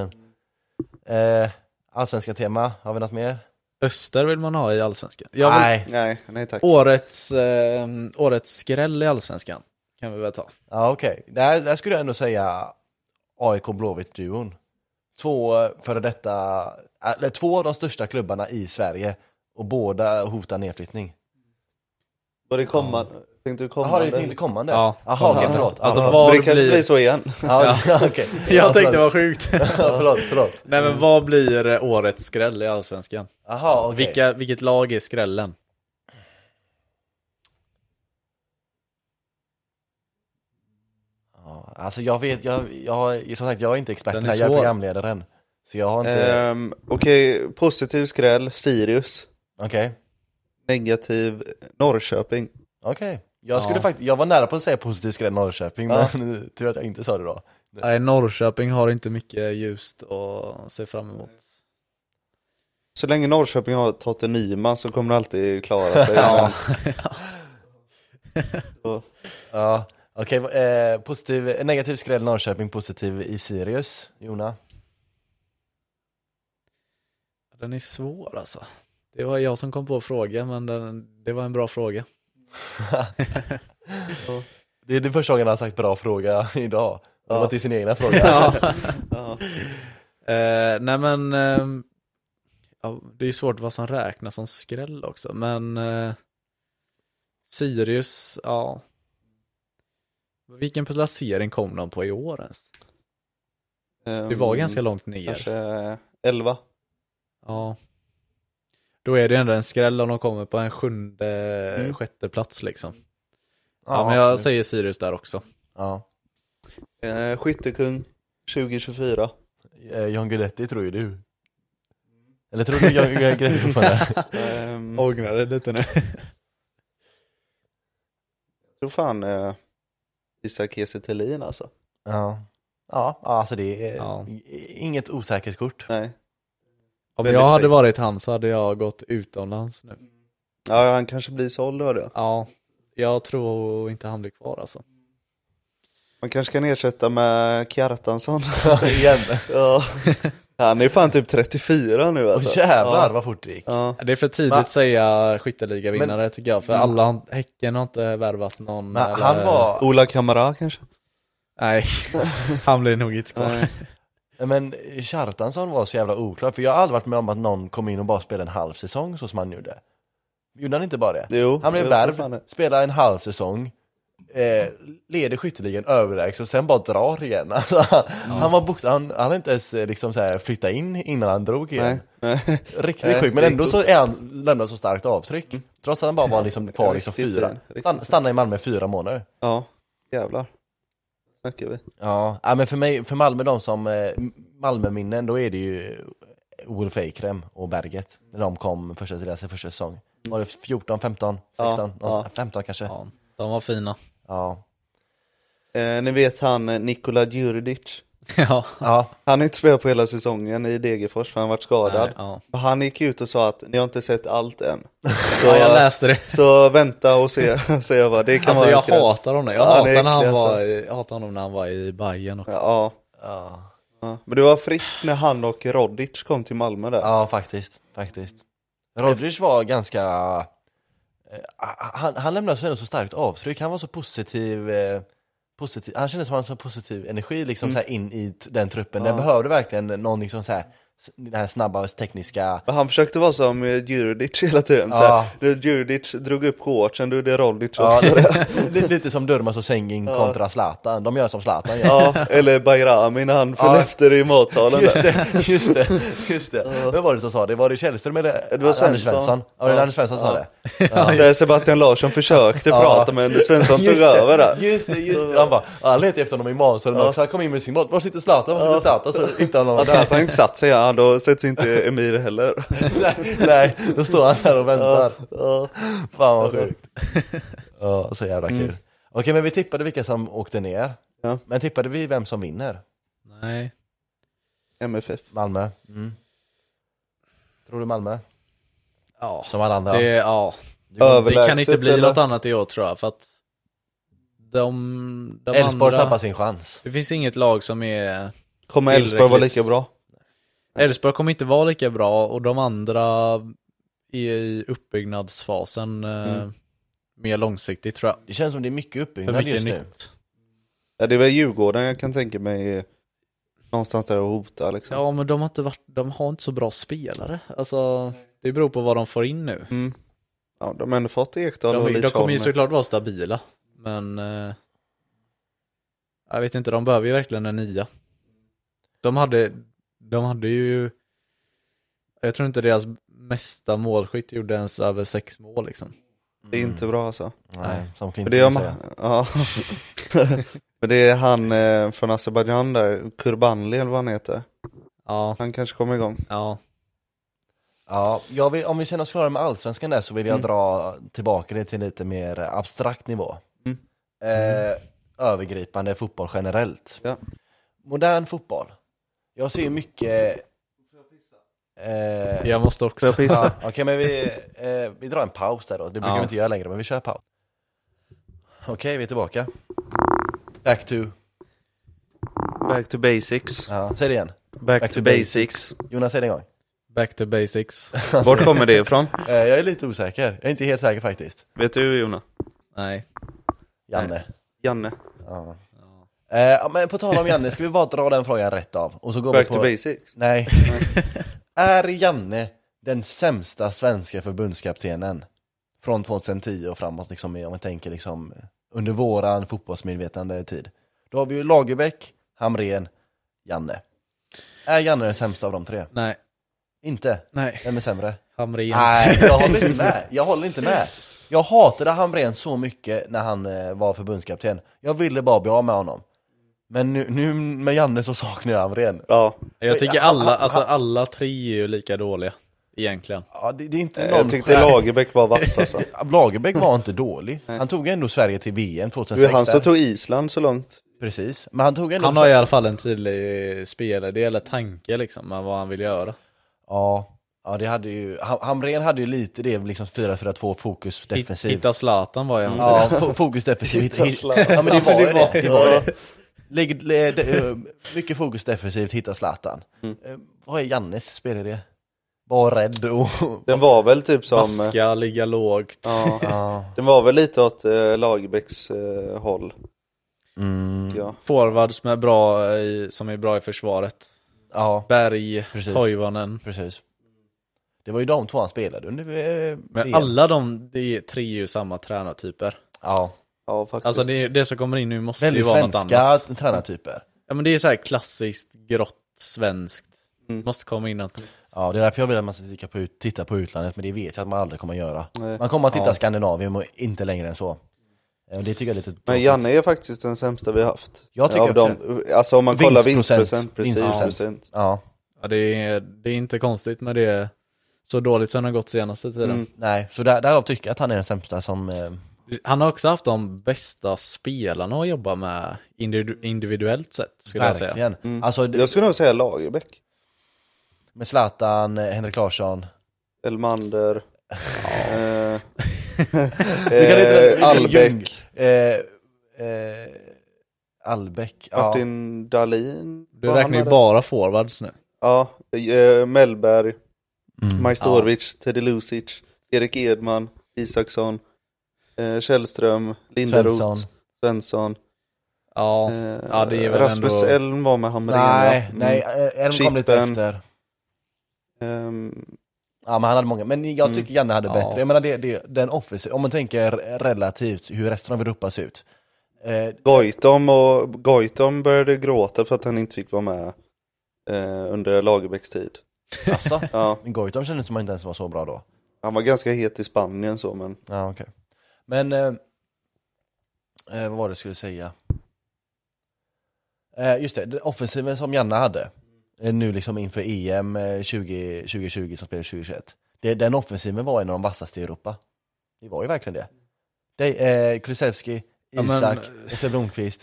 A: den. Eh, allsvenska tema, har vi något mer?
C: Öster vill man ha i Allsvenskan. Jag vill...
A: Nej.
B: Nej, nej tack.
C: Årets, eh, årets skräll i Allsvenskan kan vi väl ta.
A: Ja okej, där, där skulle jag ändå säga AIK Blåvitt-duon. Två eh, före detta, eh, eller två av de största klubbarna i Sverige och båda hotar nedflyttning.
B: Var det kommande? Tänkte du kommande?
A: Jaha, det är till kommande?
C: Ja.
A: Jaha, okej, förlåt.
C: Alltså,
A: ja,
C: vad-
B: Men det
C: Var
B: kanske
C: blir-
B: blir så igen.
A: ja, ja, okej.
C: Jag
A: Ja,
C: tänkte
A: förlåt.
C: vad sjukt.
A: Ja, förlåt, förlåt.
C: Nej men vad blir årets skräll i Allsvenskan?
A: Jaha, okej.
C: Vilka, vilket lag är skrällen?
A: Ja, alltså jag vet, jag, jag, som sagt jag är inte expert på
C: Den
A: det
C: är
A: här, jag är
C: svår. Eh.
A: programledaren. Så jag har inte,
B: Ehm, Okej, positiv skräll, Sirius.
A: okej.
B: Negativ, Norrköping.
A: Okej. Jag skulle
C: Ja.
A: faktiskt, jag var nära på att säga positiv skräll Norrköping,
B: Ja.
A: men tur att jag inte sa det då.
C: Nej, Norrköping har inte mycket ljust att se fram emot.
B: Så länge Norrköping har Totte Nyman så kommer de alltid klara sig.
A: Ja.
B: Så-
A: Ja, okej. eh, positiv, eh, negativ skräll Norrköping, positiv i Sirius, Jona.
C: Den är svår alltså. Det var jag som kom på frågan men den, det var en bra fråga.
A: Det är den första gången han har sagt bra fråga idag. Det
B: Ja.
A: var till sin egna fråga.
B: Ja.
C: Eh, nej men, ehm, ja, det är ju svårt vad som räknas som skräll också, men eh, Sirius, ja. Vilken placering kom de på i år ens? Det var
B: Ehm,
C: ganska långt ner.
B: Kanske 11.
C: Ja. Då är det ändå en skräll om de kommer på en sjunde, sjätte plats liksom. Ja, men jag
A: absolut.
C: säger Sirius där också.
A: ja.
B: Eh, skyttekung 2024.
A: Eh, John Guidetti tror ju du. Eller tror du John Guidetti fortfarande?
B: Ehm,
C: Ångrar det lite nu.
B: Jag tror fan eh, Isak Kiese Thelin alltså.
A: Ja. Ja, alltså det är
C: Ja.
A: i- inget osäkert kort.
B: Nej.
C: Om
B: Väldigt
C: jag hade
B: säkert.
C: varit han så hade jag gått utomlands nu.
B: Ja, han kanske blir såld hörde jag.
C: Ja, jag tror inte han blir kvar alltså.
B: Man kanske kan ersätta med Kjartansson.
A: Igen.
B: ja. Han är fan typ 34 nu
A: Och
B: alltså.
A: jävlar
B: Ja.
A: vad fort det gick.
B: Ja.
C: Det är för tidigt
A: Va?
C: att säga skytteligavinnare tycker jag, för
A: Men-
C: alla, har- Häcken har inte värvat någon
A: Men han var,
B: Ola Kamara kanske?
C: Nej, han blir nog inte kvar.
B: Nej.
A: Men Kjartansson var så jävla oklar, för jag har aldrig varit med om att någon kom in och bara spelade en halv säsong så som han gjorde. Gjorde han inte bara det?
B: Jo,
A: han blev
B: jag tror fan
A: värv,
B: det.
A: spelade en halv säsong, eh, leder skytteligan överlägset och sen bara drar igen. Alltså, Han var bokstav, han, han hade inte ens eh, liksom så här flyttat in innan han drog igen.
B: Nej. Nej.
A: Riktigt
B: Nej,
A: sjukt, men
B: det är Mm.
A: ändå så är han, lämnar så starkt avtryck. Trots att han bara var liksom kvar liksom
B: Riktigt
A: fyra,
B: fin, riktigt
A: stan, stannade i Malmö fyra månader.
B: Ja, jävlar. Snackar vi.
A: Ja, ja men för mig, för Malmö, de som eh, Malmöminnen, då är det ju Wolf Eikrem och Berget. När de kom första, deras första säsong. Var det 14, 15, 16?
B: Ja,
A: någonstans-
B: ja.
A: 15 kanske? Ja.
C: Ja, de var fina.
A: Ja.
B: Eh, ni vet han eh, Nikola Djurdjic.
C: ja.
A: ja.
B: Han har inte spelat på hela säsongen i Degerfors för han varit skadad.
C: Nej, ja.
B: Och Han gick ut och sa att ni har inte sett allt än. Så,
C: ja, jag läste det.
B: så vänta och se, säger jag bara. Det kan
C: Alltså
B: vara
C: jag
B: skräll.
C: hatar honom. Jag
B: Ja, han
C: hatar,
B: är
C: när han
B: äcklig,
C: var,
B: alltså.
C: i- jag hatar honom när han var i Bayern också.
B: Ja,
A: ja.
B: ja. Men det var friskt när han och Rodic kom till Malmö där.
A: Ja, faktiskt. faktiskt. Rodric var ganska... eh, Han, han lämnade sig ändå så starkt avtryck, han var så positiv, eh, positiv han kändes som att han hade så positiv energi liksom, så här in i t- den truppen. Den behövde verkligen någon liksom, så här, s- den här snabba tekniska...
B: Men han försökte vara som eh, Djurdjic hela tiden. så
A: Ja.
B: här. Du, Djurdjic drog upp shortsen, du det är Rodic
A: Ja,
B: också.
A: lite, lite som Durmaz och Sengin kontra Zlatan, de gör som Zlatan gör.
B: Ja, eller Bayrami när han föll
A: Ja.
B: efter i matsalen
A: Just
B: där.
A: det, just det, just det. Vem var det som sa det? Var det Källström eller
B: Det var
A: Anders
B: Svensson.
A: Svensson? Ja, det var
B: Ja.
A: Anders Svensson som sa det.
B: Där Sebastian Larsson försökte
A: Ja.
B: prata men Svensson tog
A: Just det,
B: över där.
A: Just det, just det. Han bara, ja, han letade efter honom i matsalen också, han kom in med sin mat, var sitter Zlatan, var sitter Zlatan? Så hittade han honom
B: Alltså att
A: där.
B: han inte satt sig, ja, då sätts inte Emir heller.
A: nej, nej, då står han där och väntar. Fan vad sjukt. Ja, så jävla kul. Okej, men vi tippade vilka som åkte ner.
B: Mm. Ja.
A: Men tippade vi vem som vinner?
C: Nej.
B: MFF. Mm.
A: Malmö? Tror du Malmö?
C: ja,
A: som alla andra.
C: det, ja, det kan
B: Överlägset,
C: inte bli
B: eller?
C: något annat i år tror jag för att de, de
A: Elfsborg
C: andra-
A: tappar sin chans.
C: Det finns inget lag som är
B: Kommer Elfsborg vara
C: Tillräckligt.
B: lika bra?
C: Elfsborg kommer inte vara lika bra och de andra är i uppbyggnadsfasen eh,
B: Mm.
C: mer långsiktigt tror jag.
A: Det känns som det är mycket
C: För
A: uppbyggnad
C: mycket
A: just nu.
C: nytt.
B: Ja, det är väl Djurgården jag kan tänka mig är någonstans där och hota liksom.
C: Ja men de har inte varit, de har inte så bra spelare. Alltså det beror på vad de får in nu.
B: Mm. ja de har ändå fått Ekdal och
C: De, de kommer ju
B: Lidsholm.
C: såklart vara stabila men eh, jag vet inte, de behöver ju verkligen en nia. De hade, de hade ju jag tror inte deras mesta målskytt gjorde ens över sex mål liksom.
B: Det är inte bra alltså.
A: Nej, som
B: För
A: Clinton
B: det, är,
A: säger.
B: ma- ja. Men det är han eh, från Azerbajdzjan där, Kurbanli eller vad han heter.
C: Ja,
B: Han kanske kommer igång.
C: ja.
A: Ja, jag vill, om vi känner oss klara med allsvenskan där så vill jag dra tillbaka det till lite mer abstrakt nivå.
B: Mm.
A: Eh, övergripande fotboll generellt.
B: Ja.
A: Modern fotboll. Jag ser ju mycket... Eh,
C: Jag måste också.
B: Får jag pissa?
A: ja, Okej, men vi, eh, vi drar en paus där då. Det brukar
C: Ja.
A: vi inte göra längre, men vi kör paus. Okej, vi är tillbaka. Back to...
B: Back to basics.
A: Ja, säg det igen.
B: Back,
A: Back
B: to,
A: to
B: basics.
A: Jonas, säg det en gång.
C: Back to basics.
B: Vart kommer det ifrån?
A: Eh, jag är lite osäker. Jag är inte helt säker faktiskt.
B: Vet du Jona?
C: Nej.
A: Janne.
B: Janne.
A: Ja. Eh, ja, men på tal om Janne, ska vi bara dra den frågan rätt av? Och så går
B: Back
A: vi
B: to
A: på...
B: basics.
A: Nej. är Janne den sämsta svenska förbundskaptenen? Från 2010 och framåt, liksom, om man tänker liksom, under våran fotbollsmedvetande tid. Då har vi ju Lagerbäck, Hamrén, Janne. Är Janne den sämsta av de tre?
C: Nej.
A: Inte?
C: Nej.
A: Vem är sämre?
C: Hamrén.
A: Nej, jag håller inte med. Jag håller inte med. Jag hatade Hamrén så mycket när han eh, var förbundskapten. Jag ville bara bli av med honom. Men nu, nu med Janne så saknar jag Hamrén.
B: Ja.
C: Jag tycker alla, alltså alla tre är ju lika dåliga. Egentligen.
A: Ja, det, det är inte någon
B: Eh, Jag tyckte
A: skär-
B: Lagerbäck var vass alltså.
A: Lagerbäck var inte dålig. Han tog ändå Sverige till VM
B: Det
A: 2006.
B: var han
A: där.
B: som tog Island så långt.
A: Precis. Men han tog ändå...
C: Han har i alla fall en tydlig spelidé eller tanke liksom med vad han vill göra.
A: Ja. Ja, det hade ju... Ham- Hamrén hade ju lite det, liksom 4-4-2, fokus
C: Hit-
A: defensiv.
C: Hitta Zlatan var ju hans
A: Ja, fo- fokus defensivt.
B: Hitta Zlatan.
A: Ja, men det var ju det. det, var
B: Ja.
A: det. Lägg, lä- de, eh, mycket fokus defensivt, hitta Zlatan. Eh, Vad är Jannes spelidé? Var rädd och...
B: Den var väl typ som... eh,
C: Maska, ligga lågt.
B: Ja.
A: Ja.
B: Den var väl lite åt eh, Lagerbäcks eh, håll.
A: Mm.
B: Ja.
C: Forwards med bra i, som är bra i försvaret.
A: ja,
C: Berg,
A: Precis.
C: Toivonen.
A: precis. Det var ju de två han spelade under eh,
C: Men
A: VM.
C: alla de, det är tre är ju samma tränartyper.
A: Ja,
B: Ja faktiskt.
C: Alltså det, det som kommer in nu måste ju
A: väldigt
C: vara något annat.
A: svenska tränartyper.
C: Ja men det är så här klassiskt grått svenskt.
B: Mm.
C: Måste komma in något nytt.
A: Ja, det är därför jag vill att man ska titta på, ut, titta på utlandet, men det vet jag att man aldrig kommer att göra.
B: Nej.
A: Man kommer att titta
C: Ja.
A: Skandinavien och inte längre än så. Eh, och Det tycker jag är lite
B: Men
A: tråkigt.
B: Janne är faktiskt den sämsta vi har haft.
A: Jag tycker
B: Av dem. Alltså om man kollar
A: Vinstprocent.
B: vinstprocent. Precis,
A: Vinstprocent.
B: vinstprocent.
A: Ja,
C: Ja, det, är, det är inte konstigt med det så dåligt som det har gått senaste tiden.
B: Mm.
A: nej, så där, därav tycker jag att han är den sämsta som... Eh,
C: Han har också haft de bästa spelarna att jobba med individu- individuellt sett skulle jag säga.
A: verkligen. Alltså,
B: Mm. Jag skulle nog säga Lagerbäck.
A: med Zlatan, eh, Henrik Larsson.
B: Elmander. eh,
A: Vi kan inte- vi
B: eh,
A: kan-
B: Albeck.
A: Eh, eh, Albeck, ja.
B: Martin Dahlin.
C: Du
B: vad han
C: räknar ju
B: hade.
C: bara forwards nu.
B: Ja, eh, Mellberg.
A: Mm.
B: Majstorovic, Teddy Lucic, Erik Edman, Isaksson, eh, Källström, Linderoth,
A: Svensson.
B: Svensson.
C: Ja,
B: eh,
C: ja det är väl
B: Rasmus
C: ändå...
B: Elm var med Hamrin
A: Nej,
B: ja. Mm.
A: nej, eh, Elm kom lite
B: Chippen.
A: efter.
B: Ehm,
A: Ja, men han hade många. Men jag
B: Mm.
A: tycker Janne hade
C: Ja.
A: bättre. Jag menar, det, det, den office, om man tänker relativt hur resten av Europa ser ut. Eh,
B: Goitom, och, Goitom började gråta för att han inte fick vara med eh, under Lagerbäcks tid.
A: alltså,
B: Ja,
A: men Goitom kändes som att han inte ens var så bra då.
B: han var ganska het i Spanien så men
A: Ja, okej. Men, eh, eh, vad var det jag skulle säga? Eh, just det, den offensiven som Janne hade, eh, nu liksom inför EM eh, 20, 2020 som spelades 2021. Det, den offensiven var en av de vassaste i Europa. Det var ju verkligen det. det eh, Kulusevski,
C: Ja, men-
A: Isak, Jesper Blomqvist.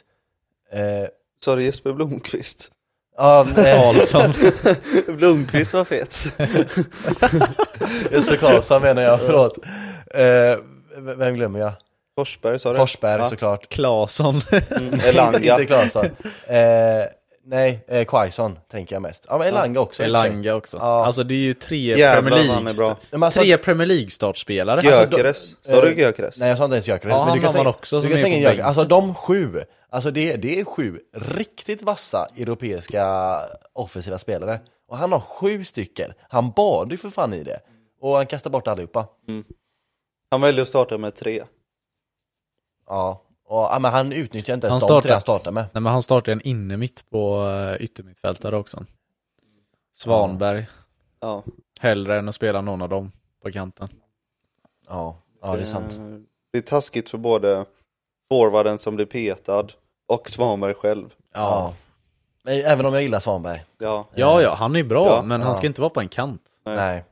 A: Eh,
B: sa det Jesper Blomqvist?
A: Ja, eh,
B: Eh.
A: nej,
C: Karlsson.
B: Blomqvist var fet.
A: Jesper Karlsson menar jag, förlåt. Eh, v- vem glömmer jag?
B: Forsberg sa du?
A: Forsberg
B: Ja.
A: såklart.
C: Claesson.
B: Mm,
A: Inte
B: Elanga.
A: Claesson. Eh, nej, eh, Quaison tänker jag mest. Ja men Elanga också. i och för sig.
C: Elanga också.
A: Ja.
C: Alltså det är ju tre
B: Jävlar
C: Premier
B: vad han är
C: League
B: bra.
A: Men alltså,
C: Tre Premier League-startspelare. Alltså, de-
B: Gyökeres, sa du
A: eh,
B: Gyökeres?
A: Nej jag sa inte ens Gyökeres,
C: Ja,
A: men du kan
C: han har
A: slänga,
C: man också
A: du
C: som
A: kan
C: är
A: slänga
C: på
A: in Gyökeres.
C: bänken.
A: Alltså de sju, alltså det, det är sju riktigt vassa europeiska offensiva spelare. Och han har sju stycken, han bad ju för fan i det. Och han kastar bort allihopa.
B: Han väljer att starta med tre.
A: Ja, och, ja men han utnyttjar inte ens
C: Han
A: de
C: startar.
A: tre han startar med.
C: Nej men han startade en innemitt på eh, yttermittfältare också. Svanberg.
B: Ja.
C: Hellre än att spela någon av dem på kanten.
A: Ja, ja det är sant.
B: Eh, Det är taskigt för både forwarden som blir petad och Svanberg själv.
A: Ja. Men även om jag gillar Svanberg.
B: Ja,
C: Ja, ja, han är bra,
B: Ja,
C: men
A: ja.
C: han ska inte vara på en kant.
B: Nej.
A: Nej.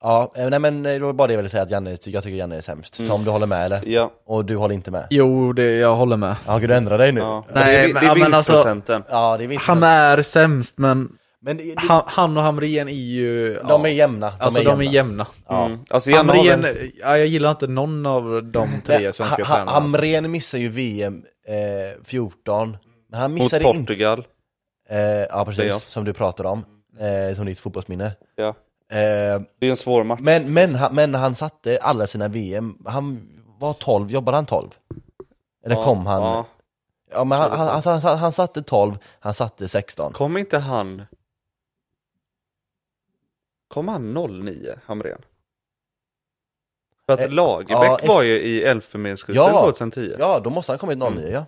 A: Ja, eh, nej men eh, det var bara det jag ville säga att Janne, jag tycker Janne är sämst. Tom, du håller med eller?
B: ja.
A: Och du håller inte med?
C: Jo, det, jag håller med.
A: Ja, gud du ändrar dig nu?
B: ja.
A: Ja, Mm.
C: Nej,
B: det är, vi-
C: men-
B: det är
C: ja, men alltså-
B: vinstprocenten.
A: det är vi inte.
C: Han är sämst, men
A: Men det, det,
C: han, han och Hamrén är ju... ja,
A: de är jämna. De
C: alltså,
A: är
C: de
A: jämna.
C: är jämna.
B: Mm. Alltså, Janne har
C: Hamrén,
B: väl-
C: ja, jag gillar inte någon av de tre
A: Men
C: svenska
A: ha,
C: tränarna.
A: ha,
C: alltså.
A: Hamrén missar ju VM eh, 14, men han
B: mot
A: missade inte...
B: Portugal.
A: Eh, ja, precis.
B: Playoff.
A: Som du pratade om. Eh, som ditt fotbollsminne.
B: Ja.
A: Eh,
B: Det är en svår match.
A: men, men, han- men han satte alla sina VM, han var 12, jobbade han 12? Eller
B: Ja,
A: kom han?
B: ja.
A: Ja men han,
B: Körde
A: han, han, han, han satte 12, han satte 16.
B: Kom inte han... Kom han 09, Hamrén? För att
A: Eh, ja,
B: Lagerbäck
A: efter-
B: var ju i Elfenbenskusten
A: Ja.
B: 2010.
A: Ja, då måste han kommit 09 ja.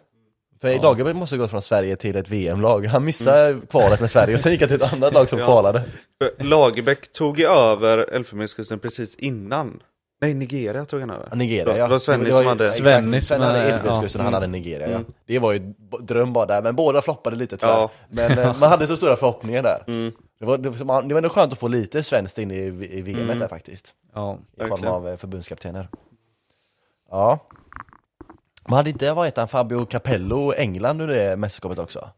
A: För
C: Ja.
A: Lagerbäck måste ha gått från Sverige till ett VM-lag. Han missade kvalet med Sverige och sen gick han till ett annat lag som
B: Ja.
A: kvalade.
B: För Lagerbäck tog ju över Elfenbenskusten precis innan. Nej, Nigeria tog han över.
A: Nigeria
B: Det
A: ja.
B: var Svennis
A: Det var ju-
B: som hade-
A: exakt,
C: Svennis
A: Sven hade
C: med-
A: Elfenbenskusten och han hade Nigeria ja. Det var ju b- dröm bara där, men båda floppade lite tyvärr.
B: Ja.
A: Men eh, man hade så stora förhoppningar där.
B: Mm,
A: Det, var, det, var- man- det var ändå skönt att få lite svenskt in i, i VM där faktiskt.
C: Ja.
A: I form
B: Verkligen.
A: av eh, förbundskaptener. Ja. Man hade inte, vad heter han, Fabio Capello, England under det mästerskapet också?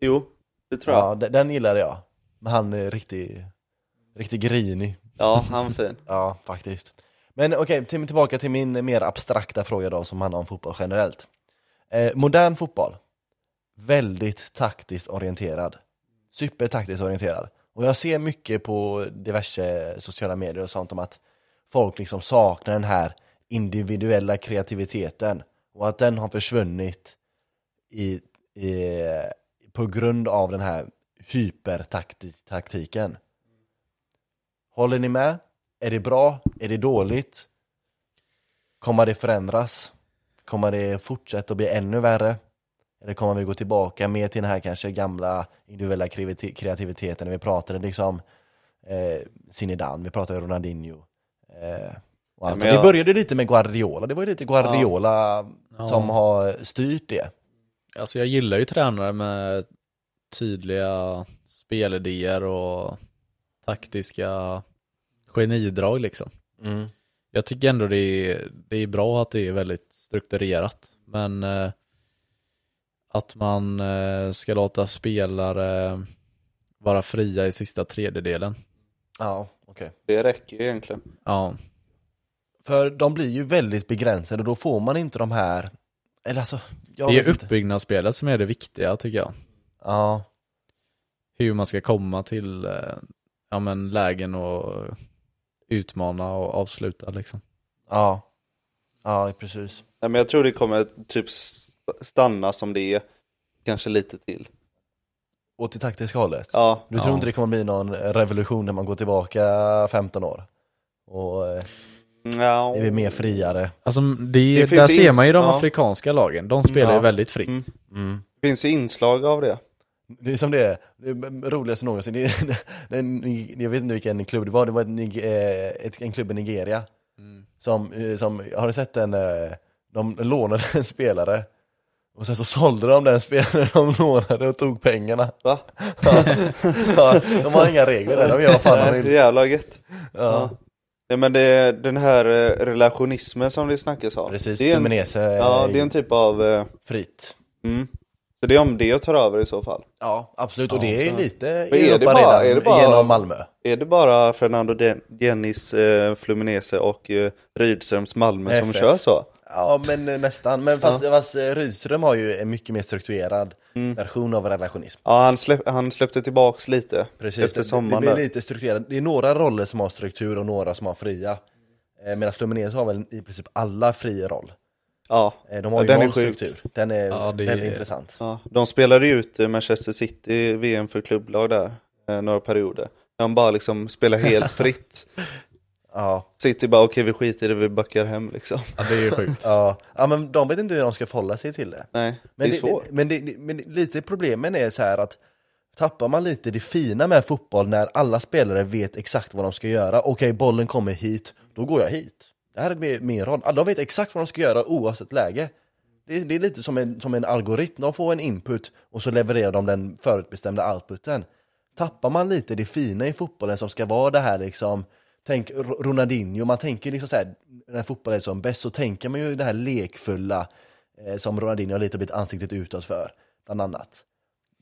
B: Jo, det tror jag.
A: Ja, den, den gillade jag. Men han är riktigt, riktigt grinig.
B: Ja, han var fin.
A: Ja, faktiskt. Men okej, till, tillbaka till min mer abstrakta fråga då som handlar om fotboll generellt. Eh, modern fotboll, väldigt taktiskt orienterad. Supertaktiskt orienterad. Och jag ser mycket på diverse sociala medier och sånt om att folk liksom saknar den här individuella kreativiteten och att den har försvunnit i, i, på grund av den här hypertaktiken. Håller ni med? Är det bra? Är det dåligt? Kommer det förändras? Kommer det fortsätta att bli ännu värre? Eller kommer vi gå tillbaka mer till den här kanske gamla individuella kreati- kreativiteten? Vi pratade liksom eh, Zinedine, vi pratade Ronaldinho. Eh, och allt.
B: Men jag-
A: Det började lite med Guardiola, det var ju lite Guardiola
C: Ja.
A: som har styrt det.
C: Alltså jag gillar ju tränare med tydliga spelidéer och taktiska genidrag liksom. Jag tycker ändå det är, det är bra att det är väldigt strukturerat. Men eh, att man eh, ska låta spelare vara fria i sista tredjedelen.
A: Ja, okej.
B: Det räcker ju egentligen.
C: Ja,
A: För de blir ju väldigt begränsade och då får man inte de här, eller alltså, jag
C: det
A: vet
C: är
A: inte.
C: uppbyggnadsspelet som är det viktiga tycker jag.
A: Ja,
C: Hur man ska komma till eh, ja, men lägen och utmana och avsluta liksom.
A: ja, ja precis.
B: Nej, men jag tror det kommer typ st- stanna som det är. Kanske lite till.
A: Åt det taktiska hållet.
B: Ja,
A: Du tror
C: Ja.
A: inte det kommer bli någon revolution när man går tillbaka 15 år? Och eh,
B: ja.
A: det blir mer friare?
C: Alltså det,
B: Det finns
C: där
B: ju
C: ser
B: ins-
C: man ju de
B: ja.
C: afrikanska lagen, de spelar
A: Ja.
C: ju väldigt fritt.
B: Mm. Det finns ju inslag av det.
A: Det är som det är, det är roligaste någonsin, det är, det är, en- jag vet inte vilken klubb det var, det var en, ett, en klubb i Nigeria som, eh, som, har du sett den, eh, de lånade en spelare och sen så sålde de den spelaren de lånade och tog pengarna.
B: Va?
A: Ja, ja, de har inga regler där, de gör vad fan de
B: Nej, det är
A: vill.
B: jävla gött.
A: Ja.
B: Nej, men det är den här eh, relationismen som det snackas om.
A: Precis,
B: det är en,
A: Cremonese
B: Ja, det är en typ av... eh,
A: fritt.
B: Mm. Så det är om det tar över i så fall.
A: Ja, absolut. Och det är lite
B: Men är det
A: Europa
B: bara-
A: redan
B: är det bara-
A: genom Malmö.
B: Är det bara Fernando Den- Dennis, eh, Fluminese och eh, Rydströms Malmö som
A: FF.
B: kör så?
A: Ja, men eh, nästan. Men fast, fast eh, Rydström har ju en mycket mer strukturerad
B: Mm.
A: version av relationism.
B: Ja, han, släpp, han släppte tillbaks lite
A: Precis,
B: efter
A: det- det, det
B: sommaren.
A: blir
B: där.
A: lite strukturerat. Det är några roller som har struktur och några som har fria. Eh, Medan Fluminense har väl i princip alla fri roll.
B: Ja.
A: Eh, De har
B: Ja,
A: ju
B: den är
A: noll
B: sjuk.
A: struktur. Den är
C: Ja, det är-
A: väldigt intressant.
B: Ja, de spelade ju ut eh, Manchester City i VM för klubblag där, eh, några perioder. De bara liksom spelar helt fritt.
A: Ja,
B: City bara okej vi skiter i det, vi backar hem liksom.
C: Ja, det är ju sjukt.
A: ja. ja, men de vet inte hur de ska förhålla sig till det.
B: Nej,
A: Men,
B: det är svårt.
A: men, det, det, men det- lite problemen är så här att tappar man lite det fina med fotboll när alla spelare vet exakt vad de ska göra. Okej, bollen kommer hit, då går jag hit. Det här är min- min roll. Alla vet exakt vad de ska göra oavsett läge. Det, är- det är lite som en, som en algoritm, de får en input och så levererar de den förutbestämda outputen. Tappar man lite det fina i fotbollen som ska vara det här liksom, tänk R- Ronaldinho, man tänker liksom så här, när fotbollen är som bäst så tänker man ju det här lekfulla eh, som Ronaldinho har lite blivit ansiktet utåt för, bland annat.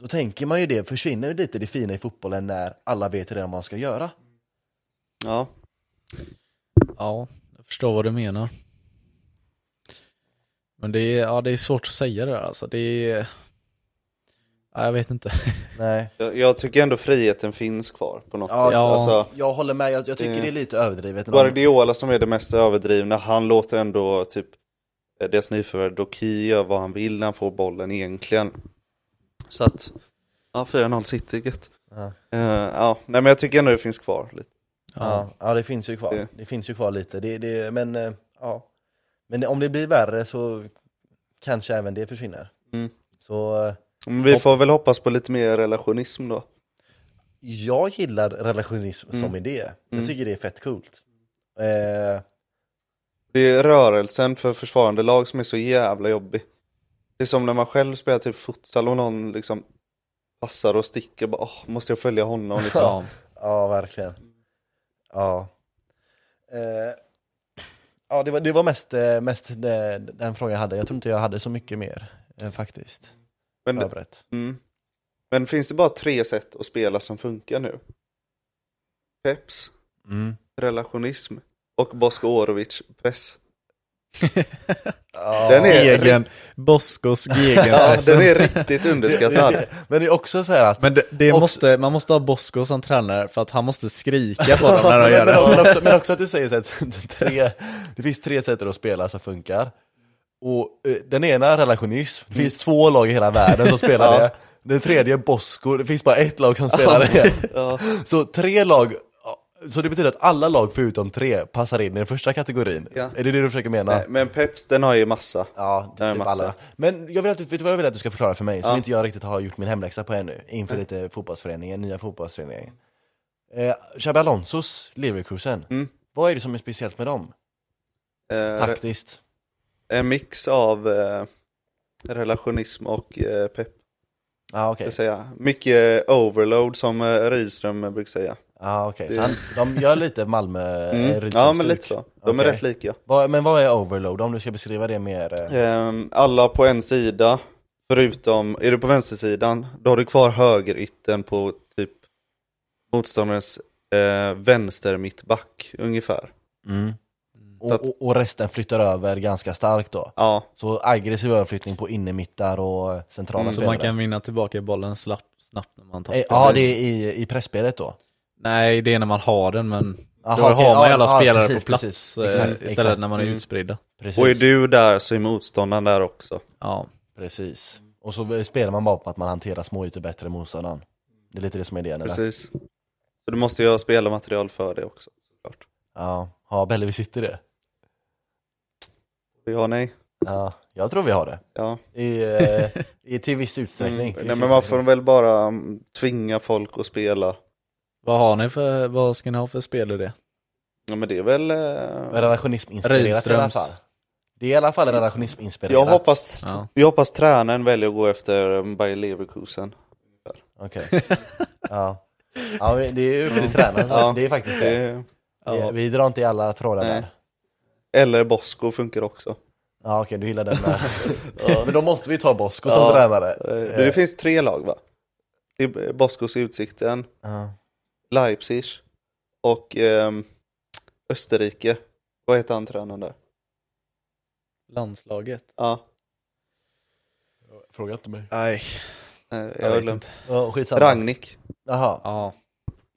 A: Då tänker man ju det, försvinner ju lite det fina i fotbollen när alla vet redan vad man ska göra.
B: Ja.
C: Ja, jag förstår vad du menar. Men det är, ja, det är svårt att säga det där alltså. Det är... Ja, jag vet inte.
A: Nej.
B: Jag, jag tycker ändå friheten finns kvar på något
A: Ja,
B: sätt.
C: ja.
B: Alltså,
A: Jag håller med, jag, jag tycker
B: Det-
A: det är lite överdrivet. när de-
B: Guardiola som är Eh, det mest överdrivna, han låter ändå typ eh, deras nyförvärv Doki göra vad han vill när han får bollen egentligen. Så att, ja 4-0 City gött.
A: Ja.
B: Eh, ja, nej men jag tycker ändå det finns kvar lite.
A: Ja, ja det finns ju kvar.
B: Det-
A: Det, finns ju kvar lite. Det, det, men, eh, ja. men om det blir värre så kanske även det försvinner.
B: Mm.
A: Så eh,
B: Men vi
A: Och-
B: får väl hoppas på lite mer relationism då.
A: jag gillar relationism som
B: Mm.
A: idé.
B: Mm.
A: Jag tycker det är fett coolt. Eh,
B: Det är rörelsen för försvarande lag som är så jävla jobbig. Det är som när man själv spelar typ futsal och någon liksom passar och sticker bara åh, måste jag följa honom liksom.
C: Ja.
A: ja, verkligen. Ja. Eh, ja, det var, det var mest, eh, mest det, den frågan jag hade. Jag tror inte jag hade så mycket mer eh, faktiskt.
B: Men,
A: Förberett.
B: mm. Men finns det bara tre sätt att spela som funkar nu? Peps,
A: Mm.
B: relationism och Bosko Orovic press.
A: Ja.
B: Den är-
C: Egen, Boskos
B: Ja,
C: gegenpress.
B: den är riktigt underskattad.
A: Men det är också så här att
C: Men det, det
A: Och-
C: måste, man måste ha Bosko som tränare för att han måste skrika på dem när de gör
A: men,
C: det.
A: men, också, men också att du säger så att tre, det finns tre sätt att spela som funkar. Och eh, den ena är relationism, det finns två lag i hela världen som spelar
B: Ja.
A: det. Den tredje är Bosko, det finns bara ett lag som spelar det.
B: Ja.
A: Så tre lag, så det betyder att alla lag förutom tre passar in i den första kategorin.
B: Ja.
A: Är det det du försöker mena?
B: Nej, Men Peps, den har ju massa.
A: Ja, det
B: Det är
A: är
B: en
A: typ
B: massa.
A: alla. Men jag vill att, du- vet du vad jag vill att du ska förklara för mig, som
B: Ja.
A: inte jag riktigt har gjort min hemläxa på ännu, inför lite fotbollsföreningen, nya fotbollsföreningen. Eh, Xabi Alonsos Leverkusen,
B: Mm.
A: vad är det som är speciellt med dem?
B: Eh,
A: Taktiskt?
B: en mix av eh, relationism och eh, pepp.
A: Ja ah, okej,
B: ska jag säga. Mycket eh, overload som eh, Rydström eh, brukar säga.
A: ah, okay.
B: Det-
A: så han, de gör lite Malmö
B: Mm.
A: mm.
B: Ja men lite så. De är
A: Okej.
B: rätt lika.
A: Men vad är overload, om du ska beskriva det mer? eh,
B: Ehm, alla på en sida, förutom, är du på vänstersidan, då har du kvar högerytten på typ motståndarens eh, vänster mittback ungefär.
A: Mm. Och,
B: att-
A: och, och resten flyttar över ganska starkt då?
B: Ja,
A: Så aggressiv överflyttning på innermittar och centrala
B: Mm.
C: Så
A: spelare?
C: man kan vinna tillbaka bollen slapp, snabbt när man
A: Eh,
C: tappar.
A: Ja, det är i, i pressspelet då?
C: Nej, det är när man har den men då
A: Aha,
C: har
A: okej.
C: man ju
A: Ja,
C: alla
A: ja,
C: spelare
A: precis,
C: på plats
A: precis.
C: eh,
A: Exakt,
C: istället
A: exakt.
C: när man är
B: Mm.
C: utspridda.
A: Precis.
B: och är du där så är motståndaren där också.
C: Ja.
A: Precis. Och så spelar man bara på att man hanterar små ytor bättre än motståndaren. Det är lite det som är idén eller?
B: Precis. Så du måste ju ha spelarmaterial för det också. såklart.
A: Ja, har Bellevue City det?
B: Ja, nej.
A: Ja, jag tror vi har det.
B: Ja.
A: I, eh, i, till viss
B: Mm.
A: utsträckning. till
B: Nej
A: viss
B: men man får
A: utsträckning.
B: väl bara mm, tvinga folk att spela.
C: Vad har ni för, vad ska ni ha för spel i det?
B: Ja men det är väl... eh,
A: Men Relationism-inspirerat i alla
C: Rydströms.
A: fall. Det är i alla fall relationism-inspirerat.
B: Jag hoppas,
C: Ja.
B: jag hoppas tränaren väljer att gå efter um, Bayer Leverkusen.
A: Okej. Ja. ja, men det är ju upp till tränaren.
B: Ja.
A: Det är faktiskt det.
B: Det,
A: Vi- Vi drar inte i alla trådar
B: Nej.
A: där.
B: eller Bosko funkar också.
A: Ja okej, du gillar den där. ja. Men då måste vi ta Bosko som
B: Ja.
A: tränare.
B: Eh, Det finns tre lag va? Det är Boskos Utsikten,
A: Ja.
B: Leipzig och ehm, Österrike. Vad heter han tränaren där?
C: Landslaget?
B: Ja,
A: Fråga inte mig.
C: Nej,
B: eh, jag,
C: jag,
B: har
C: vet
B: glömt.
C: inte.
A: Ja, skitsamma.
B: Ragnik.
A: Jaha,
C: Ja,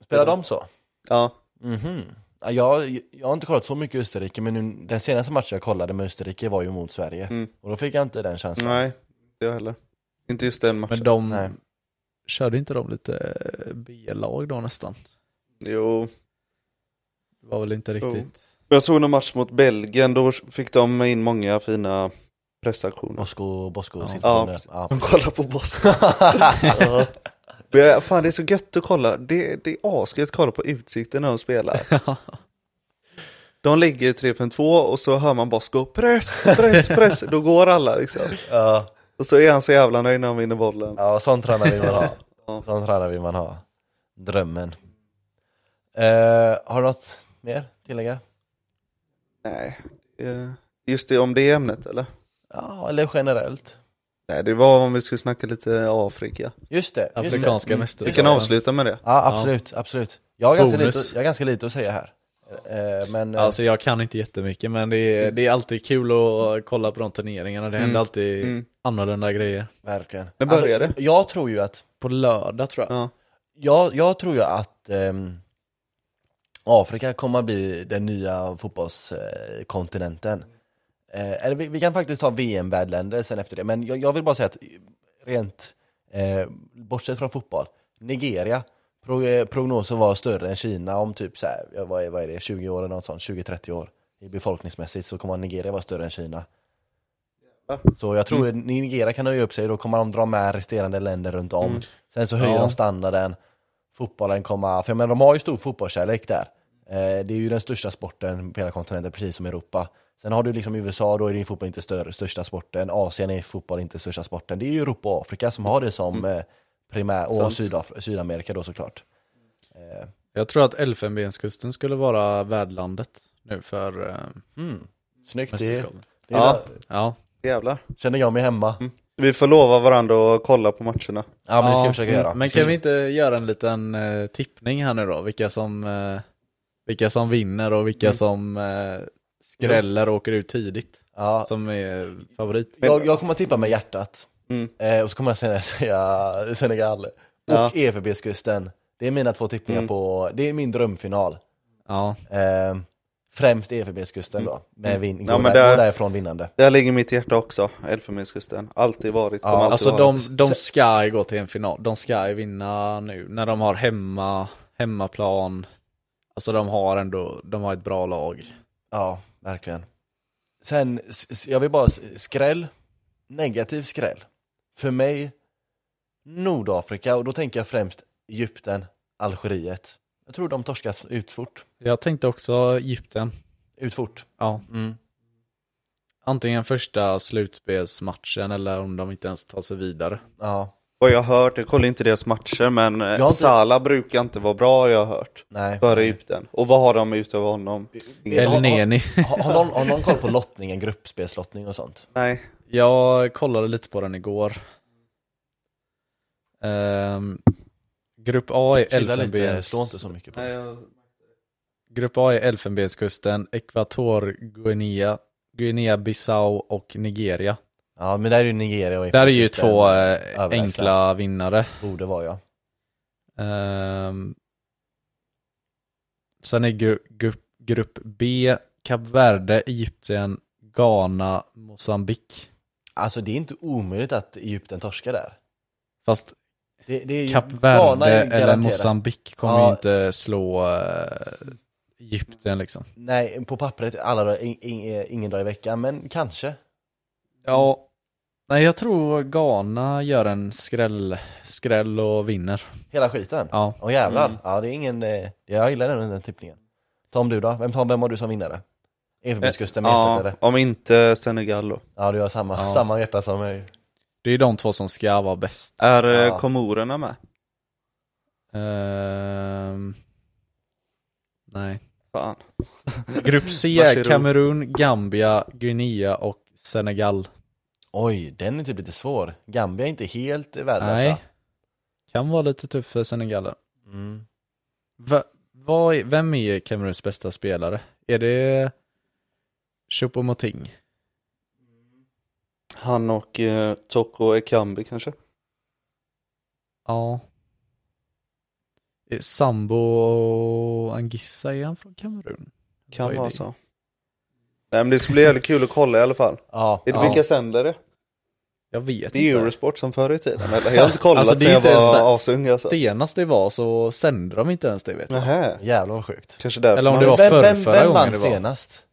A: spelar de så?
B: Ja,
A: Mhm. Ja, jag, jag har inte kollat så mycket Österrike, men nu, den senaste matchen jag kollade med Österrike var ju mot Sverige.
B: Mm.
A: Och då fick jag inte den känslan.
B: nej, inte jag heller. Inte just den matchen.
C: men de
A: Nej.
C: körde inte de lite eh, B-lag då nästan?
B: Jo.
C: Det var väl inte riktigt...
B: Jag såg någon match mot Belgien, då fick de in många fina prestationer.
A: Bosko, Bosko
C: Ja.
A: sitter på
B: Ja,
A: den. Ja.
B: De kollar på Bosnien. ja. Men jag- Fan det är så gött att kolla, det, det är asgött att kolla på utsikten när de spelar. De ligger i 3-5-2 och så hör man Bosko press, press, press. Då går alla liksom.
A: ja.
B: Och så är han så jävla nöjd när han vinner bollen.
A: ja, sån tränare vill man ha.
B: Ja.
A: Sån tränare vill man ha. Drömmen. Eh, har du något mer tillägga?
B: Nej, eh, just det om det ämnet eller?
A: Ja, eller generellt.
B: Nej, det var om vi skulle snacka lite Afrika.
A: Just det. Just det.
C: Afrikanska
B: Vi
C: mästerskapen.
B: kan avsluta med det.
A: Ja, absolut, absolut. Jag har, ganska
C: Bonus.
A: lite, jag har ganska lite att säga här. Eh, men eh,
C: Alltså jag kan inte jättemycket men det är, det är alltid kul att kolla på de turneringarna, det händer
B: Mm.
C: alltid
B: Mm.
C: annorlunda grejer.
A: eh, verkligen.
B: När börjar
A: alltså, Jag tror ju att
C: På lördag tror jag.
B: Ja.
A: jag, jag tror ju att ehm, Afrika kommer att bli den nya fotbollskontinenten. Eh, eller vi, vi kan faktiskt ta VM-värdländer sen efter det, men jag, jag vill bara säga att rent, eh, bortsett från fotboll, Nigeria, pro, eh, prognosen var större än Kina om typ så här, ja, vad, är, vad är det, 20 år eller något sånt, 20-30 år. I befolkningsmässigt så kommer Nigeria vara större än Kina. Så jag tror att Nigeria kan höja upp sig, då kommer de dra med resterande länder runt om. Sen så höjer
C: Ja.
A: de standarden, fotbollen kommer, för jag menar, de har ju stor fotbollskärlek där. Eh, det är ju den största sporten på hela kontinenten, precis som Europa. Sen har du liksom USA, då är din fotboll inte stör, största sporten. Asien är fotboll inte största sporten. Det är ju Europa och Afrika som har det som eh, primär, och
B: Sant.
A: Sydaf- Sydamerika då såklart.
C: Jag tror att Elfenbenskusten skulle vara värdlandet nu för eh,
A: Mm. Snyggt, det, det
C: mästerskapet.
A: är
B: Ja.
C: Ja.
B: Jävlar.
A: känner jag mig hemma.
B: Vi får lova varandra att kolla på matcherna.
A: Ja Mm. men det ska vi försöka göra.
C: Men
A: Ska
C: kan vi inte göra en liten eh, tippning här nu då? Vilka som, eh, vilka som vinner och vilka
A: Mm.
C: som eh, skräller och åker ut tidigt.
A: Ja,
C: Som är favorit.
A: jag, jag kommer att tippa med hjärtat.
B: Mm.
A: Eh, och så kommer jag sen säga Senegal. Och
B: Ja.
A: EFB-skusten. Det är mina två tippningar
B: Mm.
A: på, det är min drömfinal.
C: Ja,
A: Eh, främst EFB-skusten då. Med vin,
B: Mm. Ja,
A: går
B: men
A: där,
B: där-
A: går därifrån vinnande.
B: Där ligger mitt hjärta också, Elfenbenskusten. Alltid varit, kommer
A: Ja,
B: alltid
C: alltså
B: vara.
C: de, de ska ju gå till en final. De ska ju vinna nu när de har hemma, hemmaplan. Alltså de har ändå, de har ett bra lag.
A: Ja, verkligen. Sen, s- s- jag vill bara, s- skräll, negativ skräll. För mig, Nordafrika, och då tänker jag främst Egypten, Algeriet. Jag tror de torskas ut fort.
C: Jag tänkte också Egypten.
A: Ut fort.
C: Ja,
A: Mm.
C: antingen första slutspelsmatchen eller om de inte ens tar sig vidare.
A: Ja,
B: Vad jag har hört, jag kollar inte deras matcher men eh,
A: har inte-
B: Salah brukar inte vara bra jag har hört.
A: nej.
B: Före Egypten. Och vad har de utöver honom? Ingen.
A: Eller-
C: Eller
A: har-
C: Neni.
A: Har, har, någon, har någon koll på lottningen, gruppspelslottning och sånt?
B: Nej.
C: Jag kollade lite på den igår. Ehm, grupp A är
A: Chilla lite,
C: Elfenbens...
A: slå inte så mycket på det.
C: Grupp A är Elfenbenskusten, Ekvator, Guinea, Guinea-Bissau och Nigeria.
A: Ja, men där är ju Nigeria och
C: Där är ju
A: Egypten.
C: två eh,
A: överlägsna.
C: enkla vinnare.
A: Borde vara ja.
C: Ehm, sen är gru, grupp, grupp B Kap Verde, Egypten, Ghana, Mosambik.
A: Alltså det är inte omöjligt att Egypten torskar där.
C: Fast
A: Det, det är ju,
C: Kap
A: Ghana
C: Verde
A: är ju
C: eller
A: garanterat.
C: Mosambik kommer
A: Ja.
C: ju inte slå eh, Egypten liksom.
A: Nej, på pappret alla dagar, in, in, ingen dag i veckan, men kanske.
C: Ja, nej jag tror Ghana gör en skräll, skräll och vinner.
A: Hela skiten.
C: Ja.
A: Åh jävlar.
B: Mm.
A: Ja, det är ingen, eh, jag gillar den, den tippningen. Tom du då? Vem, Tom, vem har du som vinnare? Eferbergskusten med hjärtat
B: Eh, Ja,
A: eller?
B: om inte Senegal då.
A: Ja, du har samma,
C: Ja.
A: samma hjärta som mig.
C: Det är de två som ska vara bäst.
B: Är eh,
A: Ja.
B: Komorerna med?
C: Ehm, nej.
B: Fan.
C: Grupp C,
B: Varsågod.
C: Kamerun, Gambia, Guinea och Senegal.
A: Oj, den är typ lite svår. Gambia är inte helt värdelösa.
C: Nej. Kan vara lite tuff för Senegal.
A: Mm.
C: Va, vad är, vem är Kameruns bästa spelare? Är det Choupo-Moting?
B: Han och eh, Toko Ekambi kanske?
C: Ja. Är Sambo och Angissa, är han från Kamerun? Vad
B: Kan
C: är
B: vara
C: det?
B: så. Nej men det ska bli jävligt kul att kolla i alla fall.
A: Ja,
B: Är det
C: Ja.
B: Vilka sänder det?
C: Jag vet
B: Det är
C: inte.
B: Eurosport som förr i tiden eller? Jag har inte kollat
C: Alltså, det är
B: sen jag
C: inte ens så-
B: var asung alltså.
C: Senast det var så sände de inte ens det vet jag.
B: Nähä,
A: jävlar vad sjukt.
B: kanske därför
C: Eller om
B: man-
C: det var
A: vem
C: förr,
A: vem,
C: förra
A: vem
C: gången
A: vann
C: det var.
A: senast?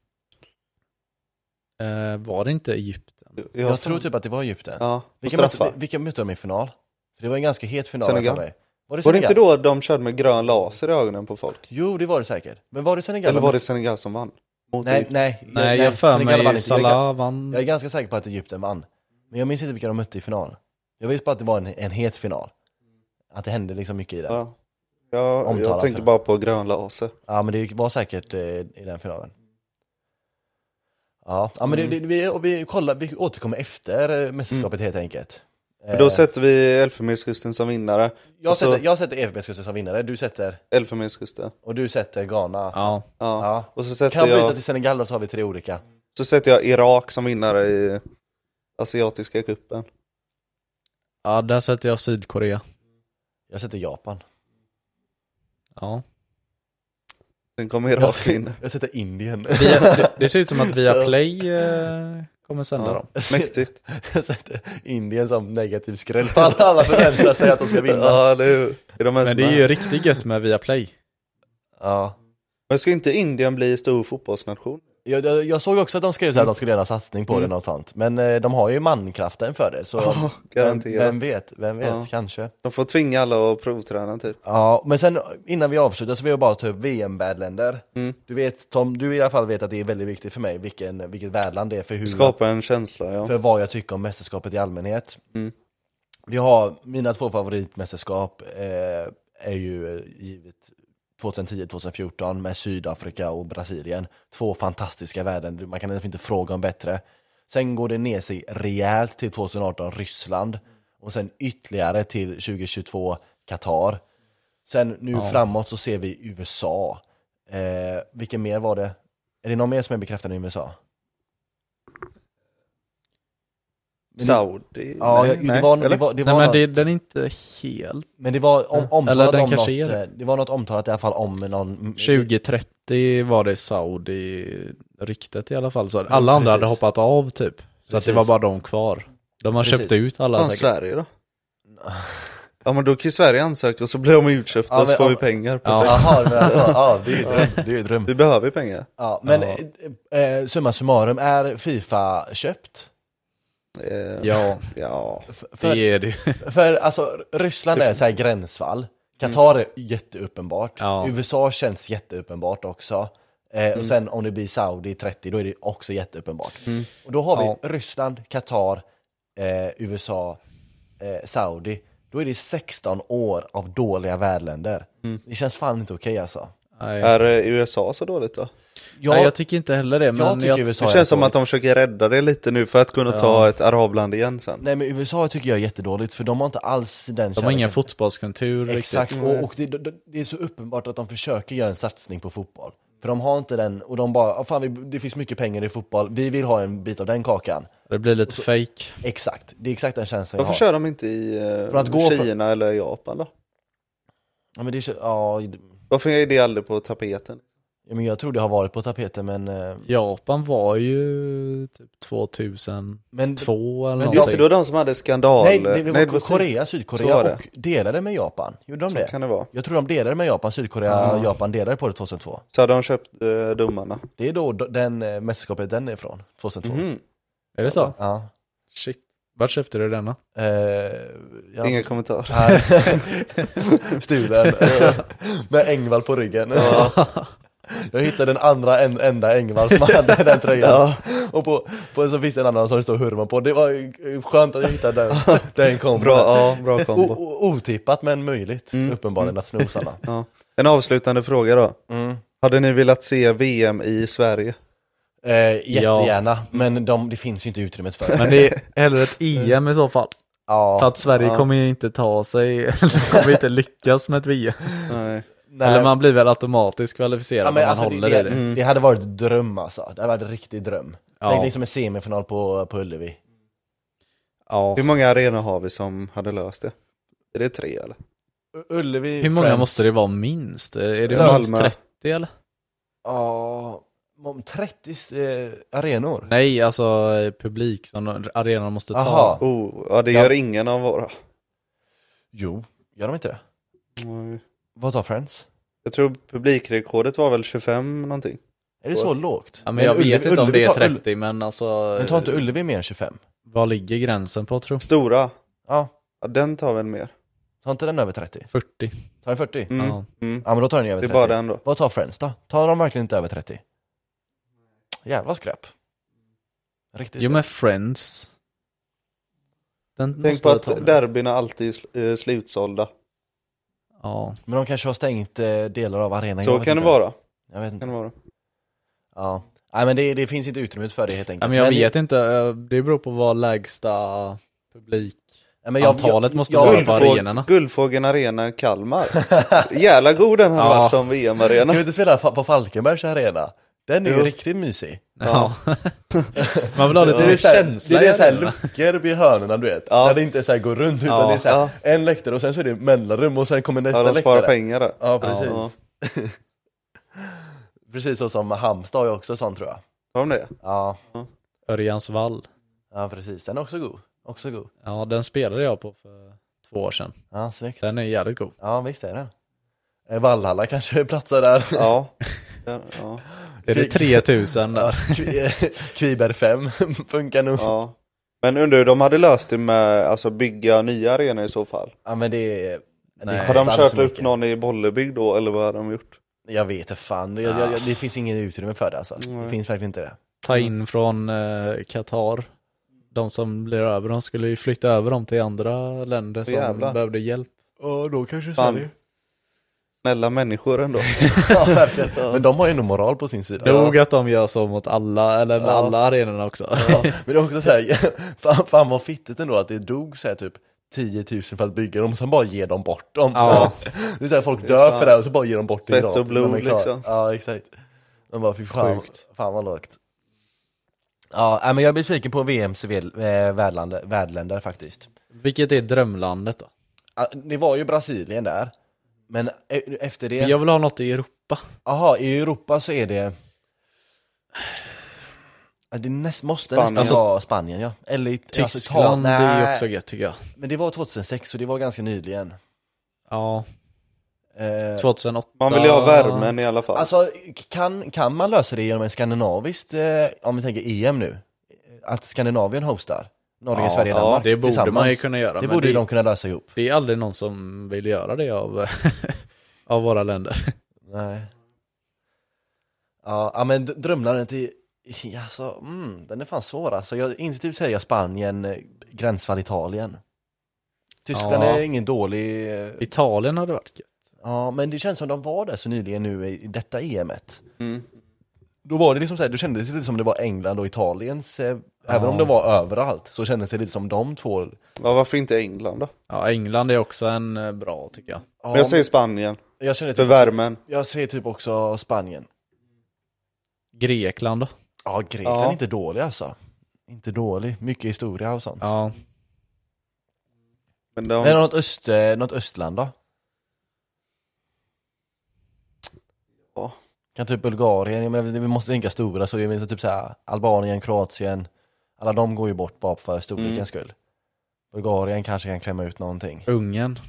C: Eh, var det inte Egypten?
B: Ja,
A: Jag tror typ att det var Egypten.
B: Ja, på
A: vilka, mötte,
B: straffar.
A: vilka mötte de i final? För det var en ganska het final har jag
B: Senegal.
A: för mig. Var det
B: Var det
A: Senegal?
B: inte då de körde med grön laser i ögonen på folk?
A: Jo, det var det säkert. Men var det Senegal?
B: Eller var det Senegal som vann? Mot
A: Nej,
B: Egypten?
A: nej.
C: Nej, jag för
A: Senegal vann
C: mig
A: inte. Jag är ga-
C: Salah vann.
A: Jag är ganska säker på att Egypten vann. Men jag minns inte vilka de mötte i final. Jag vet bara att det var en, en het final. Att det hände liksom mycket i den. Ja,
B: Ja. Ja,
A: Omtalat
B: jag
A: för
B: tänkte
A: det.
B: bara på grön laser.
A: men det var säkert eh, i den finalen. Ja, ja men det,
B: Mm.
A: det, vi, och vi, kollar, vi återkommer efter eh, mästerskapet helt enkelt.
B: Men Mm. Då
A: Eh,
B: sätter alltså- vi Elfenbenskusten som vinnare.
A: jag,
B: och så-
A: sätter, jag sätter E EFB-skusten som vinnare, du sätter,
B: Elfenbenskusten.
A: och du sätter Ghana. Ja.
C: Ja,
B: Ja. Och så sätter,
A: Kan byta
B: jag,
A: till Senegal då så har vi tre olika.
B: så sätter jag Irak som vinnare i Asiatiska kuppen.
C: ja där sätter jag Sydkorea.
A: Jag sätter Japan.
C: Ja.
B: Sen kommer
A: Jag,
B: Irak vinna.
A: sätter- jag sätter Indien.
C: Via, det, det ser ut som att via Play eh, kommer sända
B: Ja.
C: dem.
B: Mäktigt.
A: Jag sätter Indien som negativ skräll för alla, alla förväntar sig att de ska vinna.
B: Ja, det är, ju- är de ens
C: Men det är ju riktigt gött med Viaplay.
A: Ja.
B: Men ska inte Indien bli stor fotbollsnation?
A: Jag, jag, jag såg också att de skrev så här, att de skulle göra en satsning på det något sånt. Men eh, de har ju mankraften för det, så
B: Mm. Ja,
A: vem,
B: garanterat.
A: vem vet, vem vet,
B: Ja.
A: kanske.
B: De får tvinga alla att provträna typ.
A: Ja, men sen innan vi avslutar så vill jag bara ta upp VM-värdländer.
B: Mm.
A: Du vet Tom, du i alla fall vet att det är väldigt viktigt för mig vilken, vilket värdland det är för hur
B: Skapa en känsla, ja.
A: för vad jag tycker om mästerskapet i allmänhet. Vi har mina två favoritmästerskap eh, är ju eh, givet 2010-2014 med Sydafrika och Brasilien. Två fantastiska värden, man kan nästan inte fråga om bättre. Sen går det ner sig rejält till 2018 Ryssland och sen ytterligare till 2022 Qatar. Sen nu framåt så ser vi USA. Eh, vilken mer var det? Är det någon mer som är bekräftad i USA?
B: Saudi?
A: Ja,
B: Nej,
A: jag,
B: nej,
A: det var, det
B: eller?
A: var, det var
C: Nej men
A: något-
C: det, den är inte helt...
A: Men det var om,
C: Eller
A: omtalat
C: den
A: om något,
C: kanske är det.
A: eh, det var något omtalat i alla fall om någon
C: 2030 var det Saudi-ryktet i alla fall. Så alla andra hade
A: precis.
C: hoppat av typ. Så att det
A: Precis.
C: var bara de kvar. De har
A: Precis.
C: köpt ut alla
B: Fan,
C: säkert.
B: Sverige då? Ja men då kan ju Sverige ansöka och så blir de utköpta
A: Ja,
B: och så
A: men-
B: får vi
A: ja.
B: pengar.
C: Ja.
B: Perfekt.
A: Jaha, men alltså, ja det är ju dröm, det är ju dröm.
B: Vi behöver ju pengar.
A: Ja, men
C: Ja.
A: eh, eh, summa summarum, är Fifa köpt?
B: Eh,
C: Ja,
B: ja.
A: F- För,
C: det är det.
A: för alltså
C: Typ-
A: Ryssland är så här gränsfall, Qatar är jätteuppenbart,
C: Mm. Ja. Mm.
A: USA känns jätteuppenbart också. Eh, och sen om det blir Saudi 30, då är det också jätteuppenbart. Och då har vi
C: Ja.
A: Ryssland, Qatar, eh, USA, eh, Saudi. Då är det 16 år av dåliga värdländer. Det känns fan inte okej alltså.
C: Mm. Nej.
B: Är eh, USA så dåligt då?
A: Jag,
C: Nej, jag tycker inte heller det. Men
A: jag tycker
C: jag,
A: USA
B: Det
A: är
B: känns som
A: dåligt.
B: att de försöker rädda det lite nu för att kunna ta ett arabland igen sen.
A: Nej men USA tycker jag är jättedåligt för de har inte alls den
C: de har ingen fotbollskultur
A: Exakt,
C: riktigt. Mm.
A: och, och det, det, det är så uppenbart att de försöker göra en satsning på fotboll. För de har inte den, och de bara, "Ah, fan vi, det finns mycket pengar i fotboll, vi vill ha en bit av den kakan.
C: Det blir lite fake.
A: Exakt, det är exakt den känslan jag
B: Varför
A: har.
B: kör de inte i eh,
A: För att gå för-
B: Kina eller Japan då?
A: Ja, men det, är så- ja,
B: Varför är det aldrig på tapeten?
A: ja, men jag tror det har varit på tapeten men... eh,
C: Japan var ju typ 2002
A: men
C: eller
A: Men
B: Just det,
C: någonting.
B: det var de som hade skandal...
A: nej, det, det var
B: var
A: Korea,
B: så
A: Sydkorea
B: var det.
A: och delade med Japan. Gjorde de
B: Så
A: det?
B: kan det vara.
A: Jag tror de delade med Japan, Sydkorea och Japan delade på det 2002.
B: Så hade de köpt eh, domarna.
A: Det är då d- den eh, mästerskapet den är ifrån, 2002.
B: Mhm.
C: Är det så?
A: Ja.
C: Shit. Vart köpte du denna?
A: Eh, ja.
B: Inga kommentarer.
A: Nej. Stulen. Med Engvall på ryggen. Jag hittade den andra en, enda Engvall som hade den tröjan. Och på, på, så finns det en annan som det står Hurman på. Det var eh, skönt att jag hittade den, den kombon.
B: Bra, ja, bra
A: O,
B: kombo.
A: o, otippat men möjligt,
C: Mm.
A: uppenbarligen, att sno sådana.
C: Mm.
B: Ja. En avslutande fråga då. Hade ni velat se VM i Sverige?
A: Eh, jättegärna, men de, det finns ju inte utrymmet för det.
C: Men det är hellre ett EM i så fall. För
A: Ja,
C: att Sverige
B: Ja.
C: kommer ju inte ta sig, eller kommer inte lyckas med ett E VM.
B: Nej.
A: nej.
C: Eller man blir väl automatiskt kvalificerad
A: ja,
C: om
A: men
C: man
A: alltså, det,
C: håller i
A: det,
C: det. Mm.
A: det hade varit dröm alltså. Det hade varit en riktig dröm.
C: Ja.
A: Tänk liksom en semifinal på, på Ullevi.
C: Ja.
B: Hur många arenor har vi som hade löst det? Är det tre eller?
A: U- Ullevi,
C: Hur många
A: Friends.
C: måste det vara minst? Är det
B: Malmö.
C: minst 30 eller?
A: Ja, om 30 eh, arenor.
C: Nej, alltså eh, publik som de- arenan måste ta.
A: Aha.
B: Oh, ja det
C: Ja.
B: gör ingen av våra.
A: Jo, gör de inte det?
B: Nej.
A: Vad tar Friends?
B: Jag tror publikrekordet var väl 25 någonting.
A: Är det så lågt?
C: Ja, men jag vet
A: Ullevi-
C: inte om
A: Ullevi
C: det är
A: tar- Ull-
C: 30, men alltså...
A: Men tar inte Ullevi mer än 25?
C: Vad ligger gränsen på tror
B: Stora,
A: Ja,
B: ja, den tar väl mer?
A: tar inte den över 30?
C: jag? 40.
A: Tar den 40?
B: Mm.
C: Ja.
B: Mm.
A: Ja men då tar den ju över
B: Det är
A: 30.
B: bara den då.
A: Vad tar Friends då? Tar de verkligen inte över 30? Jävla skräp. Riktigt
C: Jo
A: skräp.
C: men Friends. Den måste
B: Tänk på
C: jag ta
B: att
C: med.
B: derbyna alltid är sl- eh, slutsålda.
C: Ja.
A: Men de kanske har stängt eh, delar av arenan.
B: Så
A: jag vet
B: kan det
A: inte.
B: vara.
A: Jag vet inte.
B: Kan det vara.
A: Ja. Nej men det, det finns inte utrymme för det helt enkelt.
C: ja, men jag vet inte, eh, det beror på vad lägsta publik...
A: Nej, men jag-
C: Antalet
A: jag-
C: måste
A: jag-
C: vara
A: jag-
C: på
B: Guldfåg-
C: arenorna.
B: Guldfågeln Arena Kalmar. Jävla god den hade
C: Ja.
B: varit som VM-arena.
A: Kan vi inte spela fa- på Falkenbergs arena? Den är ju
B: Jo.
A: riktigt mysig.
C: Ja. Man vill ha lite
A: Det
C: mer
A: är, såhär,
C: känsla
A: det är
C: i
A: såhär
C: arenorna.
A: luckor vid hörnorna du vet,
B: Ja.
A: där det inte såhär går runt utan
C: Ja.
A: det är såhär
B: Ja.
A: en läktare och sen så är det mellanrum och sen kommer nästa
B: Ja, de sparar
A: läktare.
B: pengar där.
A: Ja precis.
B: Ja.
A: precis så som Halmstad har ju också sån tror jag.
B: Har de det?
A: Ja,
C: Örjans vall.
A: ja precis. Den är också god. Också god.
C: Ja, den spelade jag på för två år sedan.
A: Ja, snyggt.
C: Den är jävligt god.
A: Ja, visst är den. Eh, Vallhalla kanske platsar där.
B: Ja. Den- ja.
C: Är det 3000 där?
A: Kvi- eh, Kviberg 5 funkar nog. Ja.
B: ja. Men undrar hur de hade löst det med alltså bygga nya arenor i så fall?
A: men det är...
C: Nej.
A: det
B: Har de
A: kostar
B: kört
A: så
B: upp
A: mycket.
B: någon i Bollebygd då eller vad har de gjort?
A: Jag vet inte fan, jag, jag, jag, det finns inget utrymme för det alltså. Det
B: Nej.
A: finns verkligen inte det.
C: ta in från eh, Qatar. De som blir över, de skulle ju flytta över dem till andra länder som
B: jävlar.
C: behövde hjälp.
A: Ja, då kanske
B: Fan. Sverige. Snälla människor ändå.
A: ja, verkligen. Men de har ju ändå moral på sin sida.
C: Nog att de gör så mot alla, eller med
B: Ja.
C: alla arenorna också.
A: Ja, men det är också såhär, fan, fan vad fittigt ändå att det dog såhär typ 10 000 för att bygga dem, och sen bara ger de bort dem.
C: Ja.
A: Det är såhär, folk dör för det här och så bara ger de bort det
B: Svett och
A: gratis när de är
B: blod,
A: klara.
B: liksom.
A: Ja, exakt. De bara, fy fan,
C: Sjukt.
A: fan vad lågt. Ja, nej, men jag är besviken på VMs väl- eh, värdländer, värdländer faktiskt.
C: Vilket är drömlandet då?
A: Ja, Det Ah, var ju Brasilien där, men e- efter det...
C: Men Jag vill ha något i Europa.
A: Jaha, i Europa så är det... Ja, Det näst, måste
B: Spanien.
A: nästan vara Spanien ja, eller Tyskland, alltså,
C: Tyskland, det är ju
A: nej.
C: också gött tycker jag.
A: Men det var 2006 så det var ganska nyligen
C: Ja,
A: eh,
C: 2008.
B: Man vill ju ha värmen i alla fall.
A: Alltså kan, kan man lösa det genom en skandinaviskt, eh, om vi tänker EM nu? Att Skandinavien hostar? Norge,
C: Ja,
A: Sverige,
C: ja,
A: Danmark
C: det borde
A: tillsammans.
C: man ju kunna göra.
A: Det
C: men
A: borde ju
C: det,
A: de kunna lösa ihop
C: det är aldrig någon som vill göra det av, av våra länder.
A: Nej Ja, ja, men d- drömlandet är ja, alltså, mm, den är fan svår alltså. Jag instinktivt säger jag Spanien, eh, gränsfall Italien Tyskland
C: Ja.
A: är ingen dålig, eh,
C: Typ. Italien hade varit gött.
A: ja men det känns som de var där så nyligen nu i i detta EMet
B: Mm.
A: Då var det liksom såhär, då kändes det lite som det var England och Italiens, eh, även om det var överallt, så kändes det lite som de två
B: Ja, varför inte England då?
C: Ja, England är också en eh, bra tycker jag.
A: ja,
B: Men jag säger Spanien,
A: jag, känner
B: för
A: typ,
B: värmen.
A: jag ser typ också Spanien
C: Grekland då?
A: Ja, Grekland är
B: Ja.
A: inte dålig alltså Inte dålig, mycket historia och sånt
C: Ja.
B: Men
A: Är det
B: de,
A: något, öst, eh, något östland då?
B: Ja.
A: Kan typ Bulgarien, jag menar, vi måste tänka stora, så jag menar, typ så här, Albanien, Kroatien, alla de går ju bort bara för storlekens
B: Mm.
A: skull. Bulgarien kanske kan klämma ut någonting.
C: Ungern.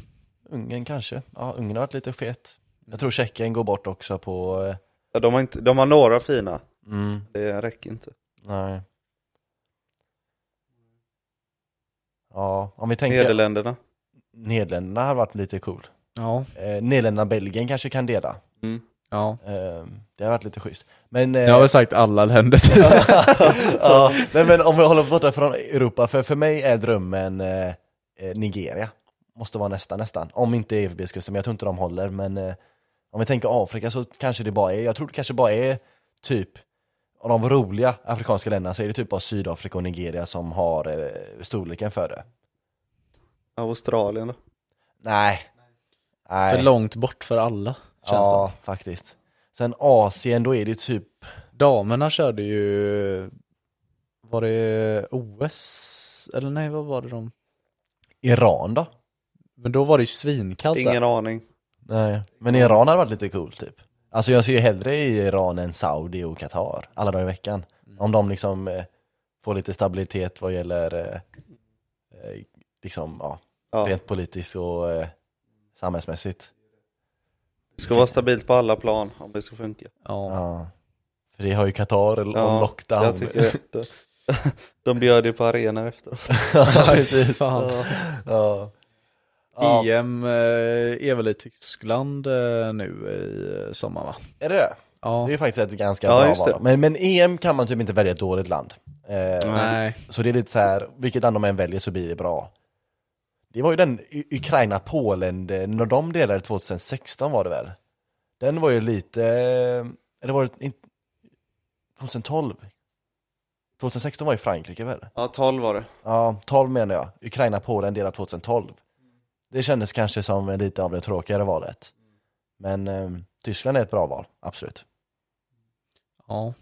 A: Ungern kanske, ja Ungern har varit lite fet. Jag tror Tjeckien går bort också på... eh,
B: de, har inte, de har några fina,
A: Mm,
B: det räcker inte.
A: nej. Ja, om vi tänker...
B: Nederländerna.
A: Nederländerna har varit lite cool.
C: Ja.
A: Eh, Nederländerna, Belgien kanske kan dela.
C: ja.
A: Eh, det har varit lite schysst. Men, eh,
C: Jag har väl sagt alla länder till.
A: ja, nej, men om vi håller borta från Europa, för, för mig är drömmen eh, eh, Nigeria. Måste vara nästa nästan. Om inte EFB-kusten, men jag tror inte de håller. Men eh, om vi tänker Afrika så kanske det bara är, jag tror det kanske bara är typ, av de roliga afrikanska länderna så är det typ bara Sydafrika och Nigeria som har eh, storleken för det.
B: Australien då?
A: Nej. Nej.
C: För långt bort för alla, känns det.
A: Ja, faktiskt. Sen Asien, då är det typ
C: Damerna körde ju, var det OS? Eller nej, vad var det de?
A: Iran då?
C: Men då var det ju svinkallt där.
B: Ingen aning.
A: Nej. Men Iran hade varit lite cool typ. Alltså jag ser ju hellre i Iran än Saudi och Qatar alla dagar i veckan.
B: Mm.
A: Om de liksom eh, får lite stabilitet vad gäller eh, eh, liksom, ja,
B: Ja.
A: rent politiskt och eh, samhällsmässigt.
B: Det ska vara stabilt på alla plan om det ska funka.
C: Ja.
A: Ja. För det har ju Qatar l-
B: Ja,
A: om lockdown.
B: Jag tycker de, de bjöd ju på arenor efteråt.
A: ja,
C: Fy
A: precis.
C: fan.
A: Ja. Ja.
C: EM eh, är väl i Tyskland eh, nu i eh, sommar va?
A: Är det det?
C: Ja.
A: Det är faktiskt ett ganska
B: Ja,
A: bra
B: just det.
A: val. Men, men EM kan man typ inte välja ett dåligt land. Eh,
C: Nej.
A: Så det är lite så här, vilket land de än väljer så blir det bra. Det var ju den U- Ukraina-Polen, det- när de delade 2016 var det väl? Den var ju lite, eh, eller var det inte, 2012? 2016 var ju Frankrike väl?
B: Ja, 12 var det.
A: Ja, 12 menar jag. Ukraina-Polen delad 2012. Det kändes kanske som lite av det tråkigare valet. Men eh, Tyskland är ett bra val, absolut.
C: Ja.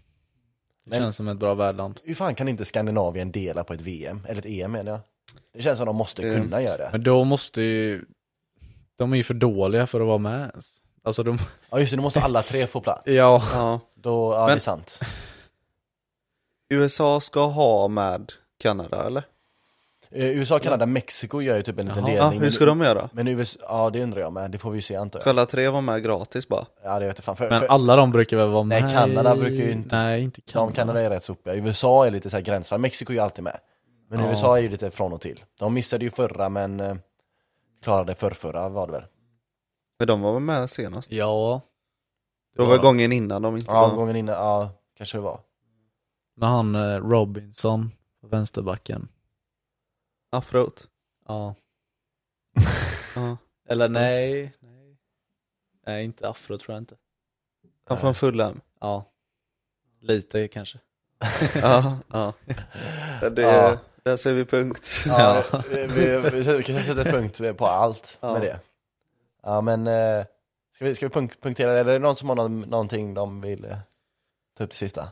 C: Det
A: Men-
C: känns som ett bra värdland.
A: Hur fan kan inte Skandinavien dela på ett VM, eller ett EM menar jag? Det känns som de måste
B: Mm.
A: kunna göra det.
C: Men då måste ju, de är ju för dåliga för att vara med ens. Alltså de,
A: Ja just det, då måste alla tre få plats.
C: ja.
B: Ja.
A: Då, ja det är
B: Men-
A: sant.
B: USA ska ha med Kanada eller?
A: Eh, USA, Kanada, Mexiko gör ju typ en liten
C: Jaha.
A: delning.
B: Ja, hur ska
A: men,
B: de göra?
A: men USA, ja det undrar jag med, det får vi ju se antar jag.
B: Alla tre var med gratis bara.
A: Ja det vet jag fan. För,
C: Men
A: för,
C: alla de brukar väl vara
A: Nej,
C: med?
A: Kanada brukar ju inte-
C: Nej, inte
A: de
C: Kanada.
A: Kanada är rätt sopiga, USA är lite så här gränsfall, Mexiko är ju alltid med. Men
C: Ja.
A: USA är ju lite från och till. De missade ju förra men eh, klarade förrförra var det väl?
B: Men de var väl med senast?
C: Ja.
B: Det var väl gången innan de inte
A: Ja,
B: var
A: gången innan, ja kanske det var.
C: Med han eh, Robinson, vänsterbacken.
B: afrot.
C: Ja.
B: Ja.
C: Eller nej. Nej, nej inte afro tror jag inte.
B: Han från Fulham.
C: Ja. Lite kanske.
B: Ja, ja. Det,
A: Ja.
B: Där ser vi punkt.
A: Ja, vi, vi, vi kan sätta punkt på allt
B: Ja.
A: med det. Ja men, eh, ska vi, ska vi punk- punktera det? Eller är det någon som har någon, någonting de vill eh, ta upp till sista?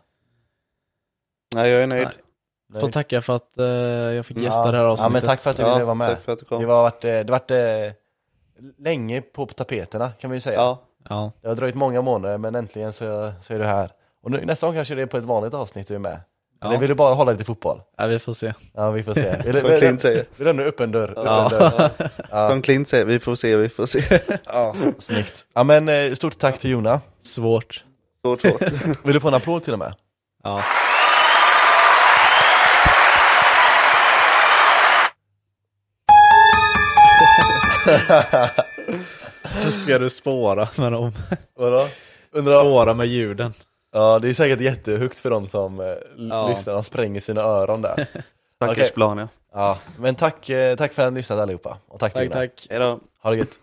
B: Nej, jag är nöjd.
C: Nej. Får tacka för att eh, jag fick gästa det här
A: ja, ja
C: avsnittet.
A: men tack för att du ville vara med.
B: Tack för att du
A: Det
B: kom.
A: var varit, eh, det varit eh, länge på tapeterna kan vi ju säga.
B: Ja,
C: Ja,
A: Det har dröjt många månader men äntligen så, så är du här. Och nu, nästa gång kanske det är på ett vanligt avsnitt du är med.
C: Ja.
A: Eller vill du bara hålla dig till fotboll?
C: ja, vi får se.
A: Ja vi får se. Vill,
B: Som Clint säger.
A: Vill du ändå upp en dörr?
B: Ja.
A: Upp en dörr.
B: som Clint säger, vi får se, vi får se.
A: Ja, snyggt. Ja men eh, stort tack till Jona.
C: Svårt.
B: Svårt, svårt.
A: Vill du få en applåd till och med?
C: Ja. Ska du spåra med dem?
A: Vadå? Undrar,
C: Spåra med ljuden.
A: ja det är säkert jättehögt för de som eh, l-
C: Ja.
A: lyssnar, de spränger sina öron där.
B: Stackars
A: Okej.
B: plan ja.
A: Ja, men tack, eh, tack för att ni har lyssnat allihopa. Och tack, till
C: Tack,
A: Jona.
C: tack.
B: Hejdå.
A: Ha det gött.